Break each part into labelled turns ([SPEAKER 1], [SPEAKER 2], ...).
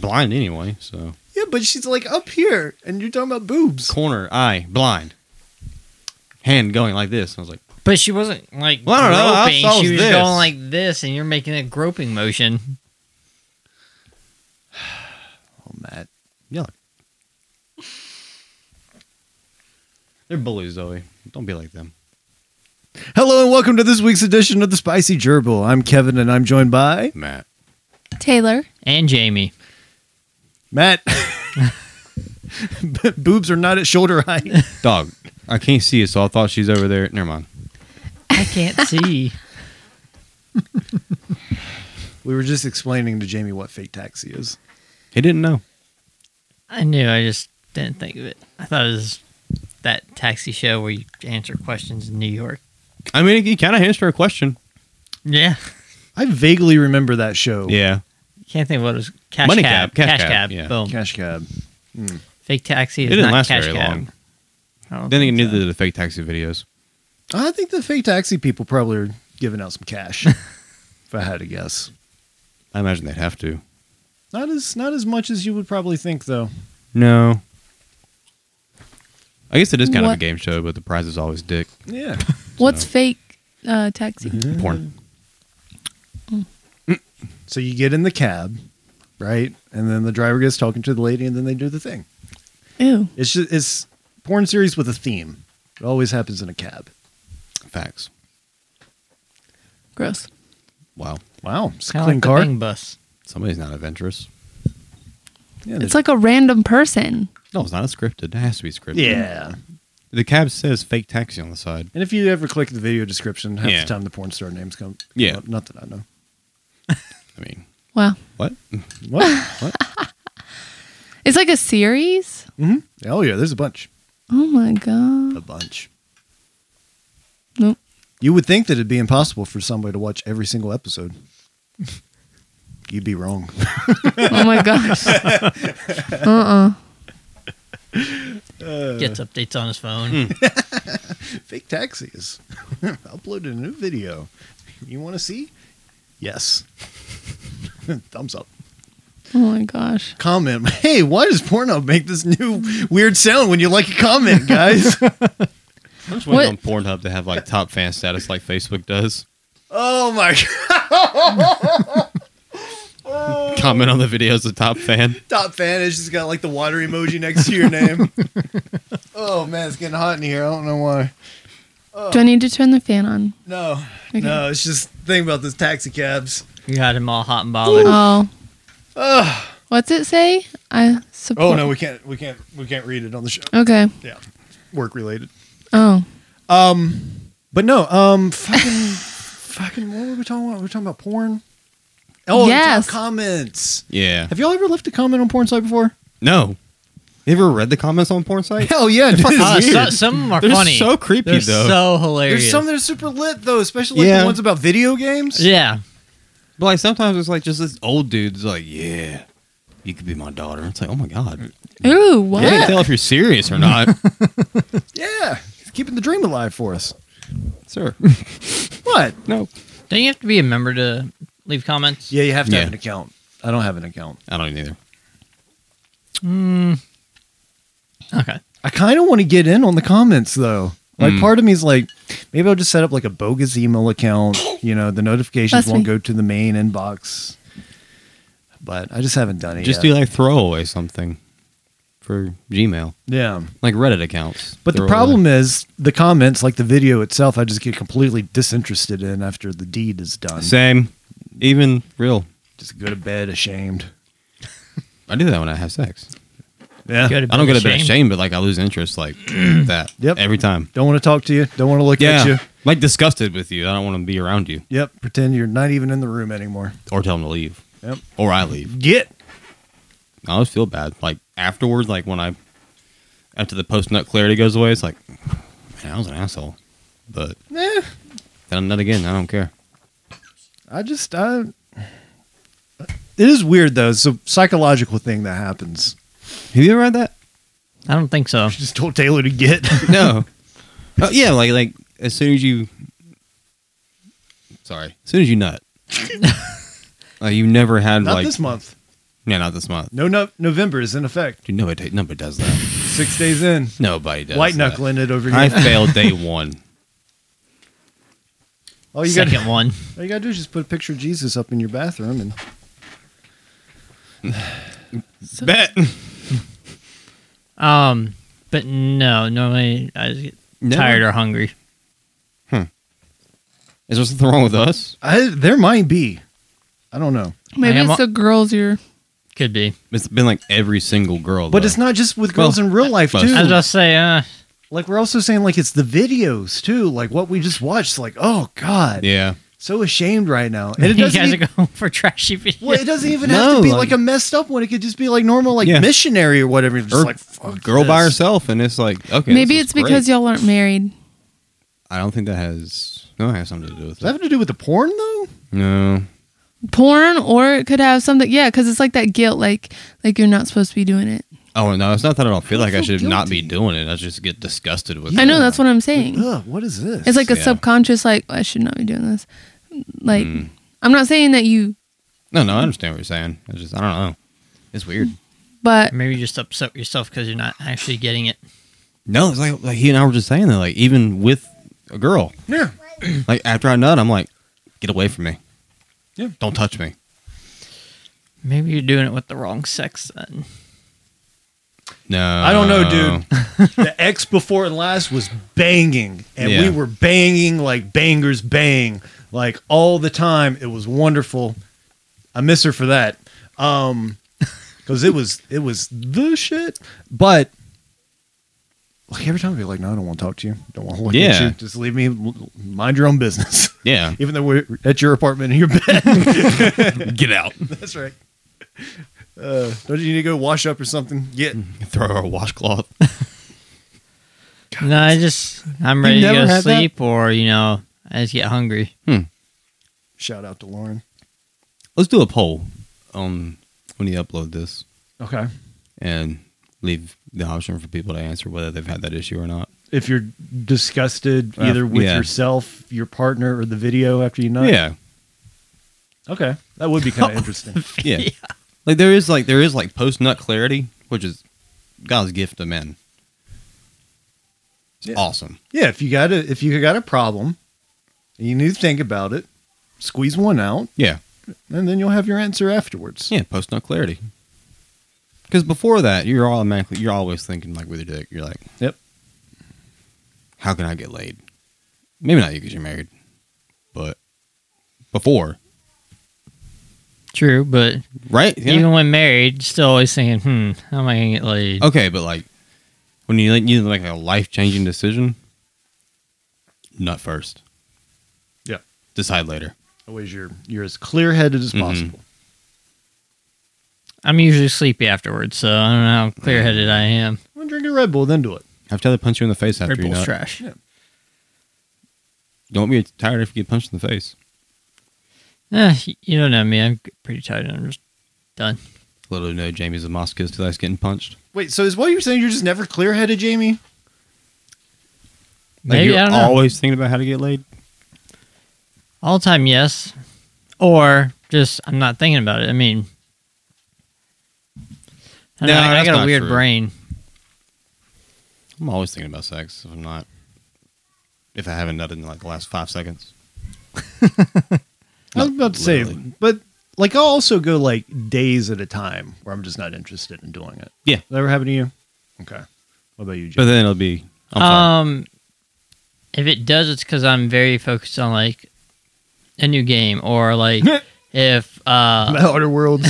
[SPEAKER 1] blind anyway, so
[SPEAKER 2] Yeah, but she's like up here, and you're talking about boobs.
[SPEAKER 1] corner eye blind, hand going like this. I was like,
[SPEAKER 3] But she wasn't like
[SPEAKER 1] Well, I don't know. I
[SPEAKER 3] groping.
[SPEAKER 1] thought it was
[SPEAKER 3] she was
[SPEAKER 1] this.
[SPEAKER 3] going like this, and you're making a groping motion.
[SPEAKER 2] Oh, Matt.
[SPEAKER 1] yuck. They're bullies, Zoe. Don't be like them.
[SPEAKER 2] Hello, and welcome to this week's edition of the Spicy Gerbil. I'm Kevin, and I'm joined by
[SPEAKER 1] Matt.
[SPEAKER 4] Taylor.
[SPEAKER 3] And Jamie,
[SPEAKER 2] Matt. B- boobs are not at shoulder height.
[SPEAKER 1] Dog. I can't see it, so I thought she's over there. Never mind.
[SPEAKER 3] I can't see.
[SPEAKER 2] We were just explaining to Jamie what fake taxi is.
[SPEAKER 1] He didn't know.
[SPEAKER 3] I knew. I just didn't think of it. I thought it was that taxi show where you answer questions in New York.
[SPEAKER 1] I mean, he kind of answered a question.
[SPEAKER 3] Yeah,
[SPEAKER 2] I vaguely remember that show.
[SPEAKER 1] Yeah.
[SPEAKER 3] can't think of what it was. Cash
[SPEAKER 1] Money
[SPEAKER 3] cab,
[SPEAKER 1] Cab, Cash
[SPEAKER 3] cash
[SPEAKER 1] Cab,
[SPEAKER 3] cab.
[SPEAKER 1] yeah.
[SPEAKER 3] Boom.
[SPEAKER 2] Cash cab.
[SPEAKER 3] Fake taxi. Is
[SPEAKER 1] It didn't
[SPEAKER 3] not
[SPEAKER 1] last
[SPEAKER 3] cash
[SPEAKER 1] very
[SPEAKER 3] cab. Oh.
[SPEAKER 1] long.
[SPEAKER 3] I don't
[SPEAKER 1] Then he
[SPEAKER 3] think
[SPEAKER 1] knew
[SPEAKER 3] so.
[SPEAKER 1] the, the fake taxi videos.
[SPEAKER 2] I think the fake taxi people probably are giving out some cash. if I had to guess,
[SPEAKER 1] I imagine they'd have to.
[SPEAKER 2] not as not as much as you would probably think, though.
[SPEAKER 1] No. I guess it is kind of a
[SPEAKER 4] What-
[SPEAKER 1] game show, but the prize is always dick.
[SPEAKER 2] Yeah.
[SPEAKER 4] What's fake uh, taxi?
[SPEAKER 1] Porn.
[SPEAKER 2] So you get in the cab, right? And then the driver gets talking to the lady, and then they do the thing.
[SPEAKER 4] Ew.
[SPEAKER 2] It's just it's porn series with a theme. It always happens in a cab.
[SPEAKER 1] Facts.
[SPEAKER 4] Gross.
[SPEAKER 1] Wow.
[SPEAKER 2] Wow, it's a
[SPEAKER 3] Kinda
[SPEAKER 2] clean
[SPEAKER 3] like the
[SPEAKER 2] car.
[SPEAKER 3] Bing bus.
[SPEAKER 1] Somebody's not adventurous.
[SPEAKER 2] Yeah,
[SPEAKER 4] It's
[SPEAKER 2] they-
[SPEAKER 4] like a random person.
[SPEAKER 1] No, it's not scripted. It has to be scripted.
[SPEAKER 2] yeah.
[SPEAKER 1] The cab says fake taxi on the side.
[SPEAKER 2] And if you ever click the video description, half
[SPEAKER 1] Yeah.
[SPEAKER 2] the time the porn star names come. come
[SPEAKER 1] Yeah.
[SPEAKER 2] up. not that I know.
[SPEAKER 1] I mean,
[SPEAKER 4] Wow.
[SPEAKER 1] what?
[SPEAKER 2] What? what?
[SPEAKER 4] It's like a series.
[SPEAKER 2] hmm Oh yeah, there's a bunch.
[SPEAKER 4] Oh my god.
[SPEAKER 2] A bunch.
[SPEAKER 4] Nope.
[SPEAKER 2] You would think that it'd be impossible for somebody to watch every single episode. You'd be wrong.
[SPEAKER 4] Oh my gosh. Uh uh
[SPEAKER 1] Uh.
[SPEAKER 3] Gets updates on his phone.
[SPEAKER 1] Hmm.
[SPEAKER 2] Fake taxis. Uploaded a new video. You want to see? Yes. Thumbs up.
[SPEAKER 4] Oh my gosh.
[SPEAKER 2] Comment. Hey, why does Pornhub make this new weird sound when you like a comment, guys?
[SPEAKER 1] I'm just
[SPEAKER 4] What?
[SPEAKER 1] waiting on Pornhub to have like top fan status like Facebook does.
[SPEAKER 2] oh my god.
[SPEAKER 1] Comment on the videos of top fan.
[SPEAKER 2] top fan is just got like the water emoji next to your name. oh man, it's getting hot in here. I don't know why.
[SPEAKER 4] Do I need to turn the fan on?
[SPEAKER 2] No,
[SPEAKER 4] Okay.
[SPEAKER 2] no, it's just think about this taxi cabs.
[SPEAKER 3] You got him all hot and bothered.
[SPEAKER 4] Oh. What's it say? I support.
[SPEAKER 2] Oh no, we can't, we can't, we can't read it on the show.
[SPEAKER 4] Okay.
[SPEAKER 2] Yeah, work related.
[SPEAKER 4] Oh.
[SPEAKER 2] But no, um, fucking, fucking, what were we talking about? We are talking about porn. Oh, we
[SPEAKER 4] Yes.
[SPEAKER 2] talked comments.
[SPEAKER 1] Yeah.
[SPEAKER 2] Have y'all ever left a comment on porn site before?
[SPEAKER 1] No. You ever read the comments on porn site?
[SPEAKER 2] Hell yeah, dude, it's
[SPEAKER 3] Uh, so,
[SPEAKER 2] weird.
[SPEAKER 3] some of them are
[SPEAKER 1] They're
[SPEAKER 3] funny.
[SPEAKER 1] so creepy,
[SPEAKER 3] They're
[SPEAKER 1] though.
[SPEAKER 3] So hilarious.
[SPEAKER 2] There's some that are super lit though, especially like
[SPEAKER 1] Yeah.
[SPEAKER 2] the ones about video games.
[SPEAKER 3] yeah.
[SPEAKER 1] But like sometimes it's like just this old dude's like, yeah, you could be my daughter. It's like, oh my god,
[SPEAKER 4] Ooh.
[SPEAKER 1] I
[SPEAKER 4] What?
[SPEAKER 1] can't tell if you're serious or not,
[SPEAKER 2] yeah, keeping the dream alive for us.
[SPEAKER 1] sir.
[SPEAKER 2] What?
[SPEAKER 1] No,
[SPEAKER 3] Don't you have to be a member to leave comments?
[SPEAKER 2] Yeah, you have to
[SPEAKER 1] Yeah.
[SPEAKER 2] have an account. I don't have an account.
[SPEAKER 1] I don't either.
[SPEAKER 3] Okay.
[SPEAKER 2] I kind of want to get in on the comments though. Like
[SPEAKER 1] Mm.
[SPEAKER 2] part of me is like, maybe I'll just set up like a bogus email account. You know, the notifications
[SPEAKER 4] That's
[SPEAKER 2] won't
[SPEAKER 4] me.
[SPEAKER 2] go to the main inbox. But I just haven't done it
[SPEAKER 1] Just
[SPEAKER 2] yet.
[SPEAKER 1] do like throwaway something for Gmail,
[SPEAKER 2] yeah.
[SPEAKER 1] like Reddit accounts.
[SPEAKER 2] But the
[SPEAKER 1] Throwaway.
[SPEAKER 2] problem is the comments, like the video itself, I just get completely disinterested in after the deed is done.
[SPEAKER 1] same, even real.
[SPEAKER 2] Just go to bed ashamed.
[SPEAKER 1] I do that when I have sex.
[SPEAKER 2] Yeah.
[SPEAKER 3] Go to
[SPEAKER 1] I don't
[SPEAKER 3] bed
[SPEAKER 1] go to bed
[SPEAKER 3] ashamed.
[SPEAKER 1] ashamed, but like I lose interest like that.
[SPEAKER 2] Yep.
[SPEAKER 1] Every time.
[SPEAKER 2] Don't want to talk to you. Don't want to look at you.
[SPEAKER 1] Yeah. Like disgusted with you. I don't want to be around you
[SPEAKER 2] Yep. Pretend you're not even in the room anymore.
[SPEAKER 1] or tell them to leave
[SPEAKER 2] Yep.
[SPEAKER 1] or I leave.
[SPEAKER 2] Get.
[SPEAKER 1] I always feel bad. Like afterwards, like when I after the post nut clarity goes away, it's like man, I was an asshole. But
[SPEAKER 2] Eh,
[SPEAKER 1] then I'm not again. I don't care.
[SPEAKER 2] I just I it is weird though. It's a psychological thing that happens.
[SPEAKER 1] Have you ever read that?
[SPEAKER 3] I don't think so.
[SPEAKER 2] Just told Taylor to get.
[SPEAKER 1] No. oh, yeah, like like as soon as you sorry, as soon as you nut, like you never had
[SPEAKER 2] Not
[SPEAKER 1] like
[SPEAKER 2] this month.
[SPEAKER 1] Yeah, not this month.
[SPEAKER 2] No, no, November is in effect.
[SPEAKER 1] Dude, nobody, nobody does that.
[SPEAKER 2] Six days in.
[SPEAKER 1] Nobody does.
[SPEAKER 2] White
[SPEAKER 1] that.
[SPEAKER 2] knuckling it over
[SPEAKER 1] I
[SPEAKER 2] here.
[SPEAKER 1] failed day one.
[SPEAKER 2] All Oh, you
[SPEAKER 3] Second
[SPEAKER 2] gotta,
[SPEAKER 3] one.
[SPEAKER 2] all you gotta do is just put a picture of Jesus up in your bathroom, and
[SPEAKER 1] Bet.
[SPEAKER 3] Um, but no, normally I just get
[SPEAKER 1] No.
[SPEAKER 3] tired or hungry.
[SPEAKER 1] Is there something wrong with us?
[SPEAKER 2] I, there might be. I don't know,
[SPEAKER 4] Maybe
[SPEAKER 3] I am
[SPEAKER 4] it's
[SPEAKER 3] a-
[SPEAKER 4] the girls you're.
[SPEAKER 3] Could be.
[SPEAKER 1] It's been like every single girl.
[SPEAKER 2] but
[SPEAKER 1] though.
[SPEAKER 2] it's not just with girls
[SPEAKER 1] Well,
[SPEAKER 2] in real life
[SPEAKER 1] most-
[SPEAKER 2] too.
[SPEAKER 3] I was about to say, uh,
[SPEAKER 2] like we're also saying, like it's the videos too, like what we just watched. Like, oh god,
[SPEAKER 1] Yeah.
[SPEAKER 2] so ashamed right now, and it
[SPEAKER 3] you
[SPEAKER 2] doesn't.
[SPEAKER 3] guys
[SPEAKER 2] Even,
[SPEAKER 3] are going for trashy videos.
[SPEAKER 2] well, it doesn't even
[SPEAKER 1] No,
[SPEAKER 2] have to be
[SPEAKER 1] like-
[SPEAKER 2] like, a messed up one. It could just be like normal, like
[SPEAKER 1] Yeah.
[SPEAKER 2] missionary or whatever. Just
[SPEAKER 1] Or
[SPEAKER 2] like fuck
[SPEAKER 1] girl by
[SPEAKER 2] this.
[SPEAKER 1] herself, and it's like okay.
[SPEAKER 4] Maybe
[SPEAKER 1] this
[SPEAKER 4] it's
[SPEAKER 1] is great.
[SPEAKER 4] because y'all aren't married.
[SPEAKER 1] I don't think that has no it has something to do with
[SPEAKER 2] Does that
[SPEAKER 1] it.
[SPEAKER 2] have to do with the porn though?
[SPEAKER 1] No.
[SPEAKER 4] Porn, or it could have something. Yeah, because it's like that guilt, like like you're not supposed to be doing it.
[SPEAKER 1] Oh no, it's not that I don't feel
[SPEAKER 2] I
[SPEAKER 1] like I
[SPEAKER 2] feel
[SPEAKER 1] should not be
[SPEAKER 2] guilty.
[SPEAKER 1] doing it. I just get disgusted with.
[SPEAKER 4] I know
[SPEAKER 1] it.
[SPEAKER 4] that's what I'm saying.
[SPEAKER 2] Ugh, what is this?
[SPEAKER 4] It's like a
[SPEAKER 1] Yeah.
[SPEAKER 4] subconscious, like I should not be doing this. Like I'm not saying that you,
[SPEAKER 1] No, no, I understand what you're saying. It's just I don't know. It's weird.
[SPEAKER 4] but
[SPEAKER 3] Maybe you just upset yourself because you're not actually getting it.
[SPEAKER 1] No, it's like, like he and I were just saying that. Like even with a girl,
[SPEAKER 2] yeah.
[SPEAKER 1] like after I nut, I'm like, get away from me.
[SPEAKER 2] Yeah.
[SPEAKER 1] Don't touch me.
[SPEAKER 3] Maybe you're doing it with the wrong sex then.
[SPEAKER 1] No.
[SPEAKER 2] I don't know, dude. the ex before and last was banging, and
[SPEAKER 1] Uh. Yeah.
[SPEAKER 2] we were banging like bangers bang, like all the time. It was wonderful. I miss her for that, um, because it was it was the shit. But like every time I'd be like, no, I don't want to talk to you. Don't want to look at
[SPEAKER 1] Yeah.
[SPEAKER 2] you. Just leave me. Mind your own business.
[SPEAKER 1] Yeah.
[SPEAKER 2] Even though we're at your apartment in your bed.
[SPEAKER 1] Get out.
[SPEAKER 2] That's right. Uh, don't you need to go wash up or something? Yeah.
[SPEAKER 1] Throw her a washcloth.
[SPEAKER 3] no, I just I'm ready to
[SPEAKER 4] never
[SPEAKER 3] go
[SPEAKER 4] had
[SPEAKER 3] to
[SPEAKER 4] that?
[SPEAKER 3] sleep, or you know, I just get hungry.
[SPEAKER 2] Shout out to Lauren.
[SPEAKER 1] Let's do a poll on when you upload this
[SPEAKER 2] Okay.
[SPEAKER 1] and leave the option for people to answer whether they've had that issue or not.
[SPEAKER 2] if you're disgusted
[SPEAKER 1] Uh,
[SPEAKER 2] either with
[SPEAKER 1] yeah.
[SPEAKER 2] yourself, your partner, or the video after you nut.
[SPEAKER 1] Yeah.
[SPEAKER 2] Okay. That would be kind of interesting.
[SPEAKER 1] Yeah. Like there is like there is like post nut clarity, which is God's gift to men. It's
[SPEAKER 2] Yeah.
[SPEAKER 1] awesome.
[SPEAKER 2] yeah, if you got a if you got a problem and you need to think about it, squeeze one out,
[SPEAKER 1] Yeah.
[SPEAKER 2] and then you'll have your answer afterwards.
[SPEAKER 1] Yeah, post nut clarity. Because before that, you're automatically you're always thinking like with your dick, you're like,
[SPEAKER 2] Yep.
[SPEAKER 1] how can I get laid? Maybe not you because you're married, but before,
[SPEAKER 3] True, but
[SPEAKER 1] right? Yeah.
[SPEAKER 3] even when married, you're still always thinking, hmm, how am I gonna get laid?
[SPEAKER 2] Oh.
[SPEAKER 1] okay, but like when you you like a life changing decision, nut first,
[SPEAKER 2] Yeah.
[SPEAKER 1] decide later.
[SPEAKER 2] Always you're you're as clear headed as
[SPEAKER 1] Mhm.
[SPEAKER 2] possible.
[SPEAKER 3] I'm usually sleepy afterwards, so I don't know how clear headed I am.
[SPEAKER 2] Well, drink a Red Bull, then do it.
[SPEAKER 1] Have to punch you in the face after
[SPEAKER 3] Red
[SPEAKER 1] you
[SPEAKER 3] Bull's
[SPEAKER 1] nut.
[SPEAKER 3] trash.
[SPEAKER 2] Yeah.
[SPEAKER 1] Don't be tired if you get punched in the face.
[SPEAKER 3] Eh, y- you don't know me. I'm g- pretty tired. I'm just done.
[SPEAKER 1] Little no, Jamie's a masochist who likes getting punched.
[SPEAKER 2] Wait, so is what you're saying you're just never clear headed, Jamie?
[SPEAKER 1] Like
[SPEAKER 3] Maybe
[SPEAKER 1] you're
[SPEAKER 3] I don't know.
[SPEAKER 1] always thinking about how to get laid.
[SPEAKER 3] All time, yes, or just I'm not thinking about it. I mean, I, don't
[SPEAKER 1] No,
[SPEAKER 3] know, I- I
[SPEAKER 1] that's
[SPEAKER 3] got
[SPEAKER 1] not
[SPEAKER 3] a weird
[SPEAKER 1] true.
[SPEAKER 3] brain.
[SPEAKER 1] I'm always thinking about sex if I'm not, if I haven't nutted in like the last five seconds.
[SPEAKER 2] I was about to say
[SPEAKER 1] literally.
[SPEAKER 2] but like I'll also go like days at a time where I'm just not interested in doing it.
[SPEAKER 1] Yeah.
[SPEAKER 2] That ever happen to you? Okay. What about you, Jamie?
[SPEAKER 1] But then it'll be. I'm sorry.
[SPEAKER 3] Um, if it does, it's because I'm very focused on like a new game or like if uh
[SPEAKER 2] My Outer Worlds.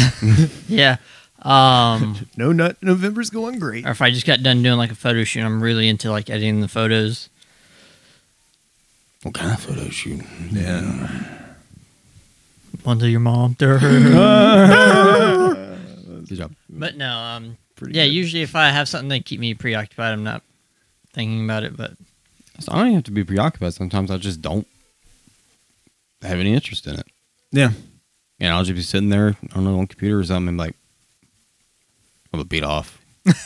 [SPEAKER 3] yeah um
[SPEAKER 2] No Nut November's going great.
[SPEAKER 3] or if I just got done doing like a photo shoot, I'm really into like editing the photos.
[SPEAKER 1] what kind of photo shoot?
[SPEAKER 3] One to your mom.
[SPEAKER 1] Good job.
[SPEAKER 3] But no, um,
[SPEAKER 2] Pretty
[SPEAKER 3] yeah.
[SPEAKER 2] good.
[SPEAKER 3] Usually, if I have something that keep me preoccupied, I'm not thinking about it. But
[SPEAKER 1] So I don't even have to be preoccupied. Sometimes I just don't have any interest in it.
[SPEAKER 2] Yeah.
[SPEAKER 1] And I'll just be sitting there on the computer or something and be like, I'm going to beat off.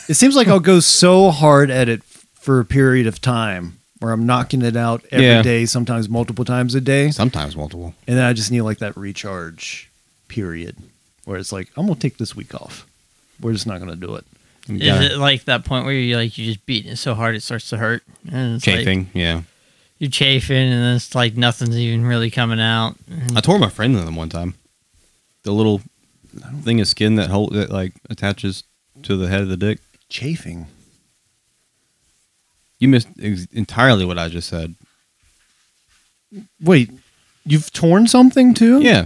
[SPEAKER 2] It seems like I'll go so hard at it f- for a period of time where I'm knocking it out every day,
[SPEAKER 1] Yeah.
[SPEAKER 2] sometimes multiple times a day.
[SPEAKER 1] Sometimes multiple.
[SPEAKER 2] And then I just need like that recharge period. where it's like I'm gonna take this week off. We're just not gonna do it.
[SPEAKER 1] You
[SPEAKER 3] Is
[SPEAKER 1] gotta-
[SPEAKER 3] it like that point where you like you just beating it so hard it starts to hurt? And it's like,
[SPEAKER 1] chafing? yeah,
[SPEAKER 3] you're chafing, and then it's like nothing's even really coming out.
[SPEAKER 1] I tore my friend in them one time. The little thing of skin that hold that like attaches to the head of the dick.
[SPEAKER 2] Chafing.
[SPEAKER 1] You missed ex- entirely what I just said.
[SPEAKER 2] Wait, you've torn something too?
[SPEAKER 1] Yeah,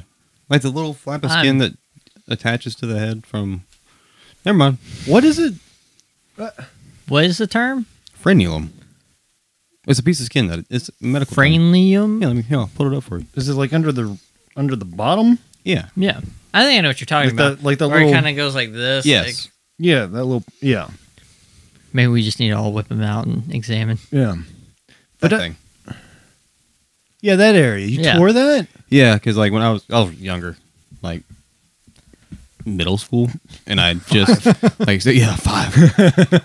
[SPEAKER 1] like the little flap of skin
[SPEAKER 3] I'm-
[SPEAKER 1] that attaches to the head from. Never mind,
[SPEAKER 2] What is it?
[SPEAKER 3] What is the term?
[SPEAKER 1] frenulum. It's a piece of skin that it's a medical. term.
[SPEAKER 3] Cranium.
[SPEAKER 1] Yeah, let me here. I'll put it up for you.
[SPEAKER 2] Is it like under the under the bottom?
[SPEAKER 1] Yeah.
[SPEAKER 3] Yeah, I think I know what you're talking
[SPEAKER 2] Like the-
[SPEAKER 3] about.
[SPEAKER 2] like the
[SPEAKER 3] where it
[SPEAKER 2] little-
[SPEAKER 3] kind of goes like this.
[SPEAKER 1] Yes.
[SPEAKER 3] like-
[SPEAKER 2] Yeah, that little. Yeah,
[SPEAKER 3] maybe we just need to all whip them out and examine.
[SPEAKER 2] yeah,
[SPEAKER 1] That
[SPEAKER 2] But I-
[SPEAKER 1] thing.
[SPEAKER 2] yeah. That area. You
[SPEAKER 3] Yeah.
[SPEAKER 2] tore that?
[SPEAKER 1] Yeah, because like when I was I was younger, like middle school, and I just like so- yeah five.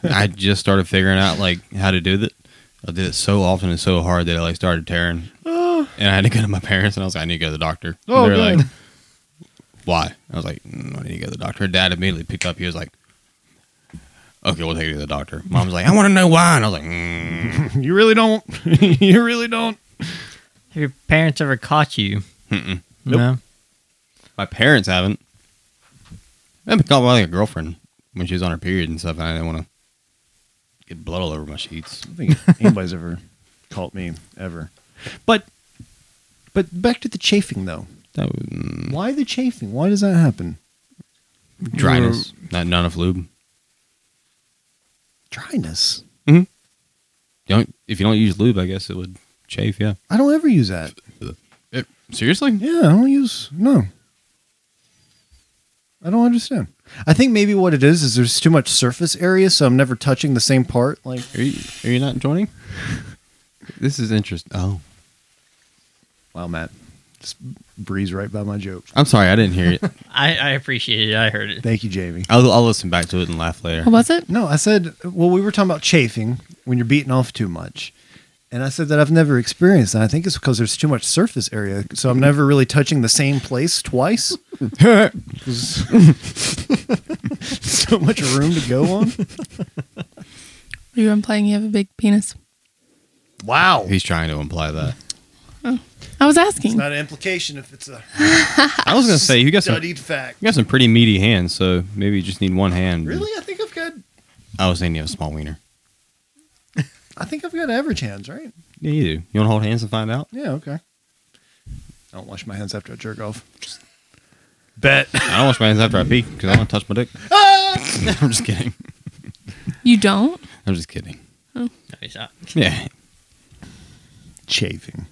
[SPEAKER 1] I just started figuring out like how to do that. I did it so often and so hard that I like started tearing, and I had to go to my parents and I was like I need to go to the doctor. And
[SPEAKER 2] Oh,
[SPEAKER 1] they were
[SPEAKER 2] good.
[SPEAKER 1] Oh, like, why? I was like "Mm, I need to go to the doctor. Her dad immediately picked up. He was like. Okay, we'll take you to the doctor. Mom's like, I want to know why, and I was like, mm.
[SPEAKER 2] You really don't. you really don't.
[SPEAKER 3] Have your parents ever caught you?
[SPEAKER 1] Mm-mm.
[SPEAKER 3] No.
[SPEAKER 1] My parents haven't. I've been called by like a girlfriend when she was on her period and stuff, and I didn't want to get blood all over my sheets.
[SPEAKER 2] I don't think anybody's ever caught me ever. But but back to the chafing though.
[SPEAKER 1] That was mm,
[SPEAKER 2] Why the chafing? Why does that happen?
[SPEAKER 1] dryness, not not enough lube.
[SPEAKER 2] Dryness.
[SPEAKER 1] You don't if you don't use lube, I guess it would chafe. Yeah.
[SPEAKER 2] I don't ever use that.
[SPEAKER 1] It, seriously?
[SPEAKER 2] Yeah, I don't use no. I don't understand. I think maybe what it is is there's too much surface area, so I'm never touching the same part. Like
[SPEAKER 1] Are you are you not joining? this is interesting. Oh,
[SPEAKER 2] wow, Matt, just breeze right by my joke.
[SPEAKER 1] I'm sorry, I didn't hear it.
[SPEAKER 3] I, I appreciate it. I heard it.
[SPEAKER 2] Thank you, Jamie.
[SPEAKER 1] I'll I'll listen back to it and laugh later.
[SPEAKER 4] How was it?
[SPEAKER 2] No, I said, well, we were talking about chafing when you're beating off too much. And I said that I've never experienced that. I think it's because there's too much surface area. So I'm never really touching the same place twice. so much room to go on.
[SPEAKER 4] Are you implying you have a big penis?
[SPEAKER 2] Wow.
[SPEAKER 1] He's trying to imply that.
[SPEAKER 4] I was asking.
[SPEAKER 2] an implication if it's a
[SPEAKER 1] I was gonna say you got some you
[SPEAKER 2] fact.
[SPEAKER 1] got some pretty meaty hands, so maybe you just need one hand.
[SPEAKER 2] I think I've got
[SPEAKER 1] I was saying you have a small wiener.
[SPEAKER 2] I think I've got average hands, right?
[SPEAKER 1] Yeah, you do. You want to hold hands and find out?
[SPEAKER 2] Yeah, okay. I don't wash my hands after I jerk off. Bet.
[SPEAKER 1] I don't wash my hands after I pee because I don't touch my dick. I'm just kidding.
[SPEAKER 4] You don't?
[SPEAKER 1] I'm just kidding.
[SPEAKER 3] No, he's not.
[SPEAKER 1] Yeah.
[SPEAKER 2] Chafing.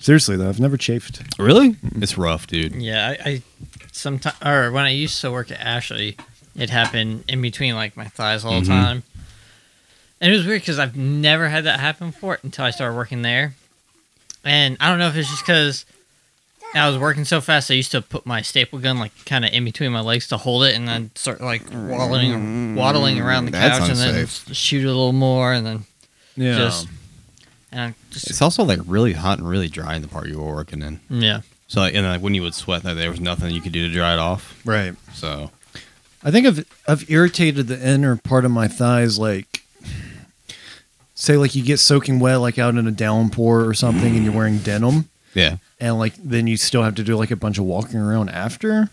[SPEAKER 2] Seriously though, I've never chafed.
[SPEAKER 1] Really? It's rough, dude.
[SPEAKER 3] Yeah, I, I sometimes or when I used to work at Ashley, it happened in between like my thighs all the
[SPEAKER 1] Mm-hmm.
[SPEAKER 3] time. And it was weird because I've never had that happen before until I started working there. And I don't know if it's just because I was working so fast, I used to put my staple gun like kind of in between my legs to hold it, and then start like waddling, waddling around the
[SPEAKER 1] That's
[SPEAKER 3] couch, and then
[SPEAKER 1] unsafe.
[SPEAKER 3] shoot a little more, and then
[SPEAKER 2] Yeah.
[SPEAKER 3] just and I'm just
[SPEAKER 1] It's also like really hot and really dry in the part you were working in.
[SPEAKER 3] yeah.
[SPEAKER 1] So like, and like when you would sweat, like, there was nothing you could do to dry it off.
[SPEAKER 2] Right.
[SPEAKER 1] So
[SPEAKER 2] I think I've I've irritated the inner part of my thighs like say like you get soaking wet like out in a downpour or something and you're wearing denim
[SPEAKER 1] yeah,
[SPEAKER 2] and like then you still have to do like a bunch of walking around after.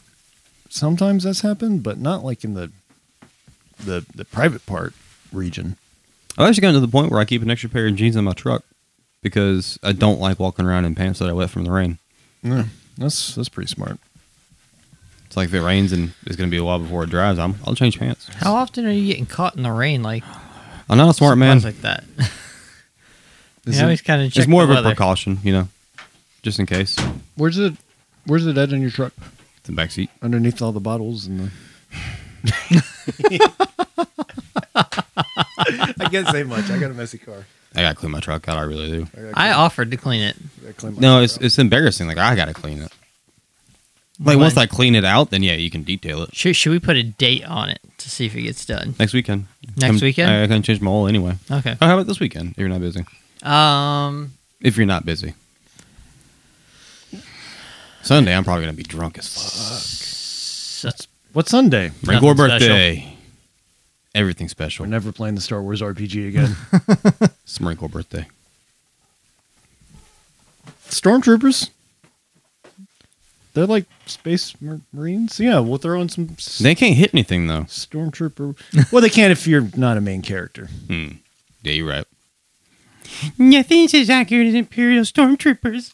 [SPEAKER 2] Sometimes that's happened, but not like in the the the private part region.
[SPEAKER 1] I've actually gotten to the point where I keep an extra pair of jeans in my truck because I don't like walking around in pants that I wet from the rain.
[SPEAKER 2] Yeah. That's that's pretty smart.
[SPEAKER 1] It's like if it rains and it's gonna be a while before it dries, I'm I'll change pants.
[SPEAKER 3] How often are you getting caught in the rain? Like
[SPEAKER 1] I'm not a smart man.
[SPEAKER 3] sometimes like that.
[SPEAKER 2] Is
[SPEAKER 3] yeah,
[SPEAKER 2] it-
[SPEAKER 3] always kind of.
[SPEAKER 1] It's more of a precaution, you know, just in case. It's
[SPEAKER 2] Where's it where's it at in your truck?
[SPEAKER 1] in the back seat.
[SPEAKER 2] Underneath all the bottles and the I can't say much. I got a messy car.
[SPEAKER 1] I gotta clean my truck out. I really do.
[SPEAKER 3] I offered to clean it.
[SPEAKER 1] No, it's it's embarrassing. Like I gotta clean it. Like
[SPEAKER 3] Why?
[SPEAKER 1] once I clean it out, then yeah, you can detail it
[SPEAKER 3] Should, should we put a date on it to see if it gets done?
[SPEAKER 1] next weekend.
[SPEAKER 3] Next
[SPEAKER 1] Come-
[SPEAKER 3] weekend?
[SPEAKER 1] I, I can change my oil anyway.
[SPEAKER 3] Okay.
[SPEAKER 1] Oh, how about this weekend? If you're not busy.
[SPEAKER 3] Um,
[SPEAKER 1] If you're not busy, Sunday, I'm probably gonna be drunk as fuck.
[SPEAKER 3] So-
[SPEAKER 2] What Sunday?
[SPEAKER 1] Frank or
[SPEAKER 3] Uh, Nothing special.
[SPEAKER 1] birthday. Everything special.
[SPEAKER 2] We're never playing the Star Wars RPG again.
[SPEAKER 1] It's Marine Corps birthday.
[SPEAKER 2] Stormtroopers. They're like space mar- marines. Yeah, we'll throw in some s-
[SPEAKER 1] They can't hit anything though.
[SPEAKER 2] stormtrooper. well, they can if you're not a main character.
[SPEAKER 1] Hmm. Yeah, you're right.
[SPEAKER 5] Nothing's as accurate as Imperial stormtroopers.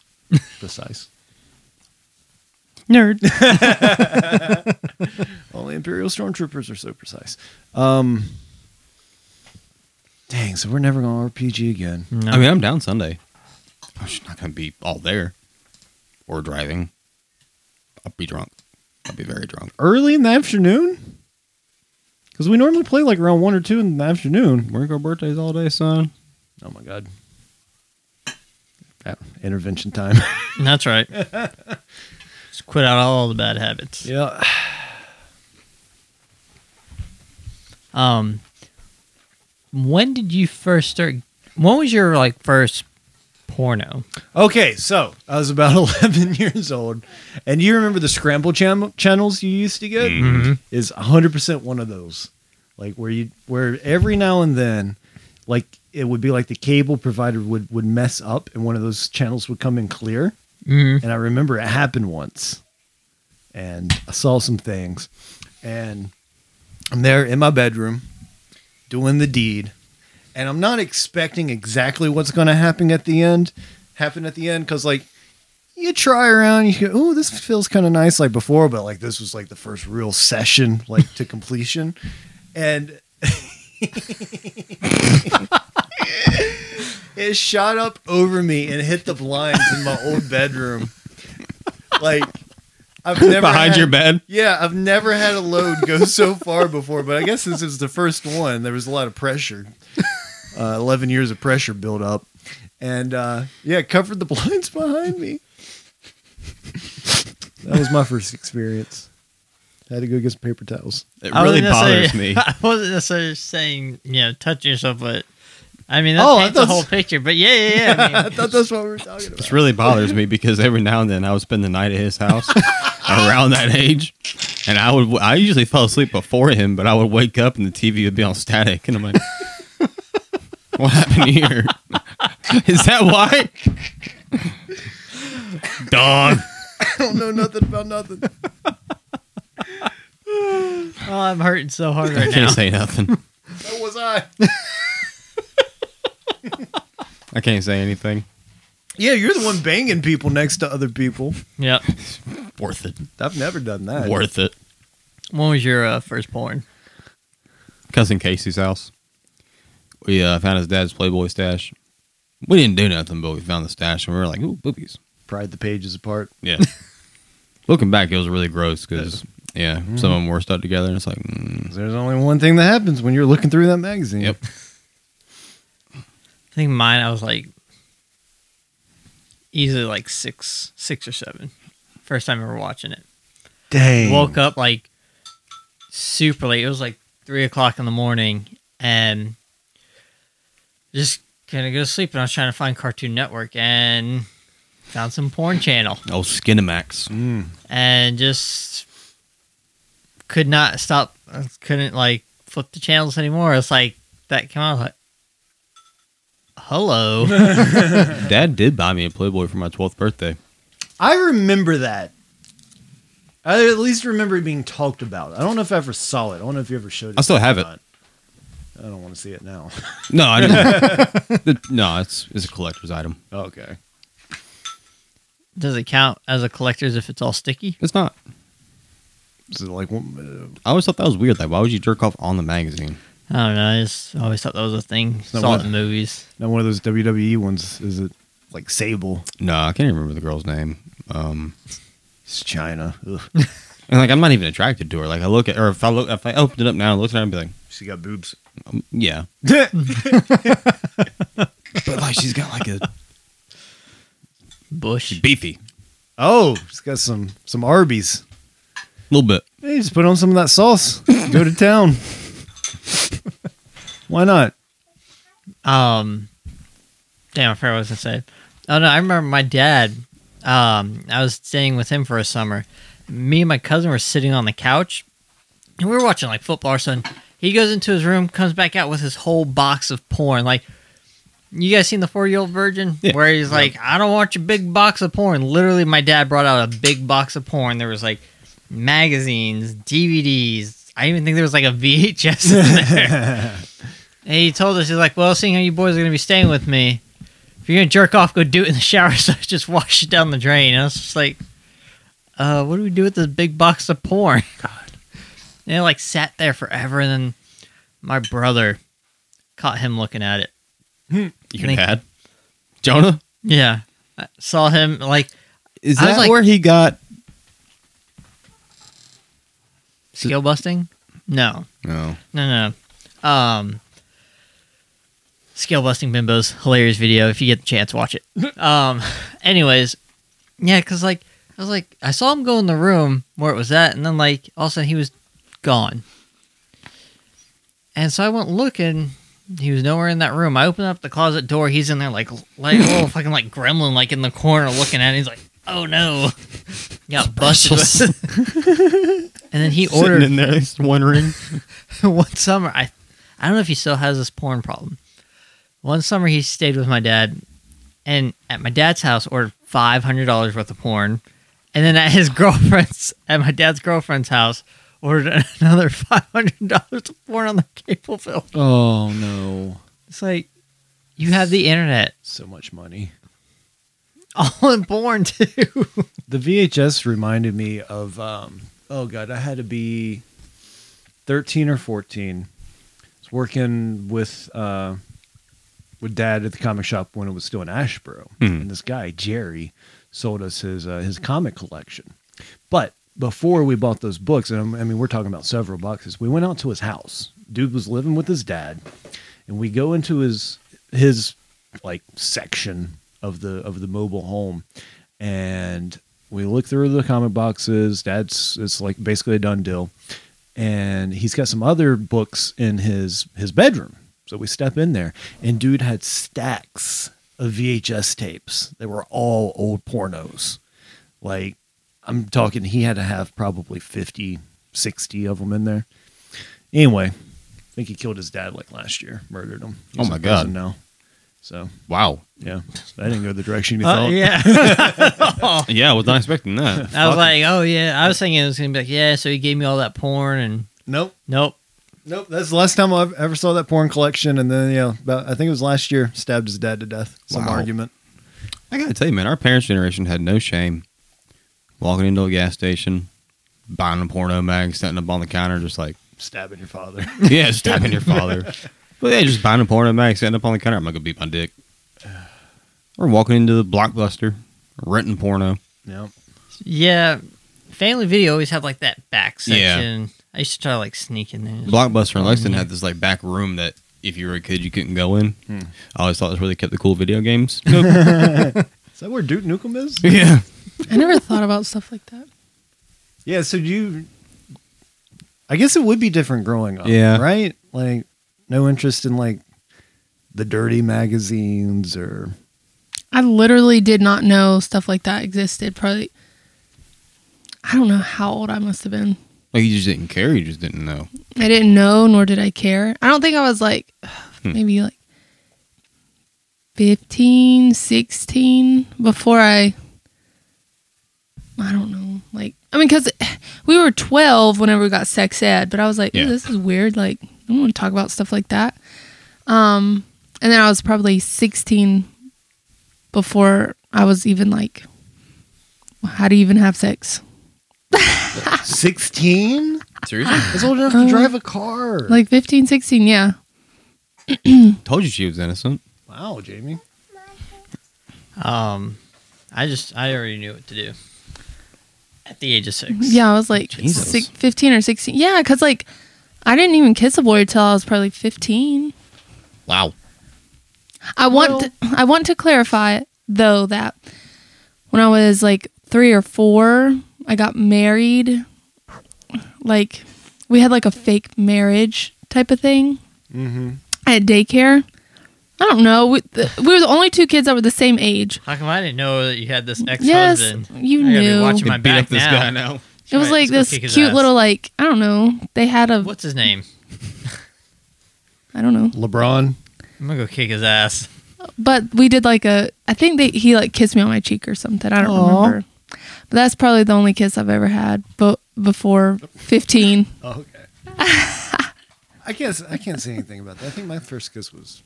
[SPEAKER 2] Precise.
[SPEAKER 5] Nerd.
[SPEAKER 2] Only Imperial stormtroopers are so precise. Um. Dang, so we're never going to RPG again.
[SPEAKER 3] no.
[SPEAKER 1] I mean, I'm down Sunday. I'm just not gonna be all there or driving. I'll be drunk. I'll be very drunk.
[SPEAKER 2] Early in the afternoon? Because we normally play like around one or two in the afternoon.
[SPEAKER 1] Marine Corps birthdays all day, son.
[SPEAKER 2] Oh my god. Ah, intervention time.
[SPEAKER 3] that's right. Just quit out all the bad habits.
[SPEAKER 2] yeah.
[SPEAKER 3] Um, when did you first start? When was your like first porno?
[SPEAKER 2] Okay, so I was about 11 years old, and you remember the scramble cham- channels you used to get is 100% one of those, like where you where every now and then, like it would be like the cable provider would would mess up, and one of those channels would come in clear,
[SPEAKER 3] Mm-hmm.
[SPEAKER 2] and I remember it happened once, and I saw some things, and I'm there in my bedroom, doing the deed, and I'm not expecting exactly what's going to happen at the end, happen at the end, because like you try around, you go, oh, this feels kind of nice like before, but like this was like the first real session like to completion, and. it shot up over me and hit the blinds in my old bedroom. Like I've never
[SPEAKER 1] Behind
[SPEAKER 2] had-
[SPEAKER 1] your bed.
[SPEAKER 2] yeah, I've never had a load go so far before, but I guess since it was the first one, there was a lot of pressure. Uh, 11 years of pressure built up. And uh, yeah, it covered the blinds behind me. That was my first experience. had to go get some paper towels.
[SPEAKER 1] It really bothers me.
[SPEAKER 3] I wasn't necessarily saying you know touching yourself, but I mean that
[SPEAKER 2] Oh, I
[SPEAKER 3] paints
[SPEAKER 2] thought-
[SPEAKER 3] the whole picture. But yeah, yeah, yeah. I mean,
[SPEAKER 2] I thought that's what we were talking about.
[SPEAKER 1] This really bothers me because every now and then I would spend the night at his house around that age, and I would I usually fell asleep before him, but I would wake up and the TV would be on static, and I'm like, "What happened here? Is that why?" Dog.
[SPEAKER 2] I don't know nothing about nothing.
[SPEAKER 3] oh, I'm hurting so hard
[SPEAKER 1] I
[SPEAKER 3] right now.
[SPEAKER 1] can't say nothing.
[SPEAKER 2] So was I.
[SPEAKER 1] I can't say anything.
[SPEAKER 2] Yeah, you're the one banging people next to other people.
[SPEAKER 3] Yep.
[SPEAKER 1] Worth it.
[SPEAKER 2] I've never done that.
[SPEAKER 1] Worth it.
[SPEAKER 3] When was your uh, first porn?
[SPEAKER 1] cousin Casey's house. We uh, found his dad's Playboy stash. We didn't do nothing, but we found the stash and we were like, ooh, boobies.
[SPEAKER 2] Pried the pages apart.
[SPEAKER 1] Yeah. Looking back, it was really gross because, yeah, some of them were stuck together and it's like, mm,
[SPEAKER 2] There's only one thing that happens when you're looking through that magazine.
[SPEAKER 1] yep.
[SPEAKER 3] I think mine. I was like easily like six, six or seven. First time ever watching it.
[SPEAKER 2] Dang.
[SPEAKER 3] woke up like super late. It was like three o'clock in the morning, and just gonna go to sleep. And I was trying to find Cartoon Network and found some porn channel,
[SPEAKER 1] Oh, Skinamax.
[SPEAKER 2] Mm.
[SPEAKER 3] and just could not stop. I couldn't like flip the channels anymore. It's like that came out I was like. Hello.
[SPEAKER 1] Dad did buy me a Playboy for my 12th birthday.
[SPEAKER 2] I remember that. I at least remember it being talked about. I don't know if I ever saw it. I don't know if you ever showed it.
[SPEAKER 1] I still
[SPEAKER 2] to me
[SPEAKER 1] have
[SPEAKER 2] or
[SPEAKER 1] it.
[SPEAKER 2] not. I don't want to see it now.
[SPEAKER 1] No, I didn't. The- no, it's, it's a collector's item.
[SPEAKER 2] Oh, okay.
[SPEAKER 3] Does it count as a collector's if it's all sticky?
[SPEAKER 1] It's not.
[SPEAKER 2] So like, one- uh,
[SPEAKER 1] I always thought that was weird. Like, why would you jerk off on the magazine?
[SPEAKER 3] I don't know. I just always thought that was a thing.
[SPEAKER 2] not
[SPEAKER 3] Saw
[SPEAKER 2] what-
[SPEAKER 3] it in movies.
[SPEAKER 2] uh, not one of those WWE ones, is it? Like Sable.
[SPEAKER 1] No, I can't even remember the girl's name. Um,
[SPEAKER 2] It's China. Ugh.
[SPEAKER 1] And like I'm not even attracted to her. Like I look at her if I look if I opened it up now and looked at her and be like,
[SPEAKER 2] she got boobs.
[SPEAKER 1] yeah.
[SPEAKER 2] That's
[SPEAKER 1] But like she's got like a
[SPEAKER 3] Bush.
[SPEAKER 1] beefy.
[SPEAKER 2] oh, she's got some some Arby's.
[SPEAKER 1] A little bit.
[SPEAKER 2] Hey, just put on some of that sauce. Go to town. Why not?
[SPEAKER 3] Um, damn, I forgot what I was gonna say. Oh no, I remember my dad. um, I was staying with him for a summer. Me and my cousin were sitting on the couch, and we were watching like football or something. He goes into his room, comes back out with his whole box of porn. Like, you guys seen the four year old virgin?
[SPEAKER 1] Yeah.
[SPEAKER 3] Where he's like, I don't want your big box of porn. Literally, my dad brought out a big box of porn. There was like magazines, DVDs. I even think there was like a VHS in there. and he told us, he's like, Well, seeing how you boys are going to be staying with me, if you're gonna jerk off, go do it in the shower. So I just wash it down the drain. And I was just like, uh, what do we do with this big box of porn? God. And it like sat there forever. And then my brother caught him looking at it.
[SPEAKER 1] Your
[SPEAKER 3] Thank-
[SPEAKER 1] dad, Jonah.
[SPEAKER 3] Yeah. I saw him like,
[SPEAKER 1] Is
[SPEAKER 3] I was
[SPEAKER 1] that
[SPEAKER 3] like-
[SPEAKER 1] where he got?
[SPEAKER 3] skill busting? No.
[SPEAKER 1] No,
[SPEAKER 3] No, no. Um, scale busting bimbos, hilarious video. If you get the chance, watch it. um, anyways, yeah, because like I was like I saw him go in the room where it was at, and then like all of a sudden he was gone, and so I went looking. He was nowhere in that room. I opened up the closet door. He's in there like like a little fucking like gremlin, like in the corner looking at. it. He's like, "Oh no, got busted." with- and then he ordered
[SPEAKER 1] sitting in there just wondering.
[SPEAKER 3] one summer I I don't know if he still has this porn problem. One summer he stayed with my dad and at my dad's house ordered five hundred dollars worth of porn. And then at his girlfriend's at my dad's girlfriend's house ordered another five hundred dollars of porn on the cable bill.
[SPEAKER 2] Oh no,
[SPEAKER 3] It's like you have the internet.
[SPEAKER 2] so much money.
[SPEAKER 3] All in porn too.
[SPEAKER 2] The VHS reminded me of um, oh god, I had to be thirteen or fourteen. I was working with uh, with dad at the comic shop when it was still in Ashboro,
[SPEAKER 1] Mhm.
[SPEAKER 2] and this guy Jerry sold us his uh, his comic collection. But before we bought those books, and I'm- I mean we're talking about several boxes, we went out to his house. Dude was living with his dad, and we go into his his like section of the of the mobile home and we look through the comic boxes that's it's like basically a done deal and he's got some other books in his his bedroom so we step in there and dude had stacks of vhs tapes they were all old pornos like i'm talking he had to have probably 50 60 of them in there anyway i think he killed his dad like last year murdered him
[SPEAKER 1] Oh
[SPEAKER 2] He's
[SPEAKER 1] my
[SPEAKER 2] in
[SPEAKER 1] God.
[SPEAKER 2] prison now so
[SPEAKER 1] Wow.
[SPEAKER 2] yeah, I didn't go the direction you
[SPEAKER 3] Uh,
[SPEAKER 2] thought.
[SPEAKER 3] yeah.
[SPEAKER 1] Yeah, I was not expecting that.
[SPEAKER 3] I was like, oh yeah. I was thinking it was gonna be like, yeah, so he gave me all that porn and
[SPEAKER 2] Nope,
[SPEAKER 3] nope.
[SPEAKER 2] nope. That's the last time I ever saw that porn collection, and then yeah, about, I think it was last year, stabbed his dad to death. Some
[SPEAKER 1] Wow.
[SPEAKER 2] argument.
[SPEAKER 1] I gotta tell you, man, our parents' generation had no shame walking into a gas station, buying a porno mag, setting up on the counter, just like,
[SPEAKER 2] Stabbing your father.
[SPEAKER 1] yeah, stabbing your father. But yeah, just buying a porno mag, setting up on the counter. I'm not gonna beat my dick. Or walking into the blockbuster, renting porno.
[SPEAKER 2] yeah,
[SPEAKER 3] Yeah, Family Video always had like that back
[SPEAKER 1] Yeah.
[SPEAKER 3] section. I used to try to like sneak in there.
[SPEAKER 1] Blockbuster
[SPEAKER 3] Mm-hmm.
[SPEAKER 1] in Lexington had this like back room that if you were a kid you couldn't go in.
[SPEAKER 3] Hmm.
[SPEAKER 1] I always thought that's where they kept the cool video games.
[SPEAKER 2] is that where Duke Nukem is?
[SPEAKER 1] yeah.
[SPEAKER 4] I never thought about stuff like that.
[SPEAKER 2] yeah. So do you, I guess it would be different growing up.
[SPEAKER 1] Yeah.
[SPEAKER 2] right. Like no interest in like the dirty magazines or
[SPEAKER 4] I literally did not know stuff like that existed. Probably, I don't know how old I must have been.
[SPEAKER 1] Like you just didn't care, you just didn't know.
[SPEAKER 4] I didn't know, nor did I care. I don't think I was like, maybe like 15, 16 before I, I don't know. Like, I mean, because we were 12 whenever we got sex ed, but I was like, "Ooh,
[SPEAKER 1] Yeah.
[SPEAKER 4] this is weird. Like, I don't want to talk about stuff like that. Um, and then I was probably 16 before I was even like, how do you even have sex?
[SPEAKER 2] sixteen.
[SPEAKER 1] Seriously?
[SPEAKER 2] That's old enough to drive a car.
[SPEAKER 4] Like 15, 16, yeah.
[SPEAKER 1] Told you she was innocent.
[SPEAKER 2] wow, Jamie.
[SPEAKER 3] Um, I just I already knew what to do at the age of six.
[SPEAKER 4] Yeah, I was like
[SPEAKER 1] Jesus.
[SPEAKER 4] six, 15 or 16. Yeah, because like I didn't even kiss a boy until I was probably 15.
[SPEAKER 1] Wow.
[SPEAKER 4] I want to, I want to clarify though that when I was like 3 or 4, I got married. Like we had like a fake marriage type of thing
[SPEAKER 2] Mm-hmm.
[SPEAKER 4] at daycare. I don't know. We, the, we were the only two kids that were the same age.
[SPEAKER 3] How come I didn't know that you had this ex
[SPEAKER 4] Yes,
[SPEAKER 3] husband?
[SPEAKER 4] you
[SPEAKER 3] I gotta be
[SPEAKER 4] knew.
[SPEAKER 3] watching my
[SPEAKER 1] They beat
[SPEAKER 3] back
[SPEAKER 1] up this
[SPEAKER 3] now.
[SPEAKER 1] guy now.
[SPEAKER 4] It was
[SPEAKER 3] Right,
[SPEAKER 4] like
[SPEAKER 3] let's
[SPEAKER 4] this
[SPEAKER 3] go kick his
[SPEAKER 4] cute
[SPEAKER 3] ass.
[SPEAKER 4] little like I don't know. They had a
[SPEAKER 3] What's his name?
[SPEAKER 4] I don't know.
[SPEAKER 2] LeBron.
[SPEAKER 3] I'm gonna go kick his ass.
[SPEAKER 4] But we did like a I think they he like kissed me on my cheek or something. I don't remember. But that's probably the only kiss I've ever had but before 15.
[SPEAKER 2] okay. I can't. I can't say anything about that. I think my first kiss was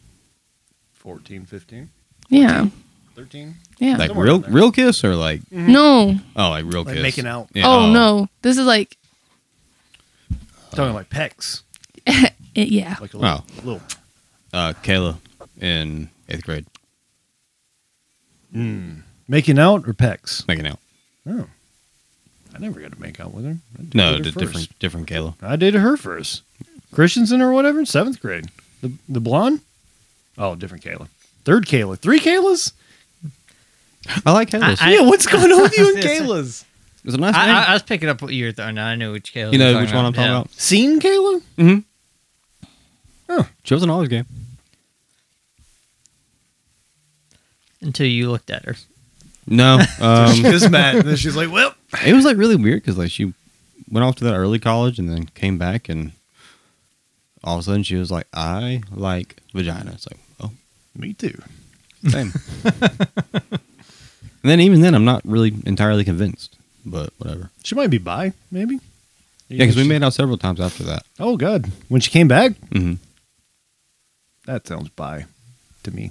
[SPEAKER 2] 14, 15,
[SPEAKER 4] Yeah.
[SPEAKER 2] 13.
[SPEAKER 4] Yeah.
[SPEAKER 1] Like
[SPEAKER 2] Don't worry
[SPEAKER 1] real
[SPEAKER 2] about that.
[SPEAKER 1] real kiss or like
[SPEAKER 4] no.
[SPEAKER 1] oh like real
[SPEAKER 2] Like
[SPEAKER 1] kiss.
[SPEAKER 2] making out.
[SPEAKER 1] Yeah,
[SPEAKER 4] Oh, no. This is like
[SPEAKER 2] Talking like pecs,
[SPEAKER 4] it, yeah.
[SPEAKER 2] like a little,
[SPEAKER 1] Oh.
[SPEAKER 2] little
[SPEAKER 1] Uh, Kayla in eighth grade
[SPEAKER 2] making out or pecs.
[SPEAKER 1] making out.
[SPEAKER 2] Oh, I never got to make out with her. I dated
[SPEAKER 1] No,
[SPEAKER 2] her
[SPEAKER 1] di-
[SPEAKER 2] first.
[SPEAKER 1] different different Kayla.
[SPEAKER 2] I dated her first. Christensen or whatever, seventh grade. The the blonde. Oh, different Kayla. Third Kayla. Three Kaylas.
[SPEAKER 1] I like Kayla's.
[SPEAKER 3] I-
[SPEAKER 2] yeah, what's going on with you and
[SPEAKER 3] I was gonna
[SPEAKER 2] Kayla's?
[SPEAKER 1] it's a nice
[SPEAKER 3] I,
[SPEAKER 1] name.
[SPEAKER 3] I, I was picking up what you were throwing. out. I know which Caleb.
[SPEAKER 1] you know
[SPEAKER 3] you're
[SPEAKER 1] which one I'm talking about.
[SPEAKER 2] Seen Kayla?
[SPEAKER 1] Mm-hmm.
[SPEAKER 2] Huh.
[SPEAKER 1] She was an olive game.
[SPEAKER 3] Yeah. Until you looked at her.
[SPEAKER 1] No, um,
[SPEAKER 2] Kiss Matt. And then she's like, well,
[SPEAKER 1] it was like really weird because like she went off to that early college and then came back and all of a sudden she was like, "I like vagina." It's like, oh,
[SPEAKER 2] me too.
[SPEAKER 1] same. and then even then, I'm not really entirely convinced, but whatever.
[SPEAKER 2] She might be bi, maybe.
[SPEAKER 1] Yeah, because we made out several times after that.
[SPEAKER 2] Oh, God. When she came back?
[SPEAKER 1] Mm-hmm.
[SPEAKER 2] That sounds bi to me.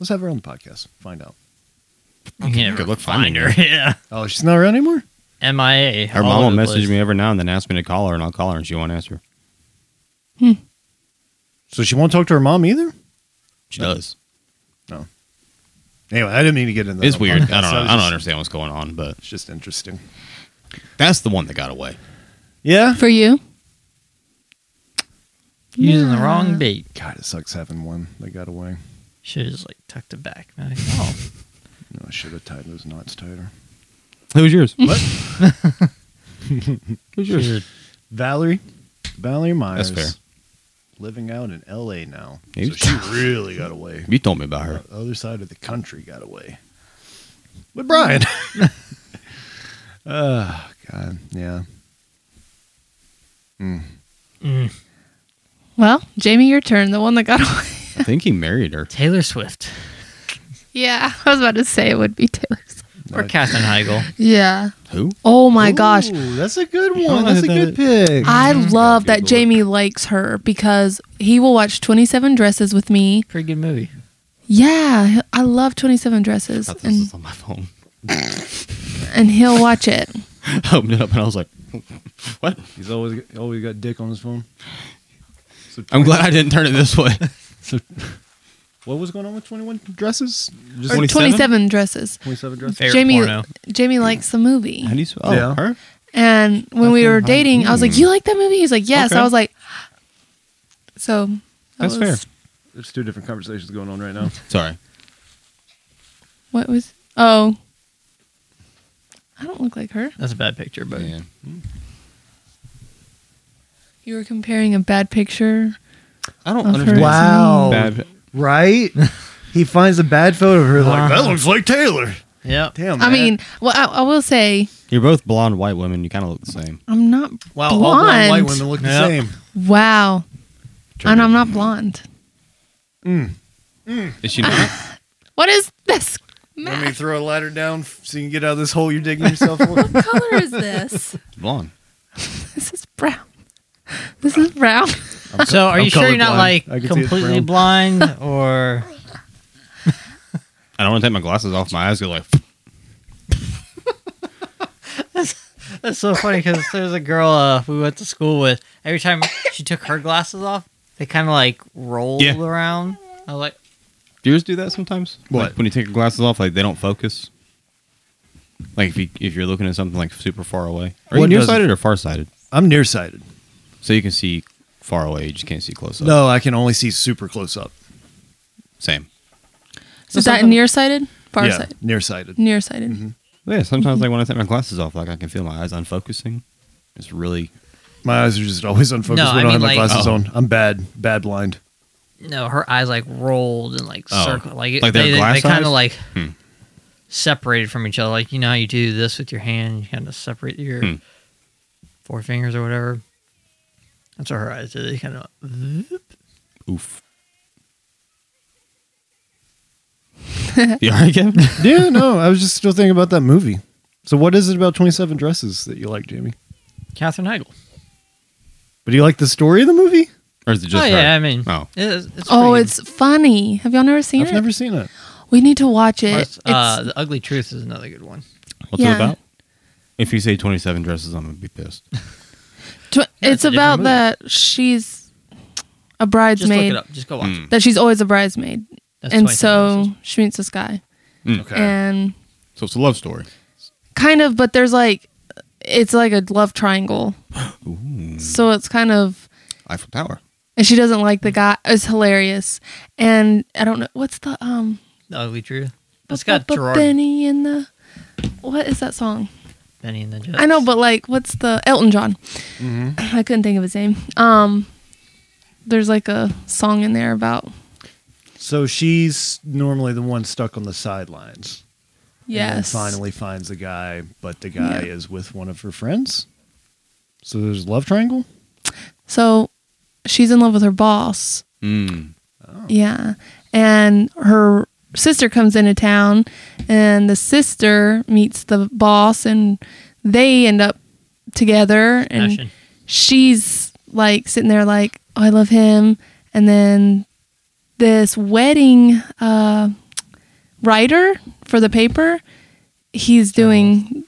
[SPEAKER 2] Let's have her on the podcast. Find out.
[SPEAKER 3] You can
[SPEAKER 1] Good
[SPEAKER 3] never
[SPEAKER 1] luck
[SPEAKER 3] find
[SPEAKER 1] finding
[SPEAKER 3] her. Yeah.
[SPEAKER 2] Oh, she's not around anymore?
[SPEAKER 3] MIA.
[SPEAKER 1] Her
[SPEAKER 3] all
[SPEAKER 1] mama
[SPEAKER 3] over the
[SPEAKER 1] messaged
[SPEAKER 3] place.
[SPEAKER 1] me every now and then, asked me to call her, and I'll call her, and she won't answer.
[SPEAKER 2] So she won't talk to her mom either?
[SPEAKER 1] She does.
[SPEAKER 2] Anyway, I didn't mean to get into that.
[SPEAKER 1] It's
[SPEAKER 2] on
[SPEAKER 1] weird.
[SPEAKER 2] podcast.
[SPEAKER 1] I don't know.
[SPEAKER 2] was
[SPEAKER 1] I don't
[SPEAKER 2] just-
[SPEAKER 1] understand what's going on, but
[SPEAKER 2] It's just interesting.
[SPEAKER 1] that's the one that got away.
[SPEAKER 2] Yeah.
[SPEAKER 4] For you?
[SPEAKER 3] Using the wrong bait.
[SPEAKER 2] God, it sucks having one that got away.
[SPEAKER 3] Should have just like tucked it back. Like, oh,
[SPEAKER 2] No, I should have tied those knots tighter.
[SPEAKER 1] Who's yours?
[SPEAKER 2] What?
[SPEAKER 1] Who's yours?
[SPEAKER 2] Valerie, Valerie Myers.
[SPEAKER 1] fair.
[SPEAKER 2] Living out in L.A. now,
[SPEAKER 1] You-
[SPEAKER 2] so she really got away.
[SPEAKER 1] You told me about her.
[SPEAKER 2] The other side of the country got away. With Brian. oh God, yeah.
[SPEAKER 3] Mm.
[SPEAKER 4] Well, Jamie, your turn. The one that got away.
[SPEAKER 1] I think he married her.
[SPEAKER 3] Taylor Swift
[SPEAKER 4] yeah, I was about to say it would be Taylor. Swift.
[SPEAKER 3] or Katherine Heigl.
[SPEAKER 4] Yeah.
[SPEAKER 1] Who?
[SPEAKER 4] Oh my gosh.
[SPEAKER 2] Ooh, that's a good
[SPEAKER 1] don't
[SPEAKER 2] one.
[SPEAKER 1] know
[SPEAKER 2] That's a
[SPEAKER 1] who
[SPEAKER 2] good pick.
[SPEAKER 4] I love
[SPEAKER 1] Mm-hmm. Gotta
[SPEAKER 4] that
[SPEAKER 1] Google it.
[SPEAKER 4] Jamie likes her because he will watch 27 dresses with me.
[SPEAKER 3] Pretty good movie.
[SPEAKER 4] Yeah, I love 27 dresses
[SPEAKER 1] I thought this
[SPEAKER 4] and,
[SPEAKER 1] was on my phone.
[SPEAKER 4] and he'll watch it.
[SPEAKER 1] I opened it up and I was like, "What?"
[SPEAKER 2] He's always always got dick on his phone. So,
[SPEAKER 1] I'm glad I didn't turn it this way.
[SPEAKER 2] so- what was going on with twenty one dresses? Just
[SPEAKER 4] Or
[SPEAKER 1] 27?
[SPEAKER 4] 27 dresses.
[SPEAKER 2] twenty seven dresses.
[SPEAKER 3] Favorite
[SPEAKER 4] Jamie
[SPEAKER 3] porno.
[SPEAKER 4] Jamie likes the movie.
[SPEAKER 1] How do you spell oh,
[SPEAKER 2] Yeah.
[SPEAKER 1] her?
[SPEAKER 4] And when we were dating, I was like, "You like that movie?" He's like, "Yes."
[SPEAKER 1] Mm. Okay.
[SPEAKER 4] I was like, "So that
[SPEAKER 1] That's
[SPEAKER 4] was-
[SPEAKER 1] fair.
[SPEAKER 2] There's two different conversations going on right now.
[SPEAKER 1] Sorry.
[SPEAKER 4] What was? Oh, I don't look like her.
[SPEAKER 3] That's a bad picture, but
[SPEAKER 1] Yeah.
[SPEAKER 4] You were comparing a bad picture.
[SPEAKER 1] I don't
[SPEAKER 4] Of her.
[SPEAKER 1] understand.
[SPEAKER 4] Wow.
[SPEAKER 1] Bad.
[SPEAKER 2] right? he finds a bad photo of her, like that looks like Taylor.
[SPEAKER 3] Yep.
[SPEAKER 2] Damn.
[SPEAKER 4] Uh-huh.
[SPEAKER 2] man.
[SPEAKER 4] I mean, well, I, I will say
[SPEAKER 1] You're both blonde white women. You kind of look the same.
[SPEAKER 4] I'm not
[SPEAKER 2] wow,
[SPEAKER 4] blonde.
[SPEAKER 2] all blonde white women look
[SPEAKER 3] Yeah.
[SPEAKER 2] the same.
[SPEAKER 4] Wow, and I'm not blonde.
[SPEAKER 1] Is she not?
[SPEAKER 4] What is this?
[SPEAKER 2] Let me throw a ladder down f- so you can get out of this hole you're digging yourself. in.
[SPEAKER 4] What color is this?
[SPEAKER 1] blonde.
[SPEAKER 4] this is brown. This is brown.
[SPEAKER 3] So are
[SPEAKER 2] I'm
[SPEAKER 3] you sure you're not
[SPEAKER 2] colorblind.
[SPEAKER 3] like
[SPEAKER 2] I can see it's
[SPEAKER 3] completely
[SPEAKER 2] brown.
[SPEAKER 3] blind or
[SPEAKER 1] I don't want to take my glasses off. My eyes go like.
[SPEAKER 3] That's so funny because there's a girl uh, we went to school with. Every time she took her glasses off, they kind of like rolled
[SPEAKER 1] Yeah.
[SPEAKER 3] around. I was like,
[SPEAKER 1] Do yours do that sometimes?
[SPEAKER 2] What?
[SPEAKER 1] Like when you take your glasses off, like they don't focus. Like if you if you're looking at something like super far away. Are you
[SPEAKER 2] What does-
[SPEAKER 1] nearsighted or farsighted?
[SPEAKER 2] I'm nearsighted.
[SPEAKER 1] So you can see far away. You just can't see close up.
[SPEAKER 2] No, I can only see super close up.
[SPEAKER 1] Same.
[SPEAKER 4] So is that nearsighted? Farsighted.
[SPEAKER 2] Yeah, nearsighted.
[SPEAKER 4] Nearsighted.
[SPEAKER 3] Mm-hmm.
[SPEAKER 1] Yeah. Sometimes like when I take my glasses off, like I can feel my eyes unfocusing. It's really
[SPEAKER 2] My eyes are just always unfocused
[SPEAKER 3] No,
[SPEAKER 2] when I
[SPEAKER 3] I
[SPEAKER 2] don't
[SPEAKER 3] mean,
[SPEAKER 2] have my
[SPEAKER 3] like-
[SPEAKER 2] glasses
[SPEAKER 1] Oh.
[SPEAKER 2] on. I'm bad, bad blind.
[SPEAKER 3] no, her eyes like rolled and like
[SPEAKER 1] Oh.
[SPEAKER 3] circled, like,
[SPEAKER 1] Like they're
[SPEAKER 3] they, they,
[SPEAKER 1] glass
[SPEAKER 3] kind
[SPEAKER 1] eyes?
[SPEAKER 3] of like
[SPEAKER 1] Hmm.
[SPEAKER 3] separated from each other. Like you know how you do this with your hand, you kind of separate your
[SPEAKER 1] Hmm.
[SPEAKER 3] four fingers or whatever. That's what her eyes did. They kind of
[SPEAKER 1] Oof. you all right, Kevin?
[SPEAKER 2] yeah, no, I was just still thinking about that movie. So, what is it about 27 Dresses that you like, Jamie?
[SPEAKER 3] Catherine Heigl.
[SPEAKER 2] But do you like the story of the movie?
[SPEAKER 1] Or is it just
[SPEAKER 3] oh
[SPEAKER 1] her?
[SPEAKER 3] yeah, I mean,
[SPEAKER 1] Oh.
[SPEAKER 3] it is- it's
[SPEAKER 4] Oh,
[SPEAKER 3] pretty-
[SPEAKER 4] it's funny. Have y'all never seen
[SPEAKER 2] I've
[SPEAKER 4] it?
[SPEAKER 2] never seen it.
[SPEAKER 4] we need to watch it. It's,
[SPEAKER 3] uh, the Ugly Truth is another good one.
[SPEAKER 1] What's
[SPEAKER 4] Yeah.
[SPEAKER 1] it about? If you say 27 dresses, I'm going to be pissed.
[SPEAKER 4] tw- it's
[SPEAKER 3] a different
[SPEAKER 4] about
[SPEAKER 3] movie.
[SPEAKER 4] that she's a
[SPEAKER 3] Just
[SPEAKER 4] bridesmaid.
[SPEAKER 3] look it up. Just go watch.
[SPEAKER 1] Mm.
[SPEAKER 3] it.
[SPEAKER 4] That she's always a bridesmaid,
[SPEAKER 3] That's
[SPEAKER 4] and
[SPEAKER 3] 27
[SPEAKER 4] so
[SPEAKER 3] Dresses.
[SPEAKER 4] she meets this guy,
[SPEAKER 1] Mm.
[SPEAKER 2] Okay.
[SPEAKER 4] and
[SPEAKER 1] So it's a love story.
[SPEAKER 4] kind of, but there's like, it's like a love triangle. So it's kind of,
[SPEAKER 1] Eiffel Tower.
[SPEAKER 4] and she doesn't like the guy. It's hilarious, and I don't know what's the um.
[SPEAKER 3] The Ugly Truth. It's got
[SPEAKER 4] b- b-
[SPEAKER 3] Gerard Benny,
[SPEAKER 4] Benny and the. What is that song?
[SPEAKER 3] and the Jets.
[SPEAKER 4] I know, but like, what's the Elton John?
[SPEAKER 3] Mm-hmm.
[SPEAKER 4] I couldn't think of his name. Um, there's like a song in there about
[SPEAKER 2] So, she's normally the one stuck on the sidelines. And then
[SPEAKER 4] yes,
[SPEAKER 2] finally finds a guy, but the guy
[SPEAKER 4] Yeah.
[SPEAKER 2] is with one of her friends. So, there's a love triangle?
[SPEAKER 4] So she's in love with her boss.
[SPEAKER 1] Mm.
[SPEAKER 4] Yeah, and her sister comes into town, and the sister meets the boss, and they end up together, and
[SPEAKER 3] Smashing.
[SPEAKER 4] she's like sitting there like oh, i love him and then this wedding uh, writer for the paper he's doing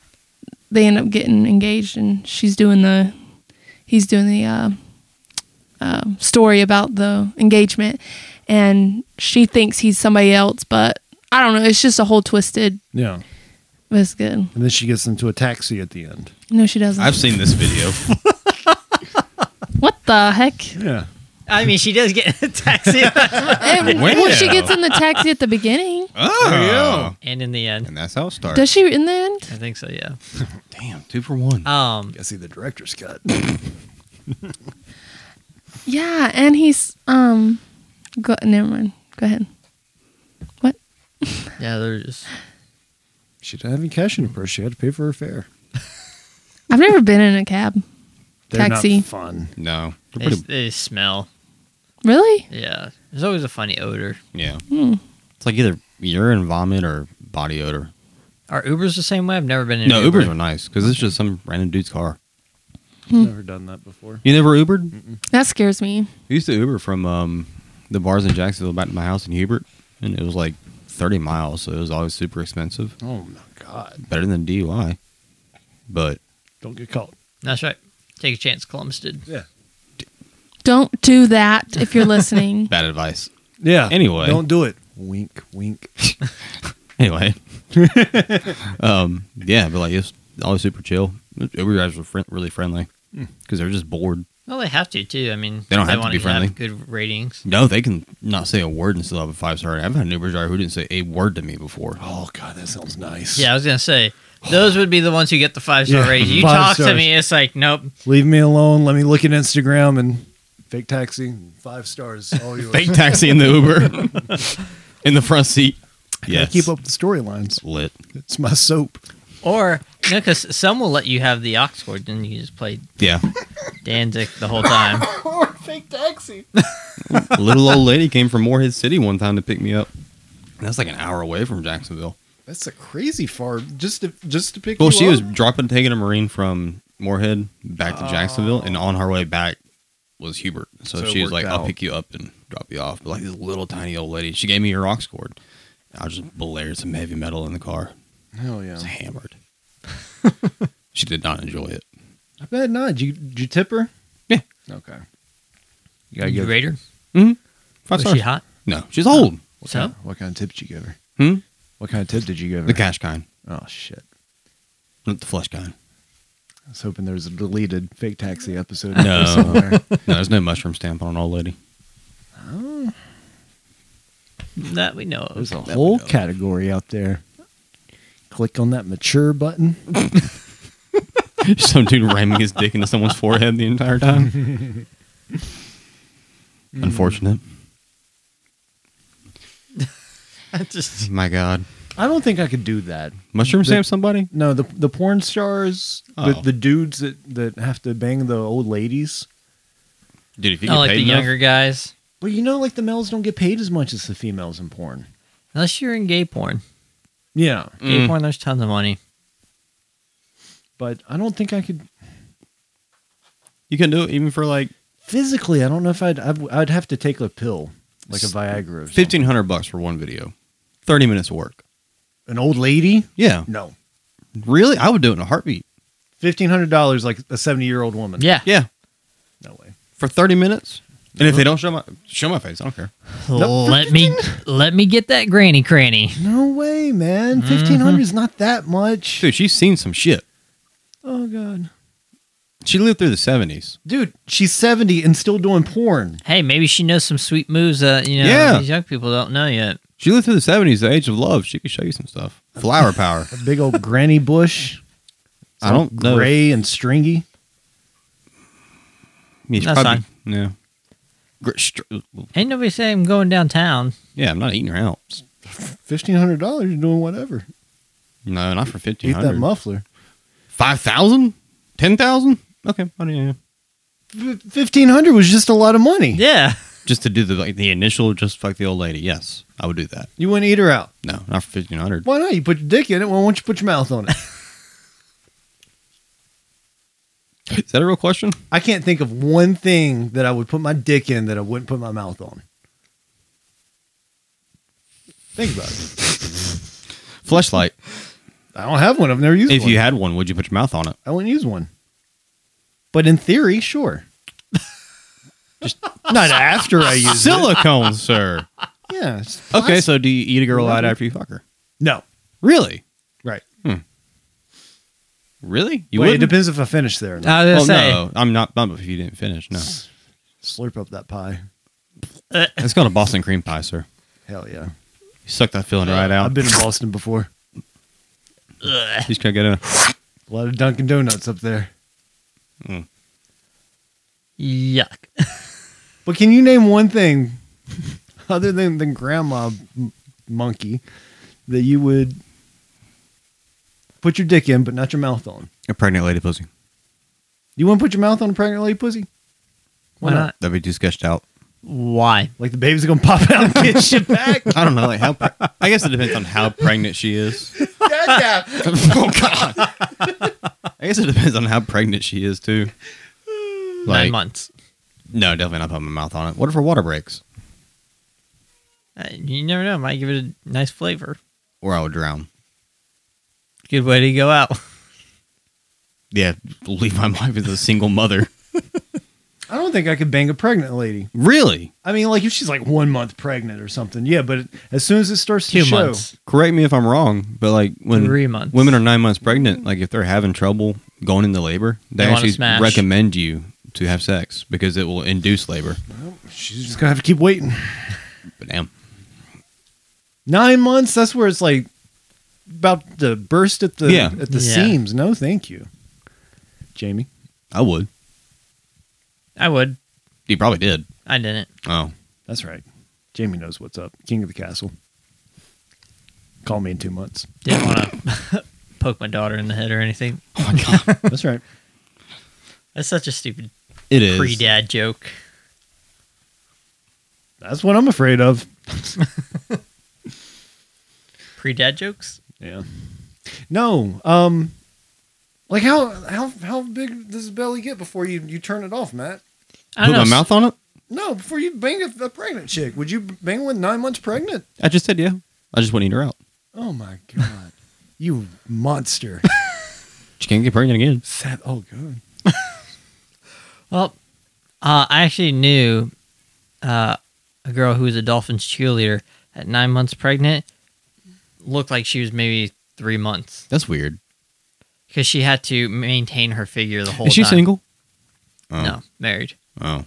[SPEAKER 4] they end up getting engaged and she's doing the he's doing the uh, uh, story about the engagement and she thinks he's somebody else but i don't know it's just a whole twisted
[SPEAKER 2] Yeah.
[SPEAKER 4] but it's good
[SPEAKER 2] And then she gets into a taxi at the end.
[SPEAKER 4] no she doesn't
[SPEAKER 1] I've seen this video.
[SPEAKER 4] what the heck
[SPEAKER 2] Yeah.
[SPEAKER 3] I mean, she does get in a taxi,
[SPEAKER 4] And- well she gets in the taxi at the beginning
[SPEAKER 1] oh.
[SPEAKER 3] and in the end,
[SPEAKER 1] And that's how it starts.
[SPEAKER 4] does she in the end
[SPEAKER 3] I think so. Yeah.
[SPEAKER 1] Damn, two for one.
[SPEAKER 3] Um,
[SPEAKER 2] I see the director's cut.
[SPEAKER 4] Yeah, and he's um, go, never mind. Go ahead. What?
[SPEAKER 3] yeah, they're just
[SPEAKER 2] she didn't have any cash in her purse. She had to pay for her fare.
[SPEAKER 4] I've never been in a cab.
[SPEAKER 2] They're
[SPEAKER 4] Taxi.
[SPEAKER 2] not fun.
[SPEAKER 1] no. They're
[SPEAKER 3] they,
[SPEAKER 1] pretty-
[SPEAKER 3] they smell.
[SPEAKER 4] Really?
[SPEAKER 3] Yeah, there's always a funny odor.
[SPEAKER 1] yeah. It's like either urine, vomit, or body odor.
[SPEAKER 3] Are Ubers the same way? I've never been in.
[SPEAKER 1] no,
[SPEAKER 3] an Uber.
[SPEAKER 1] Ubers are nice because it's just some random dude's car.
[SPEAKER 2] Never done that before.
[SPEAKER 1] You never Ubered?
[SPEAKER 4] That scares me.
[SPEAKER 1] I used to Uber from um, the bars in Jacksonville back to my house in Hubert, and it was like 30 miles, so it was always super expensive.
[SPEAKER 2] Oh my god!
[SPEAKER 1] Better than DUI, but
[SPEAKER 2] Don't get caught.
[SPEAKER 3] That's right. Take a chance. Columbus did.
[SPEAKER 2] Yeah.
[SPEAKER 4] Don't do that if you're listening.
[SPEAKER 1] bad advice.
[SPEAKER 2] Yeah.
[SPEAKER 1] Anyway.
[SPEAKER 2] don't do it. Wink, wink.
[SPEAKER 1] Anyway, um, yeah, but like it's always super chill. Uber drivers were friend really friendly because they're just bored.
[SPEAKER 3] Well, they have to too. I mean,
[SPEAKER 1] They don't have to
[SPEAKER 3] want
[SPEAKER 1] be friendly.
[SPEAKER 3] Have good ratings.
[SPEAKER 1] No, they can not say a word and still have a five star. I've had an Uber driver who didn't say a word to me before.
[SPEAKER 2] Oh god, that sounds nice.
[SPEAKER 3] Yeah, I was gonna say those would be the ones who get the five star
[SPEAKER 2] Yeah,
[SPEAKER 3] rating. You
[SPEAKER 2] five
[SPEAKER 3] talk to
[SPEAKER 2] stars.
[SPEAKER 3] me, it's like nope.
[SPEAKER 2] Leave me alone. Let me look at Instagram and fake taxi. Five stars. All yours.
[SPEAKER 1] Fake taxi in the Uber in the front seat.
[SPEAKER 2] I
[SPEAKER 1] Yes,
[SPEAKER 2] keep up the storylines.
[SPEAKER 1] lit.
[SPEAKER 2] It's my soap.
[SPEAKER 3] Or no, because some will let you have the Oxford, and you just play
[SPEAKER 1] Yeah,
[SPEAKER 3] Danzig the whole time.
[SPEAKER 1] little old lady came from Moorhead City one time to pick me up. And That's like an hour away from Jacksonville.
[SPEAKER 2] That's a crazy far. Just to just to pick.
[SPEAKER 1] Well,
[SPEAKER 2] you
[SPEAKER 1] she
[SPEAKER 2] up?
[SPEAKER 1] was dropping, taking a Marine from Moorhead back to Jacksonville, and on her way back was Hubert. So,
[SPEAKER 2] Oh. So it
[SPEAKER 1] she was
[SPEAKER 2] worked
[SPEAKER 1] like,
[SPEAKER 2] out.
[SPEAKER 1] "I'll pick you up and drop you off." But like this little tiny old lady, she gave me her aux cord. I was just blared some heavy metal in the car.
[SPEAKER 2] Hell
[SPEAKER 1] I
[SPEAKER 2] yeah.
[SPEAKER 1] was hammered. she did not enjoy it.
[SPEAKER 2] I bet not. Did you did you tip her?
[SPEAKER 1] Yeah.
[SPEAKER 2] Okay. You
[SPEAKER 3] You rate her?
[SPEAKER 1] Five
[SPEAKER 3] Was
[SPEAKER 1] stars.
[SPEAKER 3] she hot?
[SPEAKER 1] No, she's old.
[SPEAKER 2] What
[SPEAKER 3] So?
[SPEAKER 2] kind, what kind of tip did you give her?
[SPEAKER 1] Hmm?
[SPEAKER 2] What kind of tip did you give her?
[SPEAKER 1] The cash kind,
[SPEAKER 2] Oh shit.
[SPEAKER 1] not the flesh kind.
[SPEAKER 2] I was hoping there was a deleted fake taxi episode.
[SPEAKER 1] No.
[SPEAKER 2] No. Somewhere.
[SPEAKER 1] No, there's no mushroom stamp on an old lady.
[SPEAKER 3] That we know of.
[SPEAKER 2] There's a whole
[SPEAKER 1] go.
[SPEAKER 2] category out there. Click on that mature button.
[SPEAKER 1] Some dude ramming his dick into someone's forehead the entire time. Unfortunate.
[SPEAKER 3] Just
[SPEAKER 1] My God,
[SPEAKER 2] I don't think I could do that.
[SPEAKER 1] mushroom
[SPEAKER 2] The-
[SPEAKER 1] stamp somebody?
[SPEAKER 2] No, the the porn stars, the,
[SPEAKER 1] Oh.
[SPEAKER 2] the dudes that, that have to bang the old ladies.
[SPEAKER 1] Dude, if you
[SPEAKER 3] not
[SPEAKER 1] get
[SPEAKER 3] like
[SPEAKER 1] paid
[SPEAKER 3] the
[SPEAKER 1] enough,
[SPEAKER 3] younger guys,
[SPEAKER 2] Well, you know, like the males don't get paid as much as the females in porn.
[SPEAKER 3] unless you're in gay porn.
[SPEAKER 2] Yeah,
[SPEAKER 3] Gay
[SPEAKER 1] Mm.
[SPEAKER 3] porn, there's tons of money.
[SPEAKER 2] but I don't think I could
[SPEAKER 1] you can do it even for like
[SPEAKER 2] physically. I don't know if I'd I'd, I'd have to take a pill like a Viagra. Or something.
[SPEAKER 1] fifteen hundred bucks for one video, thirty minutes of work.
[SPEAKER 2] An old lady?
[SPEAKER 1] Yeah,
[SPEAKER 2] No,
[SPEAKER 1] really, I would do it in a heartbeat.
[SPEAKER 2] fifteen hundred dollars like a seventy year old woman.
[SPEAKER 3] Yeah.
[SPEAKER 1] Yeah,
[SPEAKER 2] no way.
[SPEAKER 1] for thirty minutes. And if they don't show my show my face, I don't care.
[SPEAKER 2] Nope.
[SPEAKER 3] Let me let me get that granny cranny.
[SPEAKER 2] No way, man. Fifteen hundred is not that much.
[SPEAKER 1] Mm-hmm. Dude, she's seen some shit.
[SPEAKER 2] Oh god,
[SPEAKER 1] She lived through the seventies.
[SPEAKER 2] dude, she's seventy and still doing porn.
[SPEAKER 3] Hey, maybe she knows some sweet moves that you know
[SPEAKER 1] Yeah.
[SPEAKER 3] these young people don't know yet.
[SPEAKER 1] She lived through the seventies, the age of love. She could show you some stuff. Flower power.
[SPEAKER 2] Big old granny bush.
[SPEAKER 1] I don't know.
[SPEAKER 2] Gray and stringy.
[SPEAKER 1] Yeah, she
[SPEAKER 3] That's
[SPEAKER 1] probably- Yeah. Gr- str-
[SPEAKER 3] Ain't nobody saying I'm going downtown.
[SPEAKER 1] Yeah, I'm not eating her out.
[SPEAKER 2] Fifteen hundred dollars, you're doing whatever.
[SPEAKER 1] No, not for
[SPEAKER 2] Eat
[SPEAKER 1] fifteen
[SPEAKER 2] that
[SPEAKER 1] hundred.
[SPEAKER 2] muffler.
[SPEAKER 1] Five thousand? Ten thousand? Okay, I mean, yeah.
[SPEAKER 2] Fifteen hundred was just a lot of money.
[SPEAKER 3] Yeah.
[SPEAKER 1] Just to do the like the initial, just fuck the old lady. Yes, I would do that.
[SPEAKER 2] You wouldn't eat her out.
[SPEAKER 1] No, not for fifteen hundred.
[SPEAKER 2] Why not? You put your dick in it. Why won't you put your mouth on it?
[SPEAKER 1] Is that a real question?
[SPEAKER 2] I can't think of one thing that I would put my dick in that I wouldn't put my mouth on. Think about it.
[SPEAKER 1] Fleshlight.
[SPEAKER 2] I don't have one. I've never used
[SPEAKER 1] If
[SPEAKER 2] one.
[SPEAKER 1] you had one, would you put your mouth on it?
[SPEAKER 2] I wouldn't use one. But in theory, sure. Just not after I use it.
[SPEAKER 1] Silicone, sir.
[SPEAKER 2] Yeah. it's
[SPEAKER 1] Okay,
[SPEAKER 2] plastic.
[SPEAKER 1] so do you eat a girl out after you fuck her?
[SPEAKER 2] No.
[SPEAKER 1] Really?
[SPEAKER 2] Right.
[SPEAKER 1] Really? You
[SPEAKER 2] Wait, it
[SPEAKER 1] wouldn't?
[SPEAKER 2] depends if I finish there. Or not.
[SPEAKER 3] I was gonna
[SPEAKER 1] Oh
[SPEAKER 3] say
[SPEAKER 1] no, I'm not. Not if you didn't finish. No,
[SPEAKER 2] Slurp up that pie.
[SPEAKER 1] it's called a Boston cream pie, sir.
[SPEAKER 2] Hell yeah.
[SPEAKER 1] You suck that feeling right out.
[SPEAKER 2] I've been in Boston before.
[SPEAKER 1] You just gotta get a.
[SPEAKER 2] A lot of Dunkin' Donuts up there.
[SPEAKER 3] yuck.
[SPEAKER 2] But can you name one thing other than the grandma m- monkey that you would put your dick in but not your mouth on?
[SPEAKER 1] A pregnant lady pussy.
[SPEAKER 2] You want to put your mouth on a pregnant lady pussy?
[SPEAKER 3] Why not?
[SPEAKER 1] That'd be too sketched out.
[SPEAKER 3] Why?
[SPEAKER 2] Like the baby's gonna pop out and get shit back?
[SPEAKER 1] I don't know. Like how? I guess it depends on how pregnant she is. oh God. I guess it depends on how pregnant she is too.
[SPEAKER 3] Nine
[SPEAKER 1] Like-
[SPEAKER 3] months.
[SPEAKER 1] No, definitely not putting my mouth on it. What if her water breaks?
[SPEAKER 3] Uh, You never know. Might give it a nice flavor.
[SPEAKER 1] Or I would drown.
[SPEAKER 3] Good way to go out.
[SPEAKER 1] Yeah, leave my life as a single mother.
[SPEAKER 2] I don't think I could bang a pregnant lady.
[SPEAKER 1] really?
[SPEAKER 2] I mean, like if she's like one month pregnant or something, yeah. But as soon as it starts to
[SPEAKER 3] Two
[SPEAKER 2] show,
[SPEAKER 3] months.
[SPEAKER 1] Correct me if I'm wrong, but like when
[SPEAKER 3] Three months.
[SPEAKER 1] women are nine months pregnant, like if they're having trouble going into labor, they,
[SPEAKER 3] They wanna
[SPEAKER 1] actually
[SPEAKER 3] smash.
[SPEAKER 1] recommend you to have sex because it will induce labor.
[SPEAKER 2] she's just gonna have to keep waiting.
[SPEAKER 1] But damn,
[SPEAKER 2] Nine months. That's where it's like about to burst at the
[SPEAKER 1] Yeah.
[SPEAKER 2] at the
[SPEAKER 3] Yeah.
[SPEAKER 2] seams. No, thank you, Jamie.
[SPEAKER 1] I would.
[SPEAKER 3] I would.
[SPEAKER 1] You probably did.
[SPEAKER 3] I didn't.
[SPEAKER 1] Oh,
[SPEAKER 2] That's right. Jamie knows what's up. King of the castle. Call me in two months.
[SPEAKER 3] Didn't want to poke my daughter in the head or anything.
[SPEAKER 1] Oh
[SPEAKER 2] That's right.
[SPEAKER 3] That's such a stupid
[SPEAKER 1] it is.
[SPEAKER 3] pre dad joke.
[SPEAKER 2] That's what I'm afraid of.
[SPEAKER 3] Pre dad jokes?
[SPEAKER 2] Yeah. No. Um. Like how how how big does the belly get before you you turn it off, Matt?
[SPEAKER 3] I
[SPEAKER 1] Put
[SPEAKER 3] don't
[SPEAKER 1] my
[SPEAKER 3] know.
[SPEAKER 1] mouth on it.
[SPEAKER 2] No, before you bang a, a pregnant chick, would you bang one nine months pregnant?
[SPEAKER 1] I just said yeah. I just wouldn't eat her out.
[SPEAKER 2] Oh my god, you monster!
[SPEAKER 1] She can't get pregnant again.
[SPEAKER 2] Sat- oh god,
[SPEAKER 3] Well, uh, I actually knew uh, a girl who was a Dolphins cheerleader at nine months pregnant. Looked like she was maybe three months
[SPEAKER 1] That's weird.
[SPEAKER 3] because she had to maintain her figure the whole
[SPEAKER 1] is she
[SPEAKER 3] time.
[SPEAKER 1] single? Oh.
[SPEAKER 3] No, married.
[SPEAKER 1] Oh.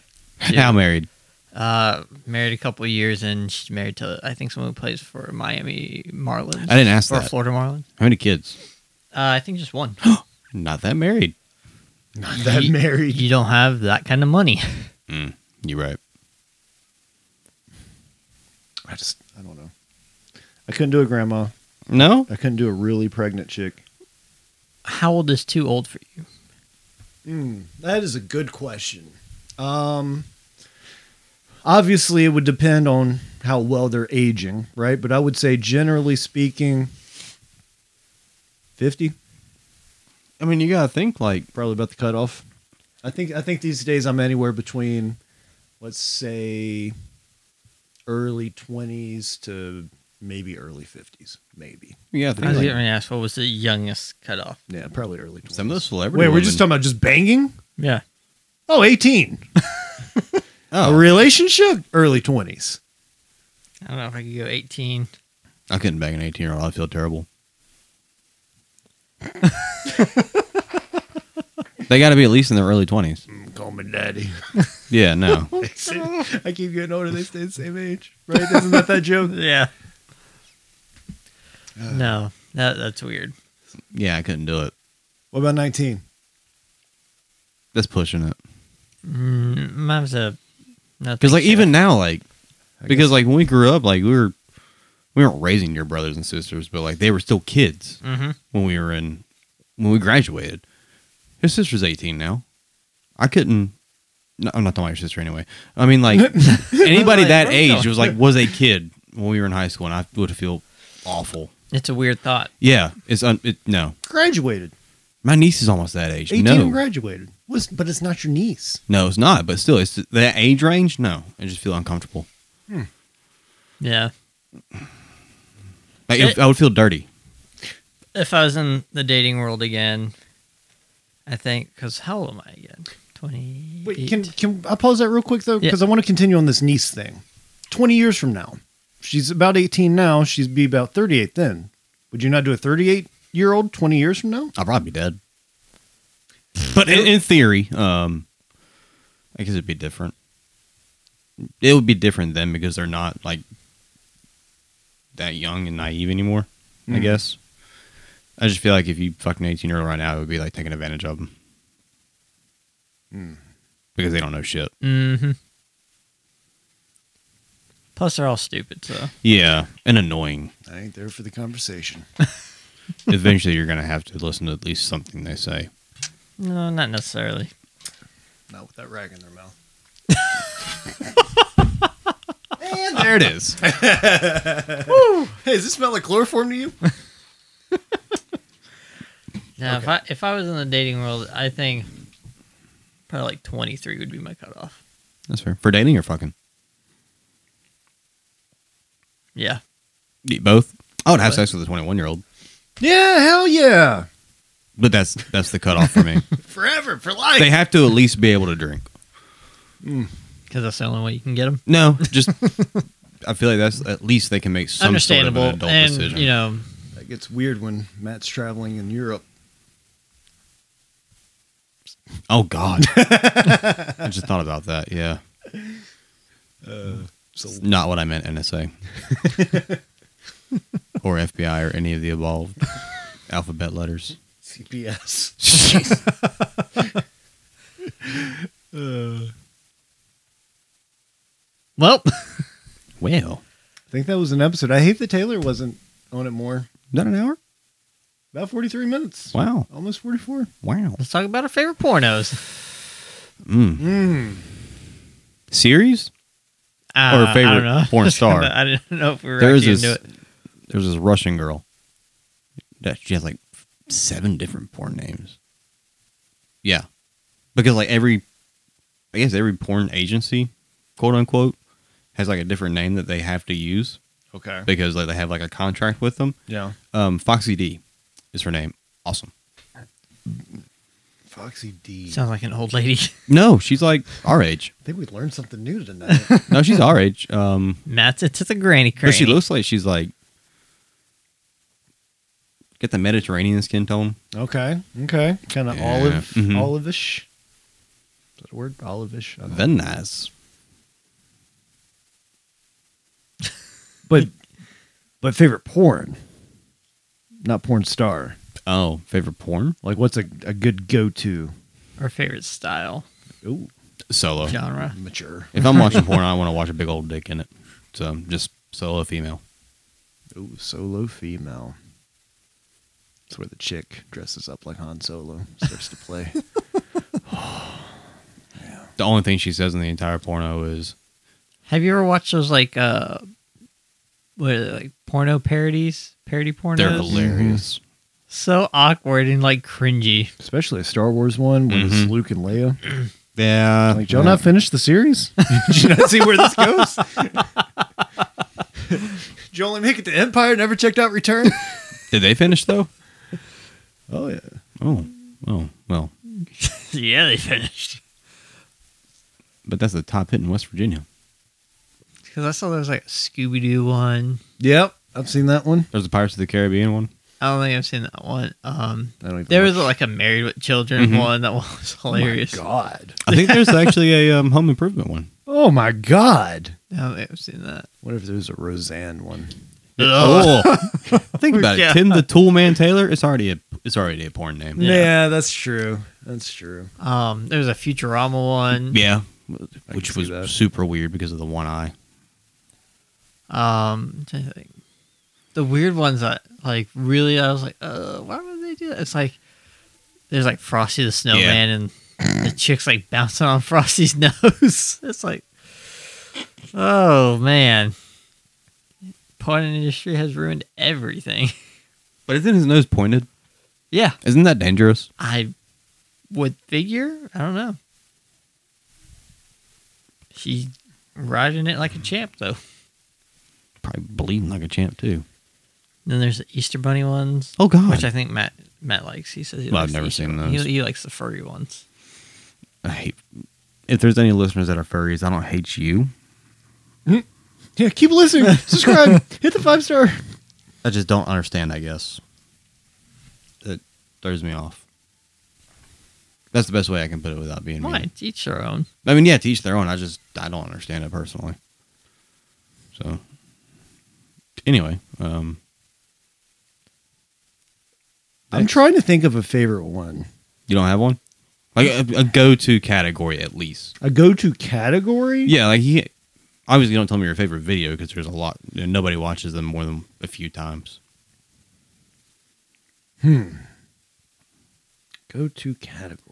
[SPEAKER 3] Yeah.
[SPEAKER 1] Now married.
[SPEAKER 3] Uh, married a couple of years, and she's married to I think someone who plays for Miami Marlins.
[SPEAKER 1] I didn't ask
[SPEAKER 3] or
[SPEAKER 1] that.
[SPEAKER 3] Florida Marlins.
[SPEAKER 1] How many kids?
[SPEAKER 3] Uh, I think just one.
[SPEAKER 1] Not that married.
[SPEAKER 2] not that
[SPEAKER 3] You-
[SPEAKER 2] married.
[SPEAKER 3] You don't have that kind of money.
[SPEAKER 1] You're right.
[SPEAKER 2] I just I don't know. I couldn't do a grandma.
[SPEAKER 1] No,
[SPEAKER 2] I couldn't do a really pregnant chick.
[SPEAKER 3] How old is too old for you?
[SPEAKER 2] Mm, that is a good question. Um, obviously, it would depend on how well they're aging, right? But I would say, generally speaking, 50,
[SPEAKER 1] I mean you gotta think like
[SPEAKER 2] probably about the cutoff. I think I think these days I'm anywhere between, let's say, early 20s to maybe early 50s, maybe.
[SPEAKER 1] you gotta
[SPEAKER 3] I was
[SPEAKER 1] think
[SPEAKER 3] gonna
[SPEAKER 1] like,
[SPEAKER 3] ask what was the youngest cutoff.
[SPEAKER 2] Yeah, probably early 20s.
[SPEAKER 1] some of those
[SPEAKER 2] Wait,
[SPEAKER 1] celebrity.
[SPEAKER 2] we're just talking
[SPEAKER 1] women-
[SPEAKER 2] about just banging?
[SPEAKER 3] Yeah.
[SPEAKER 2] Oh, 18. A
[SPEAKER 1] Oh,
[SPEAKER 2] relationship? Early 20s.
[SPEAKER 3] I don't know if I could go 18.
[SPEAKER 1] I couldn't bang an eighteen year old. I feel terrible. they got to be at least in their early twenties.
[SPEAKER 2] Call me daddy.
[SPEAKER 1] Yeah, no.
[SPEAKER 2] I keep getting older. They stay the same age, right? Isn't that Uh, that joke?
[SPEAKER 3] Yeah. no, that that's weird.
[SPEAKER 1] yeah, I couldn't do it.
[SPEAKER 2] What about 19?
[SPEAKER 1] That's pushing it.
[SPEAKER 3] Mm, mine's a.
[SPEAKER 1] Because like even now, like because like when we grew up, like we were we weren't raising your brothers and sisters, but like they were still kids
[SPEAKER 3] hmm
[SPEAKER 1] when we were in when we graduated. His sister's eighteen now. I couldn't. No, I'm not talking about your sister anyway. I mean, like anybody
[SPEAKER 3] Like,
[SPEAKER 1] that
[SPEAKER 3] what are you
[SPEAKER 1] age was like was a kid when we were in high school, and I would feel awful.
[SPEAKER 3] It's a weird thought.
[SPEAKER 1] Yeah, it's un- it, no.
[SPEAKER 2] Graduated.
[SPEAKER 1] My niece is almost that age.
[SPEAKER 2] 18
[SPEAKER 1] no,
[SPEAKER 2] and graduated. Was, but it's not your niece.
[SPEAKER 1] no, it's not. But still, it's that age range. No, I just feel uncomfortable.
[SPEAKER 3] Yeah.
[SPEAKER 1] Like,
[SPEAKER 3] It-
[SPEAKER 1] I would feel dirty.
[SPEAKER 3] If I was in the dating world again, I think because how old am I again? Twenty.
[SPEAKER 2] Wait, can, can I pause that real quick, though?
[SPEAKER 3] Yeah.
[SPEAKER 2] Because I want to continue on this niece thing. 20 years from now, she's about 18 now. She'd be about 38 then. Would you not do a 38 year old 20 years from now?
[SPEAKER 1] I'll probably be dead. But in, in theory, um, I guess it'd be different. It would be different then because they're not like that young and naive anymore. I
[SPEAKER 2] Mm.
[SPEAKER 1] guess. I just feel like if you fucking eighteen year old right now, it would be like taking advantage of them Mm. because they don't know shit.
[SPEAKER 3] Mm-hmm. Plus, they're all stupid. So
[SPEAKER 1] Yeah, and annoying.
[SPEAKER 2] I ain't there for the conversation.
[SPEAKER 1] Eventually, you're gonna have to listen to at least something they say.
[SPEAKER 3] no, not necessarily.
[SPEAKER 2] Not with that rag in their mouth.
[SPEAKER 1] And there it is.
[SPEAKER 2] Hey, does this smell like chloroform to you?
[SPEAKER 3] Now, if I if I was in the dating world, I think probably like twenty three would be my cutoff.
[SPEAKER 1] That's fair for dating or fucking
[SPEAKER 3] Yeah.
[SPEAKER 1] both. I would have
[SPEAKER 3] What?
[SPEAKER 1] sex with a twenty one year old,
[SPEAKER 2] Yeah, hell yeah.
[SPEAKER 1] but that's that's the cutoff for me.
[SPEAKER 2] Forever, for life.
[SPEAKER 1] they have to at least be able to drink.
[SPEAKER 3] Because that's the only way you can get them.
[SPEAKER 1] No, just I feel like that's at least they can make some
[SPEAKER 3] Understandable,
[SPEAKER 1] sort of an adult
[SPEAKER 3] and
[SPEAKER 1] decision.
[SPEAKER 3] you know,
[SPEAKER 2] That gets weird when Matt's traveling in Europe.
[SPEAKER 1] oh God, I just thought about that. Yeah, Uh,
[SPEAKER 2] So
[SPEAKER 1] not what I meant. NSA or FBI or any of the evolved alphabet letters.
[SPEAKER 2] CPS.
[SPEAKER 3] well,
[SPEAKER 1] Well,
[SPEAKER 2] I think that was an episode. I hate that Taylor wasn't on it more.
[SPEAKER 1] is that an hour?
[SPEAKER 2] About 43 minutes.
[SPEAKER 1] Wow,
[SPEAKER 2] Almost 44.
[SPEAKER 1] wow.
[SPEAKER 3] let's talk about our favorite pornos.
[SPEAKER 1] Mm. Series?
[SPEAKER 3] Uh, I
[SPEAKER 1] favorite
[SPEAKER 3] don't know.
[SPEAKER 1] porn star.
[SPEAKER 3] I didn't know if we were
[SPEAKER 1] There
[SPEAKER 3] actually
[SPEAKER 1] was
[SPEAKER 3] gonna
[SPEAKER 1] this.
[SPEAKER 3] do it.
[SPEAKER 1] There was this Russian girl. That she has like seven different porn names. Yeah, because like every, I guess every porn agency, quote unquote, has like a different name that they have to use
[SPEAKER 2] Okay.
[SPEAKER 1] because like they have like a contract with them.
[SPEAKER 2] Yeah.
[SPEAKER 1] Um, Foxy D is her name. Awesome.
[SPEAKER 2] Foxy D. I
[SPEAKER 3] Sounds like an old lady.
[SPEAKER 1] No, she's like our age.
[SPEAKER 2] think we learned something new tonight.
[SPEAKER 1] No, she's our age. Um,
[SPEAKER 3] Matt's it to the granny
[SPEAKER 1] but
[SPEAKER 3] cranny.
[SPEAKER 1] she looks like she's like get the Mediterranean skin tone.
[SPEAKER 2] okay. Okay. Kind of
[SPEAKER 1] Yeah.
[SPEAKER 2] olive,
[SPEAKER 1] Mhm.
[SPEAKER 2] olive-ish. Is that a word? Olive-ish. I don't know.
[SPEAKER 1] Then nice.
[SPEAKER 2] But, but favorite porn. Not porn star.
[SPEAKER 1] Oh, favorite porn?
[SPEAKER 2] Like, what's a, a good go-to?
[SPEAKER 3] Our favorite style,
[SPEAKER 2] Ooh,
[SPEAKER 1] Solo.
[SPEAKER 2] Ah.
[SPEAKER 3] genre.
[SPEAKER 2] mature.
[SPEAKER 1] If I'm watching porn, I want to watch a big old dick in it. So just solo female.
[SPEAKER 2] Ooh, solo female. It's where the chick dresses up like Han Solo, starts to play.
[SPEAKER 1] The only thing she says in the entire porno is
[SPEAKER 3] Have you ever watched those like uh what are they, like porno parodies? Parody pornos?
[SPEAKER 1] they're hilarious.
[SPEAKER 3] so awkward and like cringy.
[SPEAKER 2] Especially a Star Wars one when it's
[SPEAKER 1] Mhm.
[SPEAKER 2] Luke and Leia.
[SPEAKER 1] Mm-hmm. Yeah,
[SPEAKER 2] Like, did y'all not finish the series? did you not see where this goes? did you only make it to Empire, never checked out Return?
[SPEAKER 1] Did they finish though?
[SPEAKER 2] oh, yeah.
[SPEAKER 1] Oh, oh, well,
[SPEAKER 3] yeah, they finished.
[SPEAKER 1] but that's the top hit in West Virginia.
[SPEAKER 3] Because I saw there was like a Scooby Doo one.
[SPEAKER 2] Yep, I've seen that one.
[SPEAKER 1] There's the Pirates of the Caribbean one.
[SPEAKER 3] I don't think I've seen that one. Um,
[SPEAKER 2] I don't even
[SPEAKER 3] there
[SPEAKER 2] know.
[SPEAKER 3] was like a Married with Children
[SPEAKER 1] Mhm.
[SPEAKER 3] one that one was hilarious.
[SPEAKER 2] Oh, my God.
[SPEAKER 1] I think there's actually a um, Home Improvement one.
[SPEAKER 2] Oh, my God.
[SPEAKER 3] I don't think I've seen that.
[SPEAKER 2] What if there's a Roseanne one?
[SPEAKER 1] Oh, think about
[SPEAKER 3] Yeah.
[SPEAKER 1] it. Tim the Tool Man Taylor. It's already a it's already a porn name.
[SPEAKER 3] Yeah.
[SPEAKER 2] that's true. That's true.
[SPEAKER 3] Um, there was a Futurama one.
[SPEAKER 1] Yeah,
[SPEAKER 2] I
[SPEAKER 1] which
[SPEAKER 2] can see
[SPEAKER 1] was
[SPEAKER 2] that.
[SPEAKER 1] super weird because of the one eye.
[SPEAKER 3] Um, I'm trying to think. the weird ones that like really, I was like, uh, why would they do that? It's like there's like Frosty the Snowman and the chick's like bouncing on Frosty's nose. It's like, oh man, porn industry has ruined everything.
[SPEAKER 1] But isn't his nose pointed?
[SPEAKER 3] yeah,
[SPEAKER 1] Isn't that dangerous?
[SPEAKER 3] I would figure. I don't know. She's riding it like a champ though.
[SPEAKER 1] Probably bleeding like a champ too.
[SPEAKER 3] Then there's the Easter Bunny ones.
[SPEAKER 1] Oh God,
[SPEAKER 3] which I think Matt Matt likes. He says he
[SPEAKER 1] Well,
[SPEAKER 3] likes
[SPEAKER 1] I've
[SPEAKER 3] the
[SPEAKER 1] never
[SPEAKER 3] Easter
[SPEAKER 1] seen
[SPEAKER 3] one. He,
[SPEAKER 1] those.
[SPEAKER 3] he likes the furry ones.
[SPEAKER 1] I hate. If there's any listeners that are furries, I don't hate you.
[SPEAKER 2] Yeah, keep listening. Subscribe. Hit the five star.
[SPEAKER 1] I just don't understand. I guess it throws me off. That's the best way I can put it without being mean.
[SPEAKER 3] Why? Each their own.
[SPEAKER 1] I mean, yeah, to each their own. I just I don't understand it personally. So anyway, um,
[SPEAKER 2] I'm trying to think of a favorite one.
[SPEAKER 1] you don't have one like a, a go-to category at least.
[SPEAKER 2] A go to category?
[SPEAKER 1] Yeah, like he obviously don't tell me your favorite video because there's a lot. you know, nobody watches them more than a few times.
[SPEAKER 2] Go to category.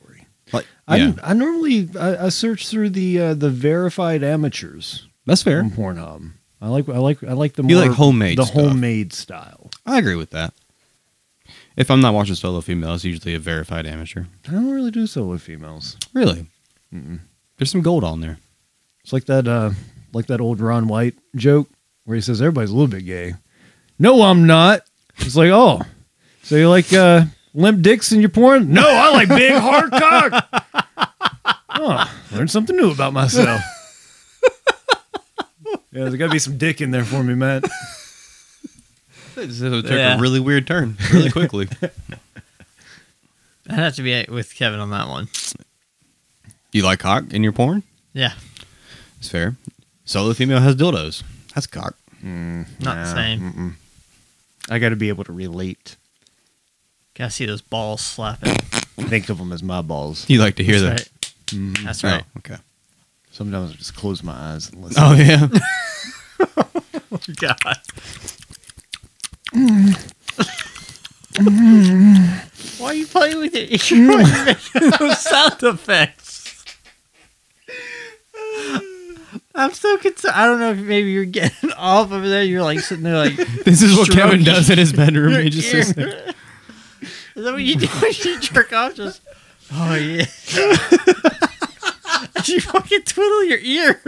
[SPEAKER 1] Like
[SPEAKER 2] I
[SPEAKER 1] yeah,
[SPEAKER 2] I normally I, I search through the uh, the verified amateurs
[SPEAKER 1] that's fair.
[SPEAKER 2] on Pornhub. I like I like I like the
[SPEAKER 1] You
[SPEAKER 2] more
[SPEAKER 1] like homemade
[SPEAKER 2] the
[SPEAKER 1] stuff.
[SPEAKER 2] homemade style.
[SPEAKER 1] I agree with that. If I'm not watching solo female, it's usually a verified amateur.
[SPEAKER 2] I don't really do solo females.
[SPEAKER 1] Really, there's some gold on there.
[SPEAKER 2] It's like that uh like that old Ron White joke where he says everybody's a little bit gay. No, I'm not. It's like, oh. So you like uh limp dicks in your porn? No, I like big hard cock. Oh, learned something new about myself. yeah, there's gotta be some dick in there for me, Matt.
[SPEAKER 1] It took
[SPEAKER 3] Yeah.
[SPEAKER 1] a really weird turn really quickly.
[SPEAKER 3] I'd have to be with Kevin on that one.
[SPEAKER 1] you like cock in your porn?
[SPEAKER 3] Yeah,
[SPEAKER 1] It's fair. Solo female has dildos. That's cock.
[SPEAKER 3] not the same.
[SPEAKER 2] I gotta be able to relate.
[SPEAKER 3] Gotta see those balls slapping.
[SPEAKER 2] Think of them as my balls.
[SPEAKER 1] You like to hear
[SPEAKER 3] That's
[SPEAKER 1] that?
[SPEAKER 3] right. That's right.
[SPEAKER 1] Oh, okay.
[SPEAKER 2] Sometimes I just close my eyes and listen.
[SPEAKER 1] Oh yeah.
[SPEAKER 3] God. Mm. Why are you playing with it? You're making those sound effects. I'm so concerned. I don't know if maybe you're getting off over there. You're like sitting there, like
[SPEAKER 1] this is what
[SPEAKER 3] Kevin
[SPEAKER 1] Kevin does in his bedroom. He just
[SPEAKER 3] "Ear."
[SPEAKER 1] sits there.
[SPEAKER 3] Is that what you do when you jerk off? Just oh yeah. you fucking twiddle your ear.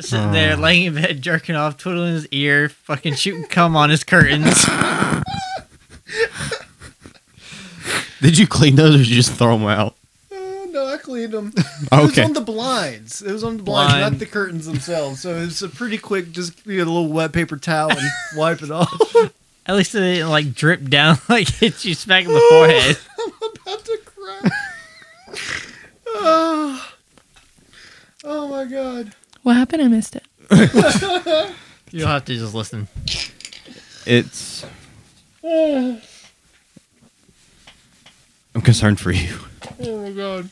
[SPEAKER 3] Sitting there, laying in bed, jerking off, twiddling his ear, fucking shooting cum on his curtains.
[SPEAKER 1] Did you clean those or did you just throw them out?
[SPEAKER 2] Uh,
[SPEAKER 1] Oh,
[SPEAKER 2] no, I cleaned them. It was
[SPEAKER 1] Okay.
[SPEAKER 2] on the blinds. It was on the blinds,
[SPEAKER 3] Blind.
[SPEAKER 2] not the curtains themselves. So it was a pretty quick, just you know, a little wet paper towel and wipe it off.
[SPEAKER 3] At least it didn't like drip down, like hit you smack in the forehead.
[SPEAKER 2] I'm about to cry. oh. oh my god.
[SPEAKER 4] What happened? I missed it.
[SPEAKER 3] You'll have to just listen.
[SPEAKER 1] It's. I'm concerned for you.
[SPEAKER 2] Oh my god.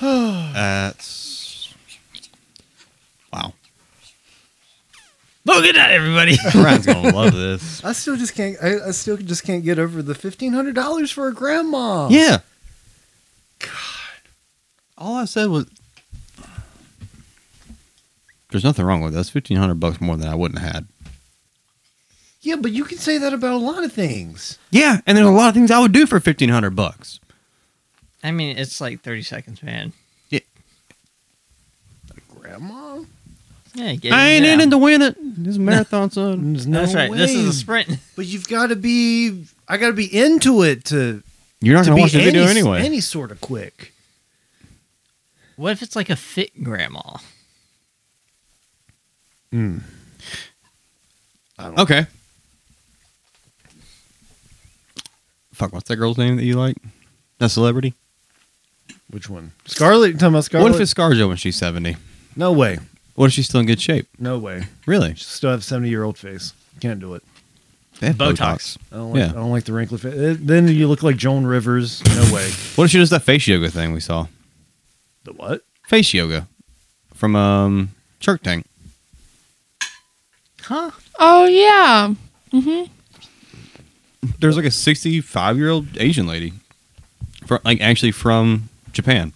[SPEAKER 1] That's wow.
[SPEAKER 3] Look at that, everybody.
[SPEAKER 1] Brian's gonna love this.
[SPEAKER 2] I still just can't. I, I still just can't get over the fifteen hundred dollars for a grandma.
[SPEAKER 1] Yeah. God. All I said was, "There's nothing wrong with us. Fifteen hundred bucks more than I wouldn't have had."
[SPEAKER 2] yeah, but you can say that about a lot of things.
[SPEAKER 1] Yeah, and there's a lot of things I would do for fifteen hundred bucks.
[SPEAKER 3] I mean, it's like 30 seconds, man.
[SPEAKER 2] Grandma,
[SPEAKER 3] Yeah, get
[SPEAKER 1] I ain't in
[SPEAKER 3] down.
[SPEAKER 1] it to win it. This marathon, son.
[SPEAKER 2] there's no
[SPEAKER 3] That's right. This is a
[SPEAKER 2] way.
[SPEAKER 3] sprint.
[SPEAKER 2] But you've got to be. I got to be into it to
[SPEAKER 1] You're not
[SPEAKER 2] to
[SPEAKER 1] gonna
[SPEAKER 2] be
[SPEAKER 1] watch the
[SPEAKER 2] any,
[SPEAKER 1] video anyway.
[SPEAKER 2] any sort of quick.
[SPEAKER 3] What if it's like a fit grandma?
[SPEAKER 1] okay. Fuck, what's that girl's name that you like? That celebrity?
[SPEAKER 2] Which one? Scarlet. You talking about Scarlet?
[SPEAKER 1] What if it's ScarJo when she's seventy?
[SPEAKER 2] no way.
[SPEAKER 1] What if she's still in good shape?
[SPEAKER 2] No way.
[SPEAKER 1] Really?
[SPEAKER 2] She still have seventy year old face. Can't do it.
[SPEAKER 1] They have
[SPEAKER 3] Botox.
[SPEAKER 2] I don't like.
[SPEAKER 1] Yeah.
[SPEAKER 2] I don't like the wrinkly face. Uh, Then you look like Joan Rivers. No way.
[SPEAKER 1] What if she does that face yoga thing we saw?
[SPEAKER 2] The what?
[SPEAKER 1] Face yoga from um Shark Tank.
[SPEAKER 3] Huh?
[SPEAKER 4] Oh yeah.
[SPEAKER 1] There's like a 65 year old Asian lady, from, like actually from Japan,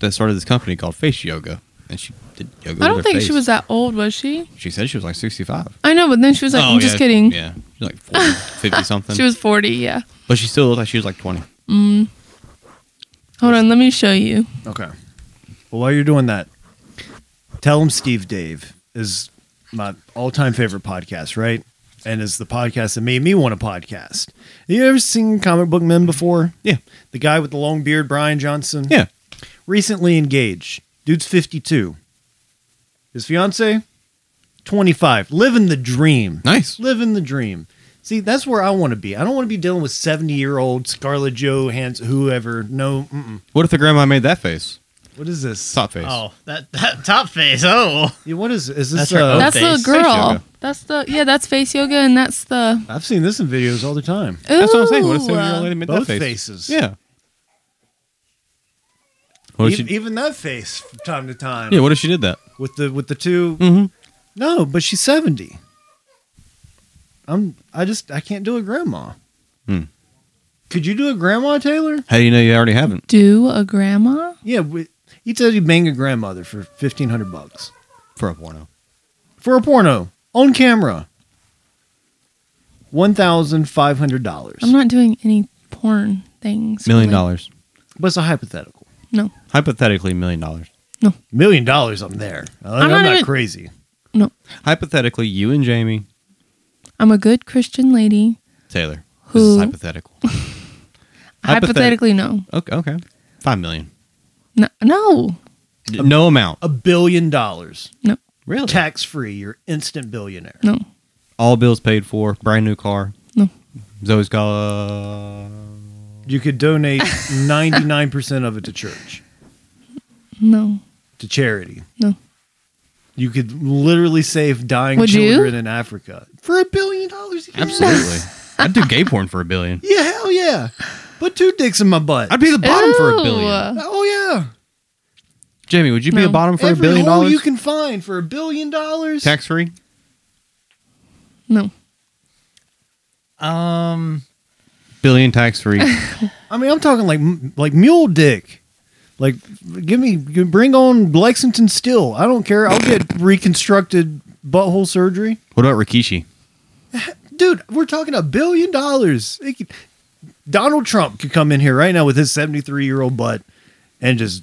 [SPEAKER 1] that started this company called Face Yoga, and she did yoga.
[SPEAKER 4] I
[SPEAKER 1] with her
[SPEAKER 4] don't think she
[SPEAKER 1] face.
[SPEAKER 4] was that old, was she?
[SPEAKER 1] She said she was like 65.
[SPEAKER 4] I know, but then she was like,
[SPEAKER 1] Oh,
[SPEAKER 4] I'm just
[SPEAKER 1] yeah,
[SPEAKER 4] kidding.
[SPEAKER 1] Yeah, she's like 40, 50 something.
[SPEAKER 4] She was 40, yeah.
[SPEAKER 1] but she still looked like she was like 20.
[SPEAKER 4] Hold on, let me show you.
[SPEAKER 2] Okay. Well, while you're doing that, tell them Steve Dave is my all-time favorite podcast, right? And is the podcast that made me want to podcast. You ever seen comic book men before?
[SPEAKER 1] Yeah,
[SPEAKER 2] The guy with the long beard, Brian Johnson.
[SPEAKER 1] yeah.
[SPEAKER 2] Recently engaged. Dude's 52. His fiance, 25. Living the dream.
[SPEAKER 1] Nice.
[SPEAKER 2] Living the dream. See, that's where I want to be. I don't want to be dealing with 70 year old Scarlett Johansson, whoever. No, mm-mm.
[SPEAKER 1] What if the grandma made that face?
[SPEAKER 2] what is this?
[SPEAKER 1] Top face.
[SPEAKER 3] Oh, that, that top face. Oh.
[SPEAKER 2] Yeah, what is is this?
[SPEAKER 3] That's her
[SPEAKER 2] uh,
[SPEAKER 3] own-
[SPEAKER 4] that's
[SPEAKER 3] face.
[SPEAKER 4] the girl.
[SPEAKER 1] Oh, yoga.
[SPEAKER 4] That's the yeah. That's face yoga, and that's the.
[SPEAKER 2] I've seen this in videos all the time.
[SPEAKER 1] That's what I'm saying. What if
[SPEAKER 4] Ooh,
[SPEAKER 1] 70 year
[SPEAKER 4] uh,
[SPEAKER 1] old lady made that
[SPEAKER 2] Both
[SPEAKER 1] face?
[SPEAKER 2] faces.
[SPEAKER 1] Yeah. What
[SPEAKER 2] E-
[SPEAKER 1] if she,
[SPEAKER 2] even that face from time to time.
[SPEAKER 1] yeah, what if she did that?
[SPEAKER 2] with the with the 2
[SPEAKER 1] Mhm.
[SPEAKER 2] No, but she's seventy. I'm. I just. I can't do a grandma.
[SPEAKER 1] Hmm.
[SPEAKER 2] Could you do a grandma, Taylor?
[SPEAKER 1] How do you know you already haven't?
[SPEAKER 4] Do a grandma?
[SPEAKER 2] Yeah. We, he said you bang a grandmother for fifteen hundred bucks
[SPEAKER 1] For a porno.
[SPEAKER 2] for a porno on camera. One thousand five hundred dollars.
[SPEAKER 4] I'm not doing any porn things.
[SPEAKER 1] Million
[SPEAKER 4] really.
[SPEAKER 1] dollars.
[SPEAKER 2] But it's a hypothetical.
[SPEAKER 4] No,
[SPEAKER 1] Hypothetically, million dollars.
[SPEAKER 2] Million dollars. I'm there. I'm,
[SPEAKER 4] I'm
[SPEAKER 2] not,
[SPEAKER 4] not even-
[SPEAKER 2] crazy.
[SPEAKER 4] no.
[SPEAKER 1] Hypothetically, you and Jamie
[SPEAKER 4] I'm a good Christian lady.
[SPEAKER 1] Taylor. This is
[SPEAKER 4] Who?
[SPEAKER 1] hypothetical.
[SPEAKER 4] Hypothetically, no.
[SPEAKER 1] Okay. Okay. Five million.
[SPEAKER 4] No, no,
[SPEAKER 1] No amount.
[SPEAKER 2] A billion dollars,
[SPEAKER 4] no,
[SPEAKER 1] Really?
[SPEAKER 2] tax free. You're instant billionaire.
[SPEAKER 4] no.
[SPEAKER 1] All bills paid for. Brand new car.
[SPEAKER 4] No.
[SPEAKER 1] Zoe's got. Uh,
[SPEAKER 2] You could donate 99% of it to church,
[SPEAKER 4] no.
[SPEAKER 2] to charity.
[SPEAKER 4] No.
[SPEAKER 2] You could literally save dying
[SPEAKER 4] Would you?
[SPEAKER 2] children in Africa for a billion dollars. Yeah.
[SPEAKER 1] absolutely. I'd do gay porn for a billion.
[SPEAKER 2] Yeah, hell yeah. Put two dicks in my butt.
[SPEAKER 1] I'd be the bottom for a
[SPEAKER 4] Ew.
[SPEAKER 1] billion.
[SPEAKER 2] oh, yeah.
[SPEAKER 1] Jamie, would you be
[SPEAKER 4] No.
[SPEAKER 1] a bottom for
[SPEAKER 2] Every
[SPEAKER 1] a billion
[SPEAKER 2] hole
[SPEAKER 1] dollars?
[SPEAKER 2] you can find for a billion dollars.
[SPEAKER 1] Tax free.
[SPEAKER 4] No.
[SPEAKER 3] Um,
[SPEAKER 1] Billion tax free.
[SPEAKER 2] I mean, I'm talking like like mule dick. Like, give me, bring on Lexington Steel. I don't care. I'll get reconstructed butthole surgery.
[SPEAKER 1] what about Rikishi?
[SPEAKER 2] dude, we're talking a billion dollars. It could- Donald Trump could come in here right now with his 73 year old butt and just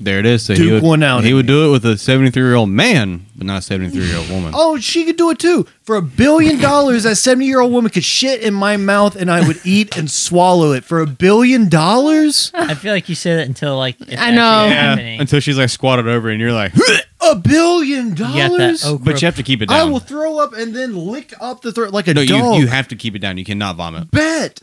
[SPEAKER 1] There it is. So he
[SPEAKER 2] Duke
[SPEAKER 1] would,
[SPEAKER 2] one out
[SPEAKER 1] he
[SPEAKER 2] at
[SPEAKER 1] would
[SPEAKER 2] me.
[SPEAKER 1] do it with a 73 year old man, but not a 73 year old woman.
[SPEAKER 2] oh, she could do it too for a billion dollars. That 70 year old woman could shit in my mouth and I would eat and swallow it for a billion dollars.
[SPEAKER 3] I feel like you say that until like it's
[SPEAKER 4] I know.
[SPEAKER 3] actually
[SPEAKER 4] Yeah,
[SPEAKER 3] happening.
[SPEAKER 1] Until she's like squatted over and you're like,
[SPEAKER 2] A billion
[SPEAKER 3] You got that
[SPEAKER 2] dollars.
[SPEAKER 3] okra-
[SPEAKER 1] but you have to keep it down.
[SPEAKER 2] I will throw up and then lick up the throat like a
[SPEAKER 1] no,
[SPEAKER 2] dog.
[SPEAKER 1] you, you have to keep it down. You cannot vomit.
[SPEAKER 2] bet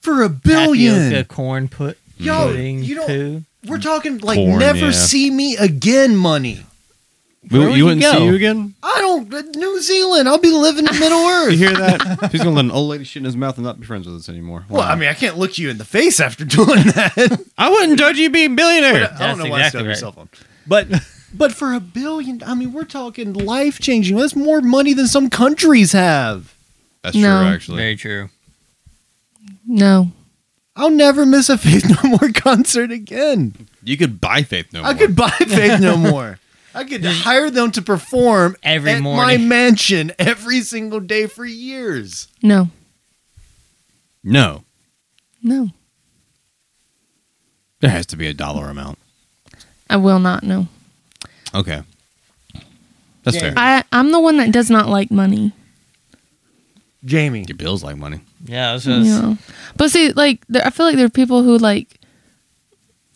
[SPEAKER 2] for a
[SPEAKER 3] tapioca
[SPEAKER 2] billion.
[SPEAKER 3] corn put
[SPEAKER 2] Yo,
[SPEAKER 3] pudding
[SPEAKER 2] you don't.
[SPEAKER 3] poo.
[SPEAKER 2] We're talking like
[SPEAKER 1] Corn,
[SPEAKER 2] never
[SPEAKER 1] yeah.
[SPEAKER 2] see me again money.
[SPEAKER 1] We,
[SPEAKER 3] Where would
[SPEAKER 1] you
[SPEAKER 3] you
[SPEAKER 1] wouldn't see
[SPEAKER 3] go?
[SPEAKER 1] you again.
[SPEAKER 2] I don't. uh, New Zealand. I'll be living in Middle Earth.
[SPEAKER 1] You hear that? He's gonna let an old lady shit in his mouth and not be friends with us anymore.
[SPEAKER 2] Well, I mean, I can't look you in the face after doing that.
[SPEAKER 1] I wouldn't judge you being
[SPEAKER 4] uh,
[SPEAKER 1] billionaire.
[SPEAKER 2] I don't know
[SPEAKER 3] That's
[SPEAKER 2] why I still
[SPEAKER 3] exactly
[SPEAKER 2] have your
[SPEAKER 3] right.
[SPEAKER 2] cell phone. But but for a billion, I mean, we're talking life changing. That's more money than some countries have.
[SPEAKER 1] That's
[SPEAKER 4] No.
[SPEAKER 1] true, actually.
[SPEAKER 3] Very true.
[SPEAKER 4] No.
[SPEAKER 2] I'll never miss a Faith No More concert again.
[SPEAKER 1] You could buy faith no more.
[SPEAKER 2] I could buy Faith No More. I could hire them to perform
[SPEAKER 3] Every
[SPEAKER 2] at my
[SPEAKER 3] morning.
[SPEAKER 2] mansion every single day for years.
[SPEAKER 4] No.
[SPEAKER 1] No,
[SPEAKER 4] No.
[SPEAKER 1] there has to be a dollar amount.
[SPEAKER 4] I will not. No.
[SPEAKER 1] Okay, that's fair.
[SPEAKER 2] Yeah.
[SPEAKER 4] I I'm the one that does not like money.
[SPEAKER 2] Jamie,
[SPEAKER 1] Your bills like money.
[SPEAKER 3] Yeah, that's
[SPEAKER 4] You
[SPEAKER 3] just,
[SPEAKER 4] know? But see, like there, I feel like there are people who like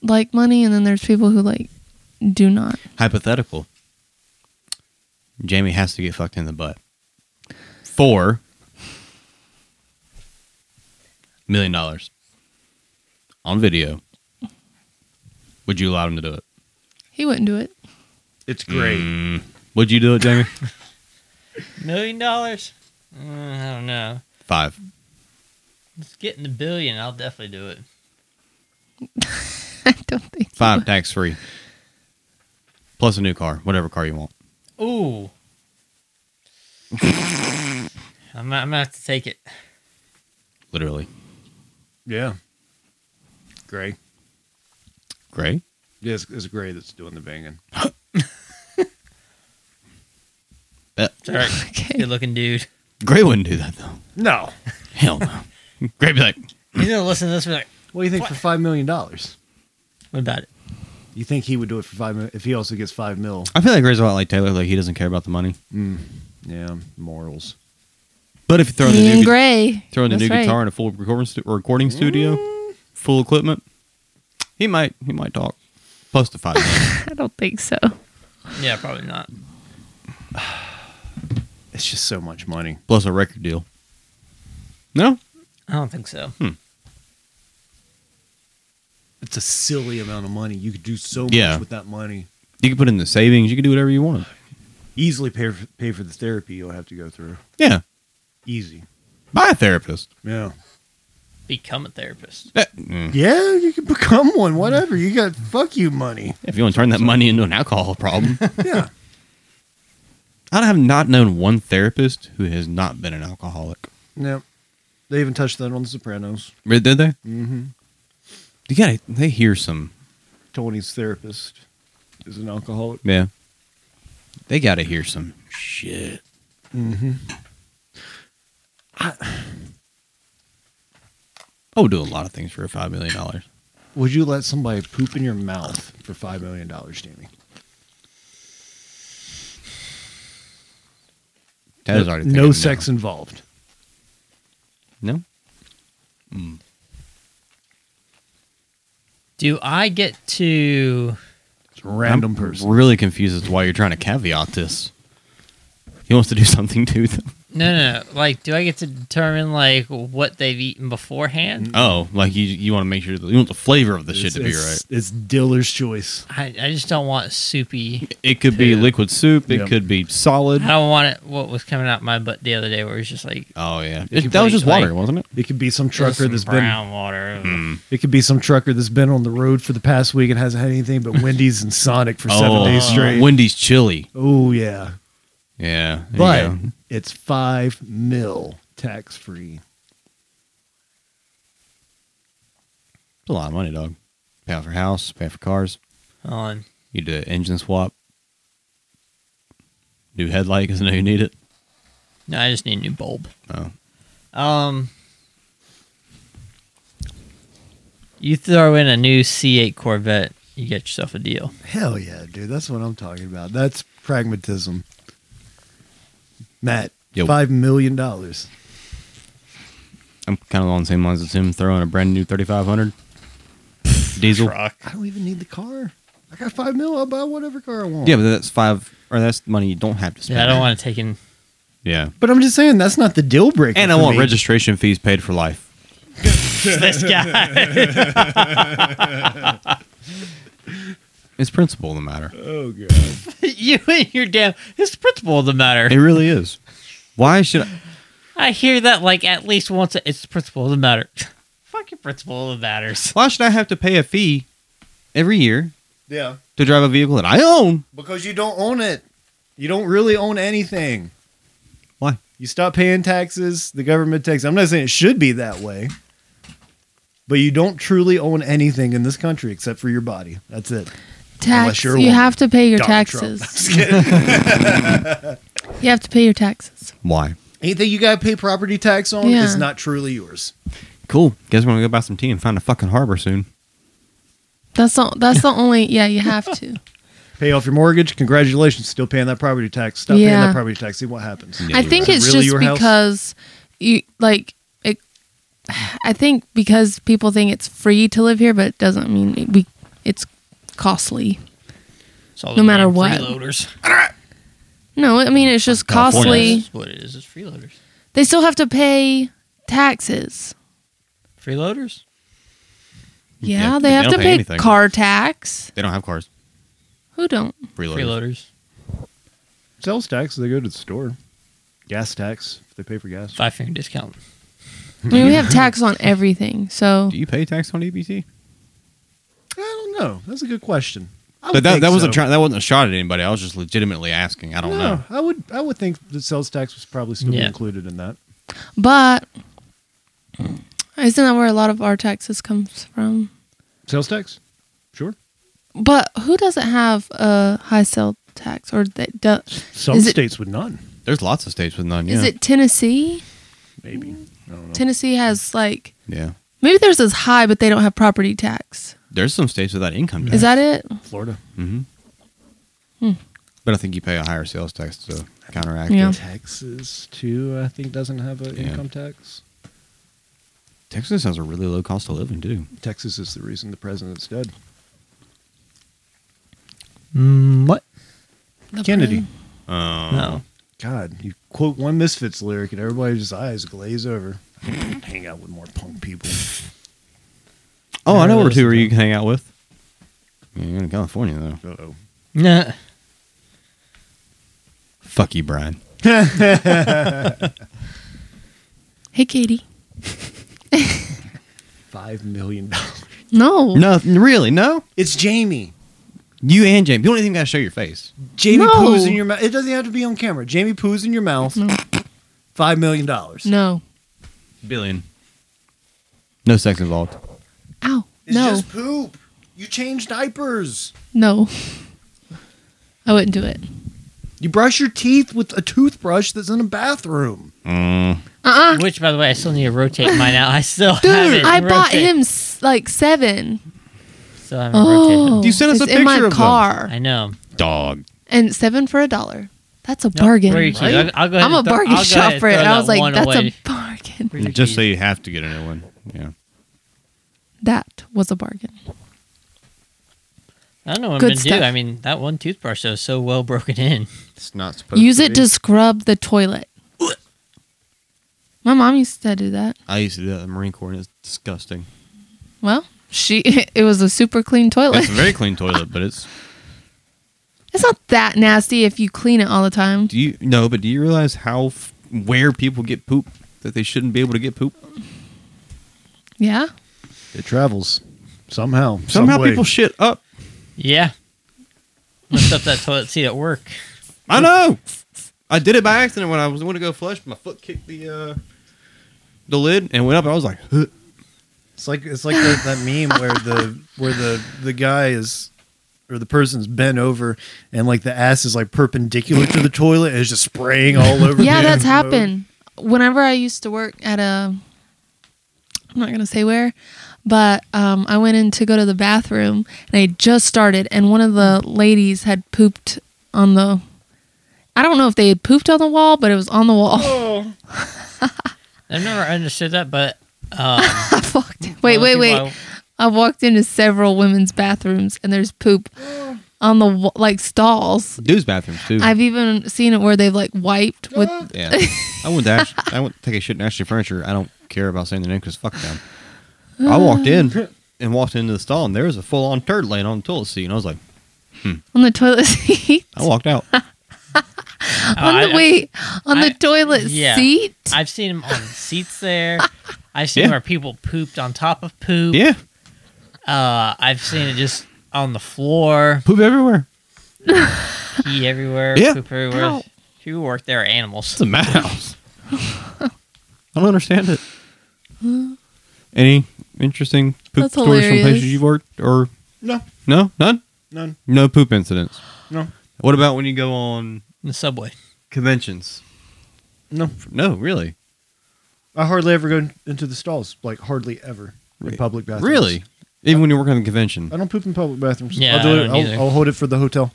[SPEAKER 4] like money, and then there's people who like do not.
[SPEAKER 1] Hypothetical. Jamie has to get fucked in the butt. Four million dollars on video. Would you allow him to do it?
[SPEAKER 4] He wouldn't do it.
[SPEAKER 2] it's great.
[SPEAKER 1] Would you do it, Jamie?
[SPEAKER 3] million dollars. Mm, I don't know.
[SPEAKER 1] Five.
[SPEAKER 3] It's getting the billion. I'll definitely do it.
[SPEAKER 4] I don't think. he
[SPEAKER 1] Five
[SPEAKER 4] would.
[SPEAKER 1] tax free. Plus a new car, whatever car you want.
[SPEAKER 3] Ooh. I'm, I'm gonna have to take it.
[SPEAKER 1] Literally.
[SPEAKER 2] Yeah. Gray.
[SPEAKER 1] Gray?
[SPEAKER 2] Yes, it's, it's Gray that's doing the banging.
[SPEAKER 1] Bet.
[SPEAKER 3] It's all right.
[SPEAKER 4] Okay.
[SPEAKER 3] Good looking dude.
[SPEAKER 1] Uh, Gray wouldn't do that though.
[SPEAKER 2] No.
[SPEAKER 1] Hell no. Gray'd be like,
[SPEAKER 3] He's gonna listen to this. And be like,
[SPEAKER 2] What do you think
[SPEAKER 3] What?
[SPEAKER 2] for five million dollars?
[SPEAKER 3] what about it?
[SPEAKER 2] You think he would do it for five mil if he also gets five mil?
[SPEAKER 1] I feel like Gray's a lot like Taylor, like he doesn't care about the money.
[SPEAKER 2] Yeah, morals.
[SPEAKER 1] But if you throw in the
[SPEAKER 4] Me
[SPEAKER 1] new
[SPEAKER 4] and
[SPEAKER 1] gu-
[SPEAKER 4] Gray.
[SPEAKER 1] throw in the
[SPEAKER 4] That's
[SPEAKER 1] new
[SPEAKER 4] right.
[SPEAKER 1] guitar in a full recording, stu- or recording studio, full equipment, he might he might talk. Plus the five million.
[SPEAKER 4] I don't think so.
[SPEAKER 3] Yeah, probably not.
[SPEAKER 2] It's just so much money.
[SPEAKER 1] plus a record deal. No?
[SPEAKER 3] I don't think so.
[SPEAKER 2] Hmm. It's a silly amount of money. You could do so
[SPEAKER 1] Yeah.
[SPEAKER 2] much with that money.
[SPEAKER 1] You can put in the savings, you can do whatever you want.
[SPEAKER 2] Easily pay for, pay for the therapy you'll have to go through.
[SPEAKER 1] Yeah.
[SPEAKER 2] Easy.
[SPEAKER 1] Buy a therapist.
[SPEAKER 2] Yeah.
[SPEAKER 3] Become a therapist.
[SPEAKER 1] Eh, mm.
[SPEAKER 2] Yeah, you can become one. Whatever. You got fuck you money.
[SPEAKER 1] If you want to turn that money into an alcohol problem.
[SPEAKER 2] Yeah.
[SPEAKER 1] I have not known one therapist who has not been an alcoholic.
[SPEAKER 2] no. They even touched that on The Sopranos.
[SPEAKER 1] Did they?
[SPEAKER 2] Mm-hmm.
[SPEAKER 1] You gotta they hear some
[SPEAKER 2] Tony's therapist is an alcoholic.
[SPEAKER 1] Yeah. They gotta hear some shit. Mm-hmm. I would do a lot of things for five million dollars.
[SPEAKER 2] Would you let somebody poop in your mouth for five million dollars, Jamie?
[SPEAKER 1] That is already
[SPEAKER 2] no sex involved.
[SPEAKER 1] No.
[SPEAKER 3] Do I get to?
[SPEAKER 2] It's a random
[SPEAKER 1] I'm
[SPEAKER 2] person.
[SPEAKER 1] Really confused as to why you're trying to caveat this. He wants to do something to them.
[SPEAKER 3] No, no, no. Like, do I get to determine like what they've eaten beforehand?
[SPEAKER 1] Oh, like you you want to make sure that you want the flavor of the shit
[SPEAKER 2] It's-
[SPEAKER 1] to be
[SPEAKER 2] it's-
[SPEAKER 1] right.
[SPEAKER 2] It's dealer's choice.
[SPEAKER 3] I, I just don't want soupy.
[SPEAKER 1] It could be liquid soup. It
[SPEAKER 2] Yep.
[SPEAKER 1] could be solid.
[SPEAKER 3] I don't want it. What was coming out my butt the other day, where it was just like
[SPEAKER 1] Oh yeah,
[SPEAKER 3] It could
[SPEAKER 1] that was
[SPEAKER 3] be,
[SPEAKER 1] just water,
[SPEAKER 3] like-
[SPEAKER 1] wasn't it?
[SPEAKER 2] It could be some
[SPEAKER 3] just
[SPEAKER 2] trucker
[SPEAKER 3] some
[SPEAKER 2] that's been Hmm.
[SPEAKER 3] brown water.
[SPEAKER 2] It could be some trucker that's been on the road for the past week and hasn't had anything but Wendy's and Sonic for seven
[SPEAKER 1] oh,
[SPEAKER 2] days straight.
[SPEAKER 1] Wendy's chili.
[SPEAKER 2] oh yeah,
[SPEAKER 1] Yeah, there you
[SPEAKER 2] but
[SPEAKER 1] go.
[SPEAKER 2] it's five mil tax free.
[SPEAKER 1] It's a lot of money, dog. Pay off your house, pay for cars.
[SPEAKER 3] Hold on.
[SPEAKER 1] You do an engine swap. New headlight because I know you need it.
[SPEAKER 3] No, I just need a new bulb.
[SPEAKER 1] Oh.
[SPEAKER 3] Um, you throw in a new C8 Corvette, you get yourself a deal.
[SPEAKER 2] Hell yeah, dude! That's what I'm talking about. That's pragmatism. Matt,
[SPEAKER 1] Yo.
[SPEAKER 2] five million dollars.
[SPEAKER 1] I'm kind of along the same lines as him throwing a brand new 3500 diesel.
[SPEAKER 2] I don't even need the car. I got five mil. I'll buy whatever car I want.
[SPEAKER 1] Yeah, but that's five or that's money you don't have to spend.
[SPEAKER 3] Yeah, I don't want to take in.
[SPEAKER 1] Yeah,
[SPEAKER 2] but I'm just saying that's not the deal breaker.
[SPEAKER 1] and I
[SPEAKER 2] for
[SPEAKER 1] want
[SPEAKER 2] me.
[SPEAKER 1] registration fees paid for life.
[SPEAKER 3] this guy.
[SPEAKER 1] Is It's principle of the matter.
[SPEAKER 2] Oh god.
[SPEAKER 3] you and your damn. It's the principle of the matter.
[SPEAKER 1] It really is. Why should I?
[SPEAKER 3] I hear that like at least once. A, it's the principle of the matter. Fucking principle of the matters.
[SPEAKER 1] Why should I have to pay a fee every year
[SPEAKER 2] Yeah,
[SPEAKER 1] to drive a vehicle that I own?
[SPEAKER 2] because you don't own it. You don't really own anything.
[SPEAKER 1] Why?
[SPEAKER 2] You stop paying taxes, the government takes. I'm not saying it should be that way. But you don't truly own anything in this country except for your body. That's it.
[SPEAKER 4] Tax.
[SPEAKER 2] you're a
[SPEAKER 4] You
[SPEAKER 2] woman.
[SPEAKER 4] have to pay your
[SPEAKER 2] Donald Trump.
[SPEAKER 4] taxes. You have to pay your taxes.
[SPEAKER 1] Why?
[SPEAKER 2] Anything you gotta pay property tax on
[SPEAKER 4] Yeah.
[SPEAKER 2] is not truly yours.
[SPEAKER 1] Cool. Guess we're gonna go buy some tea and find a fucking harbor soon.
[SPEAKER 4] That's the that's the only yeah you have to.
[SPEAKER 2] Pay off your mortgage, congratulations, still paying that property tax. Stop paying
[SPEAKER 4] Yeah.
[SPEAKER 2] that property tax, see what happens.
[SPEAKER 1] Yeah.
[SPEAKER 4] I think
[SPEAKER 2] right.
[SPEAKER 4] it's
[SPEAKER 2] Really
[SPEAKER 4] just
[SPEAKER 2] your house?
[SPEAKER 4] because you like it. I think because people think it's free to live here, but it doesn't mean it, we. It's costly.
[SPEAKER 3] It's all
[SPEAKER 4] No
[SPEAKER 3] the
[SPEAKER 4] matter
[SPEAKER 3] damn
[SPEAKER 4] what.
[SPEAKER 3] Freeloaders.
[SPEAKER 4] No, I mean it's just
[SPEAKER 1] California.
[SPEAKER 4] costly.
[SPEAKER 3] That's what it is. It's freeloaders.
[SPEAKER 4] They still have to pay taxes.
[SPEAKER 3] Freeloaders.
[SPEAKER 4] Yeah,
[SPEAKER 1] Yeah,
[SPEAKER 4] they
[SPEAKER 1] they
[SPEAKER 4] have
[SPEAKER 1] don't
[SPEAKER 4] to
[SPEAKER 1] pay
[SPEAKER 4] pay
[SPEAKER 1] anything.
[SPEAKER 4] car tax.
[SPEAKER 1] They don't have cars.
[SPEAKER 4] Who don't?
[SPEAKER 1] Reload.
[SPEAKER 3] Freeloaders.
[SPEAKER 2] Sales tax, they go to the store. Gas tax, if they pay for gas.
[SPEAKER 3] Five finger discount.
[SPEAKER 4] I mean, we have tax on everything. So
[SPEAKER 1] Do you pay tax on E EBT?
[SPEAKER 2] I don't know. That's a good question. I would
[SPEAKER 1] But that,
[SPEAKER 2] think
[SPEAKER 1] that wasn't
[SPEAKER 2] so.
[SPEAKER 1] try- that wasn't a shot at anybody. I was just legitimately asking. I don't know.
[SPEAKER 2] I would I would think the sales tax was probably still
[SPEAKER 3] Yeah.
[SPEAKER 2] included in that.
[SPEAKER 4] But isn't that where a lot of our taxes comes from?
[SPEAKER 2] Sales tax? Sure.
[SPEAKER 4] But who doesn't have a high sale tax? Or that do,
[SPEAKER 2] Some
[SPEAKER 4] Is it-
[SPEAKER 2] states would none.
[SPEAKER 1] There's lots of states with none. Yeah.
[SPEAKER 4] is it Tennessee?
[SPEAKER 2] Maybe. I don't know.
[SPEAKER 4] Tennessee has like
[SPEAKER 1] Yeah.
[SPEAKER 4] maybe theirs is high, but they don't have property tax.
[SPEAKER 1] There's some states without income tax.
[SPEAKER 4] Is that it?
[SPEAKER 2] Florida.
[SPEAKER 1] But I think you pay a higher sales tax to counteract
[SPEAKER 4] Yeah.
[SPEAKER 1] it.
[SPEAKER 2] Texas too, I think doesn't have an
[SPEAKER 1] Yeah.
[SPEAKER 2] income tax.
[SPEAKER 1] Texas has a really low cost of living too.
[SPEAKER 2] Texas is the reason the president's dead.
[SPEAKER 3] what?
[SPEAKER 4] The
[SPEAKER 2] Mm, Kennedy.
[SPEAKER 4] plan.
[SPEAKER 3] No.
[SPEAKER 2] God, you quote one Misfits lyric and everybody's eyes glaze over. I can't Hang out with more punk people.
[SPEAKER 1] Oh, I know
[SPEAKER 3] Yeah,
[SPEAKER 1] where two
[SPEAKER 3] that's
[SPEAKER 1] where
[SPEAKER 3] the
[SPEAKER 1] you can hang out with. Yeah, You're in California though.
[SPEAKER 2] Uh oh.
[SPEAKER 3] Nah.
[SPEAKER 1] Fuck you, Brian.
[SPEAKER 4] Hey, Katie.
[SPEAKER 2] Five million dollars.
[SPEAKER 4] No.
[SPEAKER 1] No, really, no.
[SPEAKER 2] It's Jamie.
[SPEAKER 1] You and James. You don't even got to show your face.
[SPEAKER 2] Jamie
[SPEAKER 4] No.
[SPEAKER 2] poos in your mouth. It doesn't have to be on camera. Jamie poos in your mouth.
[SPEAKER 4] No.
[SPEAKER 2] Five million dollars.
[SPEAKER 4] No.
[SPEAKER 1] Billion. No sex involved.
[SPEAKER 4] Ow.
[SPEAKER 2] It's
[SPEAKER 4] no.
[SPEAKER 2] just poop. You change diapers.
[SPEAKER 4] No. I wouldn't do it.
[SPEAKER 2] You brush your teeth with a toothbrush that's in a bathroom.
[SPEAKER 1] Mm.
[SPEAKER 4] Uh uh
[SPEAKER 3] Which, by the way, I still need to rotate mine out. I still haven't.
[SPEAKER 4] I bought
[SPEAKER 3] rotated-
[SPEAKER 4] him s- like seven.
[SPEAKER 3] Still haven't
[SPEAKER 4] Oh,
[SPEAKER 3] rotated.
[SPEAKER 1] You sent us
[SPEAKER 4] it's
[SPEAKER 1] a
[SPEAKER 4] in my
[SPEAKER 1] picture of them.
[SPEAKER 4] car,
[SPEAKER 3] I know.
[SPEAKER 1] Dog.
[SPEAKER 4] and seven for a dollar. That's a
[SPEAKER 3] Nope,
[SPEAKER 4] bargain.
[SPEAKER 3] where are your keys? I'll, I'll go ahead
[SPEAKER 4] I'm a
[SPEAKER 3] and throw-
[SPEAKER 4] bargain
[SPEAKER 3] I'll go ahead
[SPEAKER 4] shopper,
[SPEAKER 3] throw
[SPEAKER 4] and I
[SPEAKER 3] that
[SPEAKER 4] was like,
[SPEAKER 3] one
[SPEAKER 4] "That's
[SPEAKER 3] away.
[SPEAKER 4] a bargain."
[SPEAKER 3] Where are your
[SPEAKER 1] Just so
[SPEAKER 3] keys?
[SPEAKER 1] you have to get a new one. Yeah.
[SPEAKER 4] That was a bargain.
[SPEAKER 3] I don't know what I'm
[SPEAKER 4] Good
[SPEAKER 3] gonna
[SPEAKER 4] stuff.
[SPEAKER 3] do. I mean, that one toothbrush though is so well broken in.
[SPEAKER 1] It's not supposed
[SPEAKER 4] Use it to scrub the toilet. My mom used to do that.
[SPEAKER 1] I used to do that in the Marine Corps and it's disgusting.
[SPEAKER 4] Well, she it was a super clean toilet.
[SPEAKER 1] It's a very clean toilet, but it's
[SPEAKER 4] It's not that nasty if you clean it all the time.
[SPEAKER 1] do you no, but do you realize how f- where people get poop that they shouldn't be able to get poop?
[SPEAKER 4] Yeah.
[SPEAKER 2] It travels somehow.
[SPEAKER 1] Somehow
[SPEAKER 2] some way.
[SPEAKER 1] people shit up.
[SPEAKER 3] Yeah. Lift up that toilet seat at work.
[SPEAKER 1] I know. I did it by accident when I was going to go flush. My foot kicked the uh, the lid and went up. And I was like, "Huh."
[SPEAKER 2] It's like it's like that, that meme where the where the the guy is or the person's bent over and like the ass is like perpendicular to the toilet and it's just spraying all over.
[SPEAKER 4] Yeah,
[SPEAKER 2] the
[SPEAKER 4] that's
[SPEAKER 2] mode.
[SPEAKER 4] happened. Whenever I used to work at a, I'm not gonna say where, but um, I went in to go to the bathroom and I just started, and one of the ladies had pooped on the. I don't know if they had pooped on the wall, but it was on the wall.
[SPEAKER 3] I've never understood that, but um,
[SPEAKER 4] I fucked. Wait, wait, wait. I walked into several women's bathrooms and there's poop on the wa- like stalls.
[SPEAKER 1] dude's bathrooms too."
[SPEAKER 4] I've even seen it where they've like wiped with.
[SPEAKER 1] yeah, I went to Ash- I went to take a shit in Ashley Furniture. I don't care about saying the name because fuck them. I walked in and walked into the stall and there was a full on turd laying on the toilet seat and I was like,
[SPEAKER 4] on the toilet seat.
[SPEAKER 1] I walked out.
[SPEAKER 4] on the
[SPEAKER 3] Oh, Uh, I-
[SPEAKER 4] wait, on
[SPEAKER 3] I-
[SPEAKER 4] the toilet
[SPEAKER 3] yeah.
[SPEAKER 4] seat.
[SPEAKER 3] I've seen them on seats there. I've seen
[SPEAKER 1] Yeah.
[SPEAKER 3] where people pooped on top of poop.
[SPEAKER 1] yeah,
[SPEAKER 3] Uh, I've seen it just on the floor,
[SPEAKER 1] poop everywhere.
[SPEAKER 3] pee everywhere,
[SPEAKER 1] Yeah.
[SPEAKER 3] poop everywhere.
[SPEAKER 4] Ow.
[SPEAKER 3] People work there are
[SPEAKER 1] It's
[SPEAKER 3] animals.
[SPEAKER 1] a madhouse. I don't understand it. Any interesting poop
[SPEAKER 4] That's
[SPEAKER 1] stories from
[SPEAKER 4] hilarious.
[SPEAKER 1] places you've worked or
[SPEAKER 2] No,
[SPEAKER 1] no? None.
[SPEAKER 2] none.
[SPEAKER 1] No poop incidents.
[SPEAKER 2] No,
[SPEAKER 1] What about when you go on
[SPEAKER 3] In the subway.
[SPEAKER 1] conventions?
[SPEAKER 2] no.
[SPEAKER 1] No, really.
[SPEAKER 2] I hardly ever go into the stalls. Like hardly ever in public bathrooms.
[SPEAKER 1] Really? Even when you're working on the convention.
[SPEAKER 2] I don't poop in public bathrooms.
[SPEAKER 3] Yeah,
[SPEAKER 2] I'll do
[SPEAKER 3] I
[SPEAKER 2] it.
[SPEAKER 3] don't either.
[SPEAKER 2] I'll, I'll hold it for the hotel.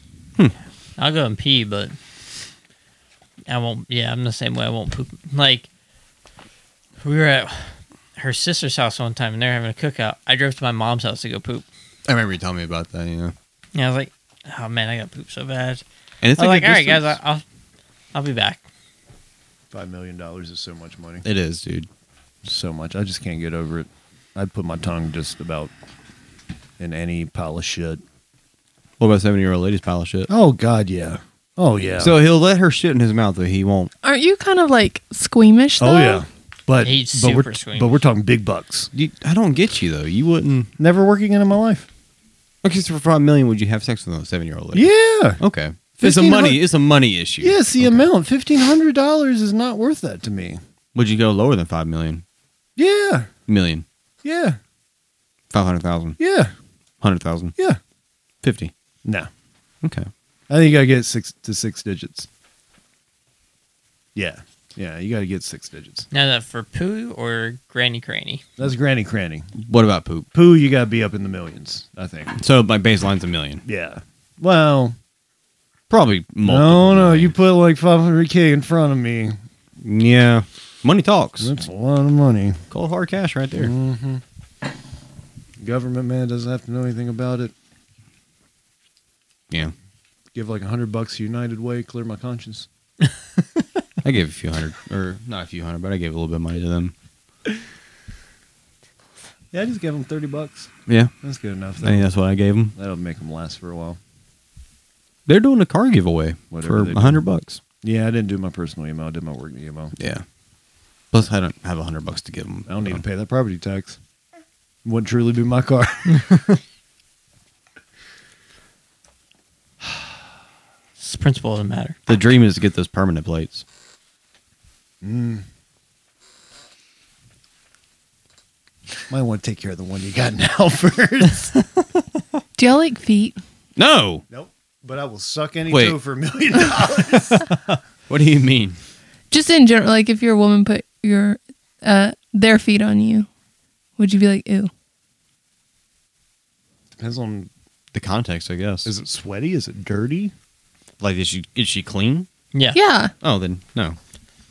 [SPEAKER 3] I'll go and pee, but I won't. Yeah, I'm the same way. I won't poop. Like we were at her sister's house one time, and they're having a cookout. I drove to my mom's house to go poop,
[SPEAKER 1] I remember you telling me about that, you know.
[SPEAKER 3] and I was like, "Oh man, I got poop so bad."
[SPEAKER 1] And it's
[SPEAKER 3] I was
[SPEAKER 1] like,
[SPEAKER 3] like, "All right, guys, I, I'll I'll be back."
[SPEAKER 2] Five million dollars is so much money.
[SPEAKER 1] it is, dude.
[SPEAKER 2] So much. I just can't get over it. I'd put my tongue just about in any pile of shit.
[SPEAKER 1] What about seventy year old ladies pile of shit?
[SPEAKER 2] Oh God, yeah. Oh yeah.
[SPEAKER 1] So he'll let her shit in his mouth, though he won't.
[SPEAKER 4] Aren't you kind of like squeamish? Though?
[SPEAKER 2] oh yeah. But
[SPEAKER 3] He's
[SPEAKER 2] but
[SPEAKER 3] super
[SPEAKER 2] we're
[SPEAKER 3] squeamish.
[SPEAKER 2] but we're talking big bucks.
[SPEAKER 1] You, I don't get you though. You wouldn't.
[SPEAKER 2] Never working in my life.
[SPEAKER 1] Okay, so for five million, would you have sex with a seven year old lady?
[SPEAKER 2] Yeah.
[SPEAKER 1] Okay. It's a
[SPEAKER 2] 1500
[SPEAKER 1] money. It's a money issue.
[SPEAKER 2] Yes, the
[SPEAKER 1] Okay.
[SPEAKER 2] amount fifteen hundred dollars is not worth that to me.
[SPEAKER 1] Would you go lower than five million?
[SPEAKER 2] Yeah,
[SPEAKER 1] Million.
[SPEAKER 2] yeah,
[SPEAKER 1] Five hundred thousand.
[SPEAKER 2] yeah,
[SPEAKER 1] Hundred thousand.
[SPEAKER 2] yeah.
[SPEAKER 1] Fifty.
[SPEAKER 2] No,
[SPEAKER 1] Okay.
[SPEAKER 2] I think you gotta get six to six digits. Yeah, yeah, you gotta get six digits.
[SPEAKER 3] Now is that for poo or granny cranny.
[SPEAKER 2] That's granny cranny.
[SPEAKER 1] What about poop?
[SPEAKER 2] Poo, you gotta be up in the millions. I think.
[SPEAKER 1] So my baseline's a million.
[SPEAKER 2] Yeah. Well,
[SPEAKER 1] Probably multiple.
[SPEAKER 2] no, no, you put like five hundred k in front of me.
[SPEAKER 1] Yeah. Money talks.
[SPEAKER 2] That's Mm. a lot of money.
[SPEAKER 1] Cold hard cash right there.
[SPEAKER 2] Government man doesn't have to know anything about it.
[SPEAKER 1] Yeah.
[SPEAKER 2] Give like a hundred bucks to United Way, clear my conscience.
[SPEAKER 1] I gave a few hundred, or not a few hundred, but I gave a little bit of money to them.
[SPEAKER 2] Yeah, I just gave them thirty bucks.
[SPEAKER 1] Yeah.
[SPEAKER 2] That's good enough.
[SPEAKER 1] I think that's what I gave them.
[SPEAKER 2] That'll make them last for a while.
[SPEAKER 1] They're doing a car giveaway
[SPEAKER 2] Whatever
[SPEAKER 1] for
[SPEAKER 2] they
[SPEAKER 1] a hundred bucks.
[SPEAKER 2] Yeah, I didn't do my personal email. I did my work email.
[SPEAKER 1] Yeah. Plus, I don't have a hundred bucks to give them.
[SPEAKER 2] I don't need to pay that property tax. Wouldn't truly be my car.
[SPEAKER 3] This principle doesn't matter.
[SPEAKER 1] The dream is to get those permanent plates.
[SPEAKER 2] Might want to take care of the one you got now first.
[SPEAKER 4] Do y'all like feet?
[SPEAKER 1] No.
[SPEAKER 2] nope. But I will suck any
[SPEAKER 1] Wait.
[SPEAKER 2] toe for a million dollars.
[SPEAKER 1] What do you mean?
[SPEAKER 4] Just in general, like if your woman put your uh their feet on you, would you be like ew?
[SPEAKER 2] Depends on
[SPEAKER 1] The context, I guess.
[SPEAKER 2] is it sweaty? Is it dirty?
[SPEAKER 1] like is she is she clean?
[SPEAKER 3] Yeah. Mm.
[SPEAKER 4] Yeah.
[SPEAKER 1] Oh, then no.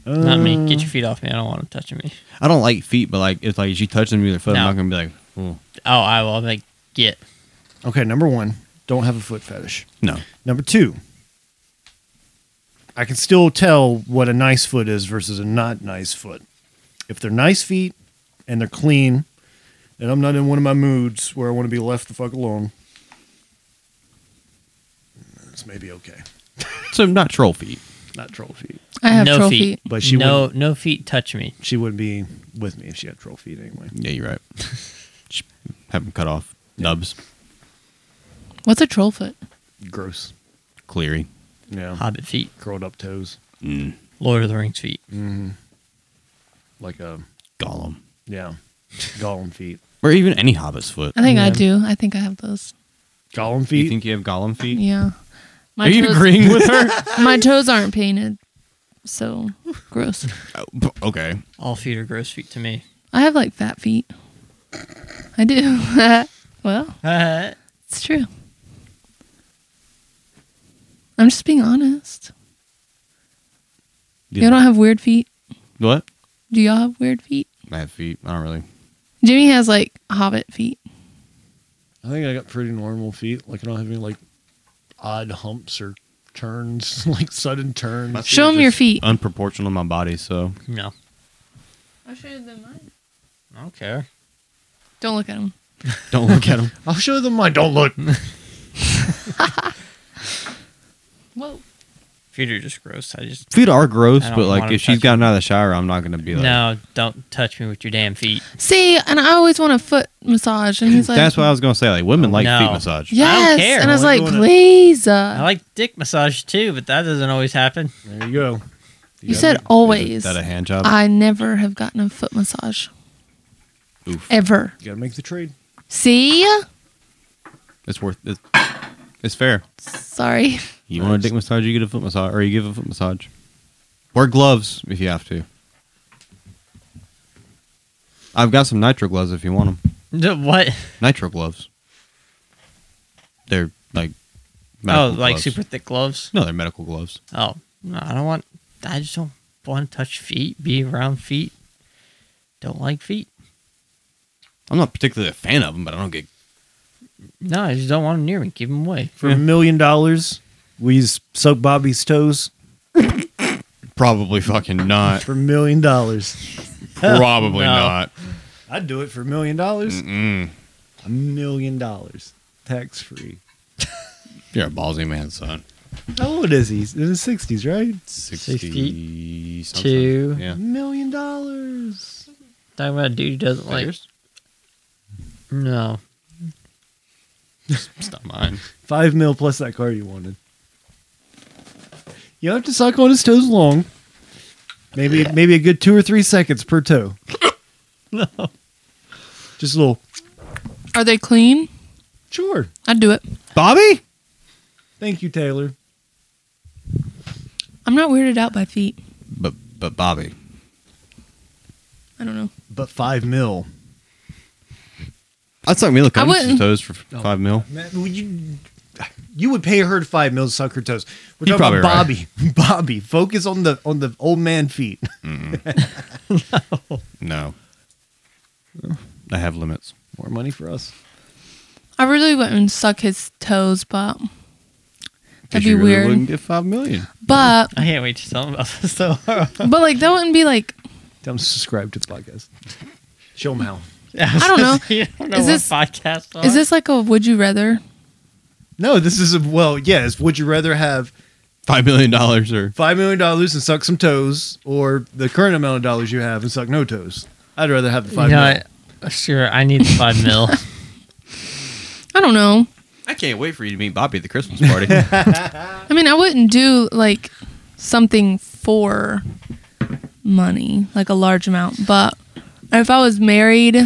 [SPEAKER 3] Not me. Get your feet off me. I don't want them touching me.
[SPEAKER 1] I don't like feet, but like if like she touches me with her foot, I'm
[SPEAKER 3] No.
[SPEAKER 1] not gonna be like, oh
[SPEAKER 3] Oh, I will. I'm like, get.
[SPEAKER 2] Okay, number one, don't have a foot fetish.
[SPEAKER 1] no.
[SPEAKER 2] Number two, I can still tell what a nice foot is versus a not nice foot. If they're nice feet and they're clean, and I'm not in one of my moods where I want to be left the fuck alone, it's maybe okay.
[SPEAKER 1] So not troll feet.
[SPEAKER 2] Not troll feet,
[SPEAKER 4] I have
[SPEAKER 3] no
[SPEAKER 4] troll
[SPEAKER 3] feet.
[SPEAKER 4] feet.
[SPEAKER 2] but she
[SPEAKER 3] no
[SPEAKER 2] wouldn't,
[SPEAKER 3] no feet touch me.
[SPEAKER 2] she wouldn't be with me if she had troll feet anyway.
[SPEAKER 1] Yeah, you're right. Just have them cut off. Nubs,
[SPEAKER 4] What's a troll foot?
[SPEAKER 2] Gross.
[SPEAKER 1] Cleary.
[SPEAKER 2] Yeah.
[SPEAKER 3] Hobbit feet.
[SPEAKER 2] Curled up toes,
[SPEAKER 3] Lord of the Rings feet.
[SPEAKER 2] like a
[SPEAKER 1] Gollum,
[SPEAKER 2] yeah, golem feet.
[SPEAKER 1] or even any hobbit's foot.
[SPEAKER 4] I think I do. I think I have those.
[SPEAKER 2] Golem
[SPEAKER 1] You
[SPEAKER 2] feet.
[SPEAKER 1] think you have Gollum feet?
[SPEAKER 4] Yeah. My
[SPEAKER 1] Are you
[SPEAKER 4] toes,
[SPEAKER 1] agreeing with her?
[SPEAKER 4] My toes aren't painted, so gross.
[SPEAKER 1] Oh, p- okay.
[SPEAKER 3] All feet are gross feet to me.
[SPEAKER 4] I have like fat feet. I do. well, it's true. I'm just being honest.
[SPEAKER 1] Yeah.
[SPEAKER 4] Y'all don't have weird feet.
[SPEAKER 1] What?
[SPEAKER 4] Do y'all have weird feet?
[SPEAKER 1] I have feet. I don't really.
[SPEAKER 4] Jimmy has like hobbit feet.
[SPEAKER 2] I think I got pretty normal feet. Like I don't have any like odd humps or turns, like sudden turns.
[SPEAKER 4] Show them your feet.
[SPEAKER 1] Unproportional to my body, so
[SPEAKER 3] no.
[SPEAKER 4] I showed them mine.
[SPEAKER 3] I don't care.
[SPEAKER 4] Don't look at them.
[SPEAKER 1] don't look at them.
[SPEAKER 2] I'll show them my don't look.
[SPEAKER 4] Whoa.
[SPEAKER 3] Feet are just gross. I just
[SPEAKER 1] Feet are gross,
[SPEAKER 3] I don't
[SPEAKER 1] but like
[SPEAKER 3] wanna
[SPEAKER 1] if she's
[SPEAKER 3] touch
[SPEAKER 1] gotten out of the shower, I'm not gonna be like.
[SPEAKER 3] no. Don't touch me with your damn feet.
[SPEAKER 4] See, and I always want a foot massage, and he's like,
[SPEAKER 1] That's what I was gonna say. Like women like
[SPEAKER 3] No.
[SPEAKER 1] feet massage.
[SPEAKER 4] Yes,
[SPEAKER 3] care.
[SPEAKER 4] and I was
[SPEAKER 2] We're
[SPEAKER 4] like,
[SPEAKER 2] doing it.
[SPEAKER 4] please.
[SPEAKER 3] I
[SPEAKER 4] Uh,
[SPEAKER 3] like dick massage too, but that doesn't always happen.
[SPEAKER 2] There you go.
[SPEAKER 4] you said always.
[SPEAKER 1] Is that a hand job?
[SPEAKER 4] I never have gotten a foot massage
[SPEAKER 1] Oof.
[SPEAKER 4] ever.
[SPEAKER 2] You gotta make the trade.
[SPEAKER 4] See,
[SPEAKER 1] It's worth it. It's fair.
[SPEAKER 4] sorry.
[SPEAKER 1] You want a dick massage, you get a foot massage, or you give a foot massage. Wear gloves if you have to. I've got some nitro gloves if you want them.
[SPEAKER 3] No, What?
[SPEAKER 1] Nitro gloves. They're like.
[SPEAKER 3] Oh,
[SPEAKER 1] medical
[SPEAKER 3] like
[SPEAKER 1] gloves.
[SPEAKER 3] super thick gloves.
[SPEAKER 1] No, they're medical gloves.
[SPEAKER 3] Oh no, I don't want. I just don't want to touch feet. Be around feet. Don't like feet.
[SPEAKER 1] I'm not particularly a fan of them, but I don't get.
[SPEAKER 3] No, I just don't want them near me. Keep them away.
[SPEAKER 2] For a million dollars, we use soak Bobby's toes
[SPEAKER 1] Probably fucking not.
[SPEAKER 2] for a million dollars.
[SPEAKER 1] Probably
[SPEAKER 3] No.
[SPEAKER 1] not.
[SPEAKER 2] I'd do it for a million dollars.
[SPEAKER 1] Mm.
[SPEAKER 2] A million dollars, tax free.
[SPEAKER 1] You're a ballsy man, son.
[SPEAKER 2] How old is he? He's In his sixties, right?
[SPEAKER 1] 60 something.
[SPEAKER 3] two.
[SPEAKER 1] Yeah.
[SPEAKER 2] A million dollars.
[SPEAKER 3] Talking about a dude who doesn't like. No.
[SPEAKER 1] It's not mine.
[SPEAKER 2] Five mil plus that car you wanted. You don't have to suck on his toes long. Maybe maybe a good two or three seconds per toe. no. Just a little.
[SPEAKER 4] Are they clean?
[SPEAKER 2] Sure.
[SPEAKER 4] I'd do it.
[SPEAKER 2] Bobby. Thank you, Taylor.
[SPEAKER 4] I'm not weirded out by feet.
[SPEAKER 1] But but Bobby,
[SPEAKER 4] I don't know.
[SPEAKER 2] But five mil.
[SPEAKER 1] I'd suck Mila Kunis'
[SPEAKER 4] wouldn't.
[SPEAKER 1] toes for
[SPEAKER 2] Oh.
[SPEAKER 1] five mil.
[SPEAKER 2] Man, would you you would pay her to five mil to suck her toes. We're
[SPEAKER 1] You're
[SPEAKER 2] talking about
[SPEAKER 1] probably
[SPEAKER 2] Bobby. Bobby, focus on the on the old man feet.
[SPEAKER 1] No, I have limits.
[SPEAKER 2] More money for us.
[SPEAKER 4] I really wouldn't suck his toes, but that'd be
[SPEAKER 1] you really
[SPEAKER 4] weird.
[SPEAKER 1] Wouldn't get five million.
[SPEAKER 4] But
[SPEAKER 3] I can't wait to tell him about this though.
[SPEAKER 4] but like that wouldn't be like
[SPEAKER 2] Tell them to subscribe to the podcast. Show them how.
[SPEAKER 3] I
[SPEAKER 4] don't know.
[SPEAKER 3] you don't know
[SPEAKER 4] Is
[SPEAKER 3] what
[SPEAKER 4] this-
[SPEAKER 3] podcast? Are.
[SPEAKER 4] is this like a would you rather?
[SPEAKER 2] No, this is a well, yes. Would you rather have
[SPEAKER 1] Five million dollars or
[SPEAKER 2] five million dollars and suck some toes, or the current amount of dollars you have and suck no toes? I'd rather have the five
[SPEAKER 3] no,
[SPEAKER 2] mil.
[SPEAKER 3] I- sure. I need the five mil.
[SPEAKER 4] I don't know.
[SPEAKER 1] I can't wait for you to meet Bobby at the Christmas party. That's
[SPEAKER 4] I mean, I wouldn't do like something for money, like a large amount. But if I was married,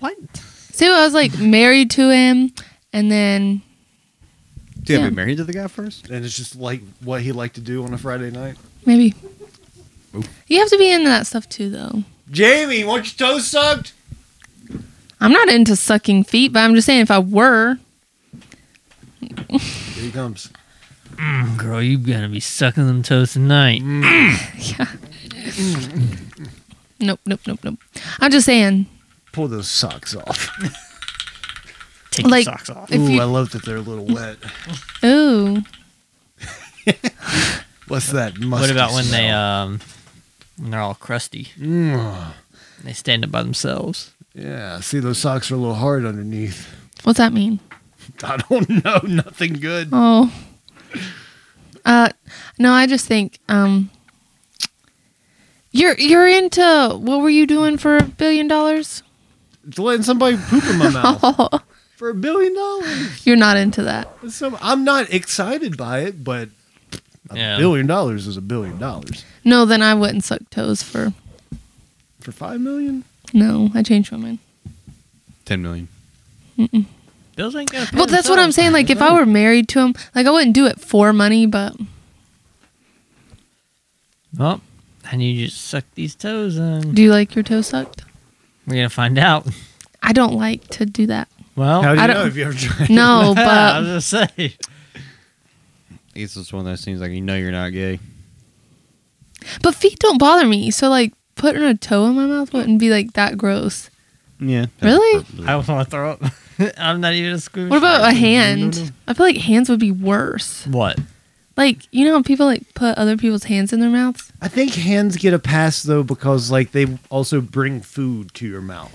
[SPEAKER 3] what?
[SPEAKER 4] see, I was like married to him, and then
[SPEAKER 1] Do you have
[SPEAKER 4] Yeah.
[SPEAKER 1] to be married to the guy first?
[SPEAKER 2] And it's just like what he liked to do on a Friday night.
[SPEAKER 4] maybe you have to be into that stuff too, though.
[SPEAKER 2] Jamie, want your toes sucked?
[SPEAKER 4] I'm not into sucking feet, but I'm just saying if I were,
[SPEAKER 2] Here he comes.
[SPEAKER 3] Girl, you gonna be sucking them toes tonight.
[SPEAKER 2] Mm.
[SPEAKER 4] nope, nope, nope, nope. I'm just saying,
[SPEAKER 2] Pull those socks off.
[SPEAKER 3] Take
[SPEAKER 4] like,
[SPEAKER 3] your socks off.
[SPEAKER 4] if
[SPEAKER 2] Ooh,
[SPEAKER 4] you,
[SPEAKER 2] I love that they're a little wet.
[SPEAKER 4] ooh,
[SPEAKER 2] What's that?
[SPEAKER 3] What
[SPEAKER 2] musty
[SPEAKER 3] about when they
[SPEAKER 2] smell?
[SPEAKER 3] um when they're all crusty?
[SPEAKER 2] Mm,
[SPEAKER 3] and They stand up by themselves.
[SPEAKER 2] yeah, see those socks are a little hard underneath.
[SPEAKER 4] what's that mean?
[SPEAKER 2] I don't know. Nothing good.
[SPEAKER 4] Oh. Uh no, I just think um you're you're into what were you doing for a billion dollars?
[SPEAKER 2] It's letting somebody poop in my mouth for a billion dollars.
[SPEAKER 4] You're not into that.
[SPEAKER 2] It's some- I'm not excited by it, but a
[SPEAKER 3] Yeah.
[SPEAKER 2] billion dollars is a billion dollars.
[SPEAKER 4] No, then I wouldn't suck toes for
[SPEAKER 2] For five million?
[SPEAKER 4] no, I changed my mind.
[SPEAKER 1] Ten million.
[SPEAKER 3] Bills ain't gonna. pay
[SPEAKER 4] Well, that's what I'm
[SPEAKER 3] themselves.
[SPEAKER 4] saying. Like, if I were married to him, like, I wouldn't do it for money, but
[SPEAKER 3] Well, I need you to suck these toes, and
[SPEAKER 4] do you like your toes sucked?
[SPEAKER 3] we're gonna find out.
[SPEAKER 4] I don't like to do that.
[SPEAKER 3] Well,
[SPEAKER 2] How do you
[SPEAKER 4] I
[SPEAKER 2] know
[SPEAKER 4] don't-
[SPEAKER 2] if you ever tried?
[SPEAKER 4] No,
[SPEAKER 3] I
[SPEAKER 4] but
[SPEAKER 3] was gonna say.
[SPEAKER 1] It's just one of those things like you know you're not gay.
[SPEAKER 4] but feet don't bother me. So, like, putting a toe in my mouth wouldn't be like that gross.
[SPEAKER 1] Yeah.
[SPEAKER 4] Really?
[SPEAKER 3] I was gonna throw up. I'm not even a squeamish.
[SPEAKER 4] What about a
[SPEAKER 3] person.
[SPEAKER 4] hand? I feel like hands would be worse.
[SPEAKER 3] What?
[SPEAKER 4] Like, you know how people like put other people's hands in their mouths?
[SPEAKER 2] I think hands get a pass though because like they also bring food to your mouth.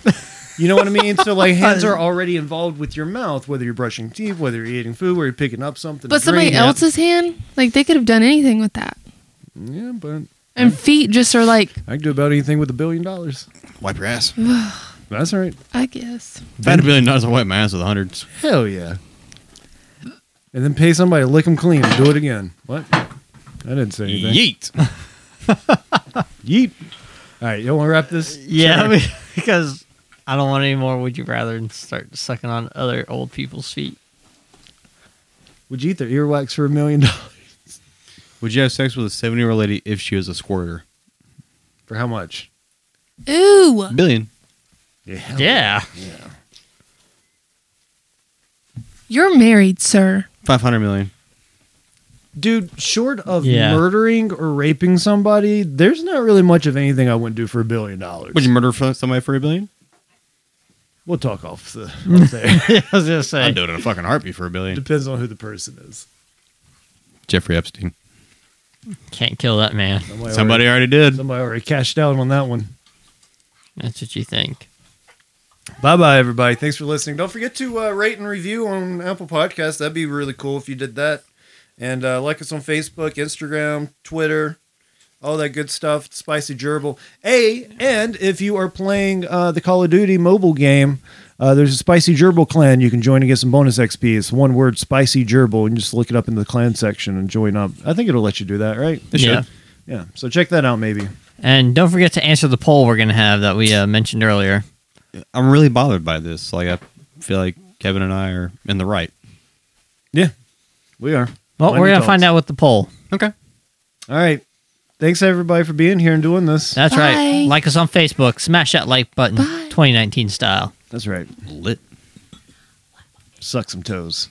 [SPEAKER 2] You know what I mean? So like hands are already involved with your mouth, whether you're brushing teeth, whether you're eating food, whether you're picking up something.
[SPEAKER 4] But
[SPEAKER 2] to
[SPEAKER 4] somebody
[SPEAKER 2] drink.
[SPEAKER 4] else's hand, like they could have done anything with that.
[SPEAKER 2] Yeah, but
[SPEAKER 4] And feet just are like,
[SPEAKER 2] I can do about anything with a billion dollars.
[SPEAKER 1] Wipe your ass.
[SPEAKER 2] That's all right.
[SPEAKER 4] I guess.
[SPEAKER 1] If I had a billion dollars, I'd wipe my ass with a hundred.
[SPEAKER 2] Hell yeah. And then pay somebody to lick them clean and do it again. What? I didn't say anything.
[SPEAKER 1] Yeet.
[SPEAKER 2] Yeet. All right, you want to wrap this?
[SPEAKER 3] Yeah, because I don't want any more. Would you rather than start sucking on other old people's feet?
[SPEAKER 2] Would you eat their earwax for a million dollars?
[SPEAKER 1] Would you have sex with a seventy-year-old lady if she was a squirter?
[SPEAKER 2] For how much?
[SPEAKER 4] Ooh.
[SPEAKER 1] Billion.
[SPEAKER 2] Yeah.
[SPEAKER 3] Yeah.
[SPEAKER 4] You're married, sir.
[SPEAKER 1] Five hundred million.
[SPEAKER 2] Dude, short of
[SPEAKER 3] Yeah.
[SPEAKER 2] murdering or raping somebody, there's not really much of anything I wouldn't do for a billion dollars.
[SPEAKER 1] Would you murder for- somebody for a billion?
[SPEAKER 2] We'll talk off the off there.
[SPEAKER 3] I was gonna say.
[SPEAKER 1] I'd do it in a fucking heartbeat for a billion.
[SPEAKER 2] Depends on who the person is.
[SPEAKER 1] Jeffrey Epstein.
[SPEAKER 3] Can't kill that man.
[SPEAKER 2] Somebody
[SPEAKER 1] Somebody
[SPEAKER 2] already,
[SPEAKER 1] already did.
[SPEAKER 2] somebody already cashed out on that one.
[SPEAKER 3] That's what you think.
[SPEAKER 2] Bye bye, everybody. Thanks for listening. Don't forget to uh, rate and review on Apple Podcasts. That'd be really cool if you did that. And uh, like us on Facebook, Instagram, Twitter, all that good stuff. Spicy Gerbil. Hey, and if you are playing uh, the Call of Duty mobile game, uh, there's a Spicy Gerbil clan you can join and get some bonus XP. It's one word, Spicy Gerbil, and just look it up in the clan section and join up. I think it'll let you do that, right?
[SPEAKER 3] yeah.
[SPEAKER 2] Yeah. So check that out, maybe.
[SPEAKER 3] And don't forget to answer the poll we're gonna have that we uh, mentioned earlier.
[SPEAKER 1] I'm really bothered by this. Like I feel like Kevin and I are in the right.
[SPEAKER 2] Yeah, we are.
[SPEAKER 3] Well,
[SPEAKER 2] Blame
[SPEAKER 3] we're gonna
[SPEAKER 2] adults.
[SPEAKER 3] find out with the poll.
[SPEAKER 1] Okay.
[SPEAKER 2] All right. Thanks everybody for being here and doing this.
[SPEAKER 3] That's right.
[SPEAKER 4] Bye.
[SPEAKER 3] Like us on Facebook. Smash that like button.
[SPEAKER 4] Bye.
[SPEAKER 3] 2019 style.
[SPEAKER 2] That's right.
[SPEAKER 1] Lit.
[SPEAKER 2] Suck some toes.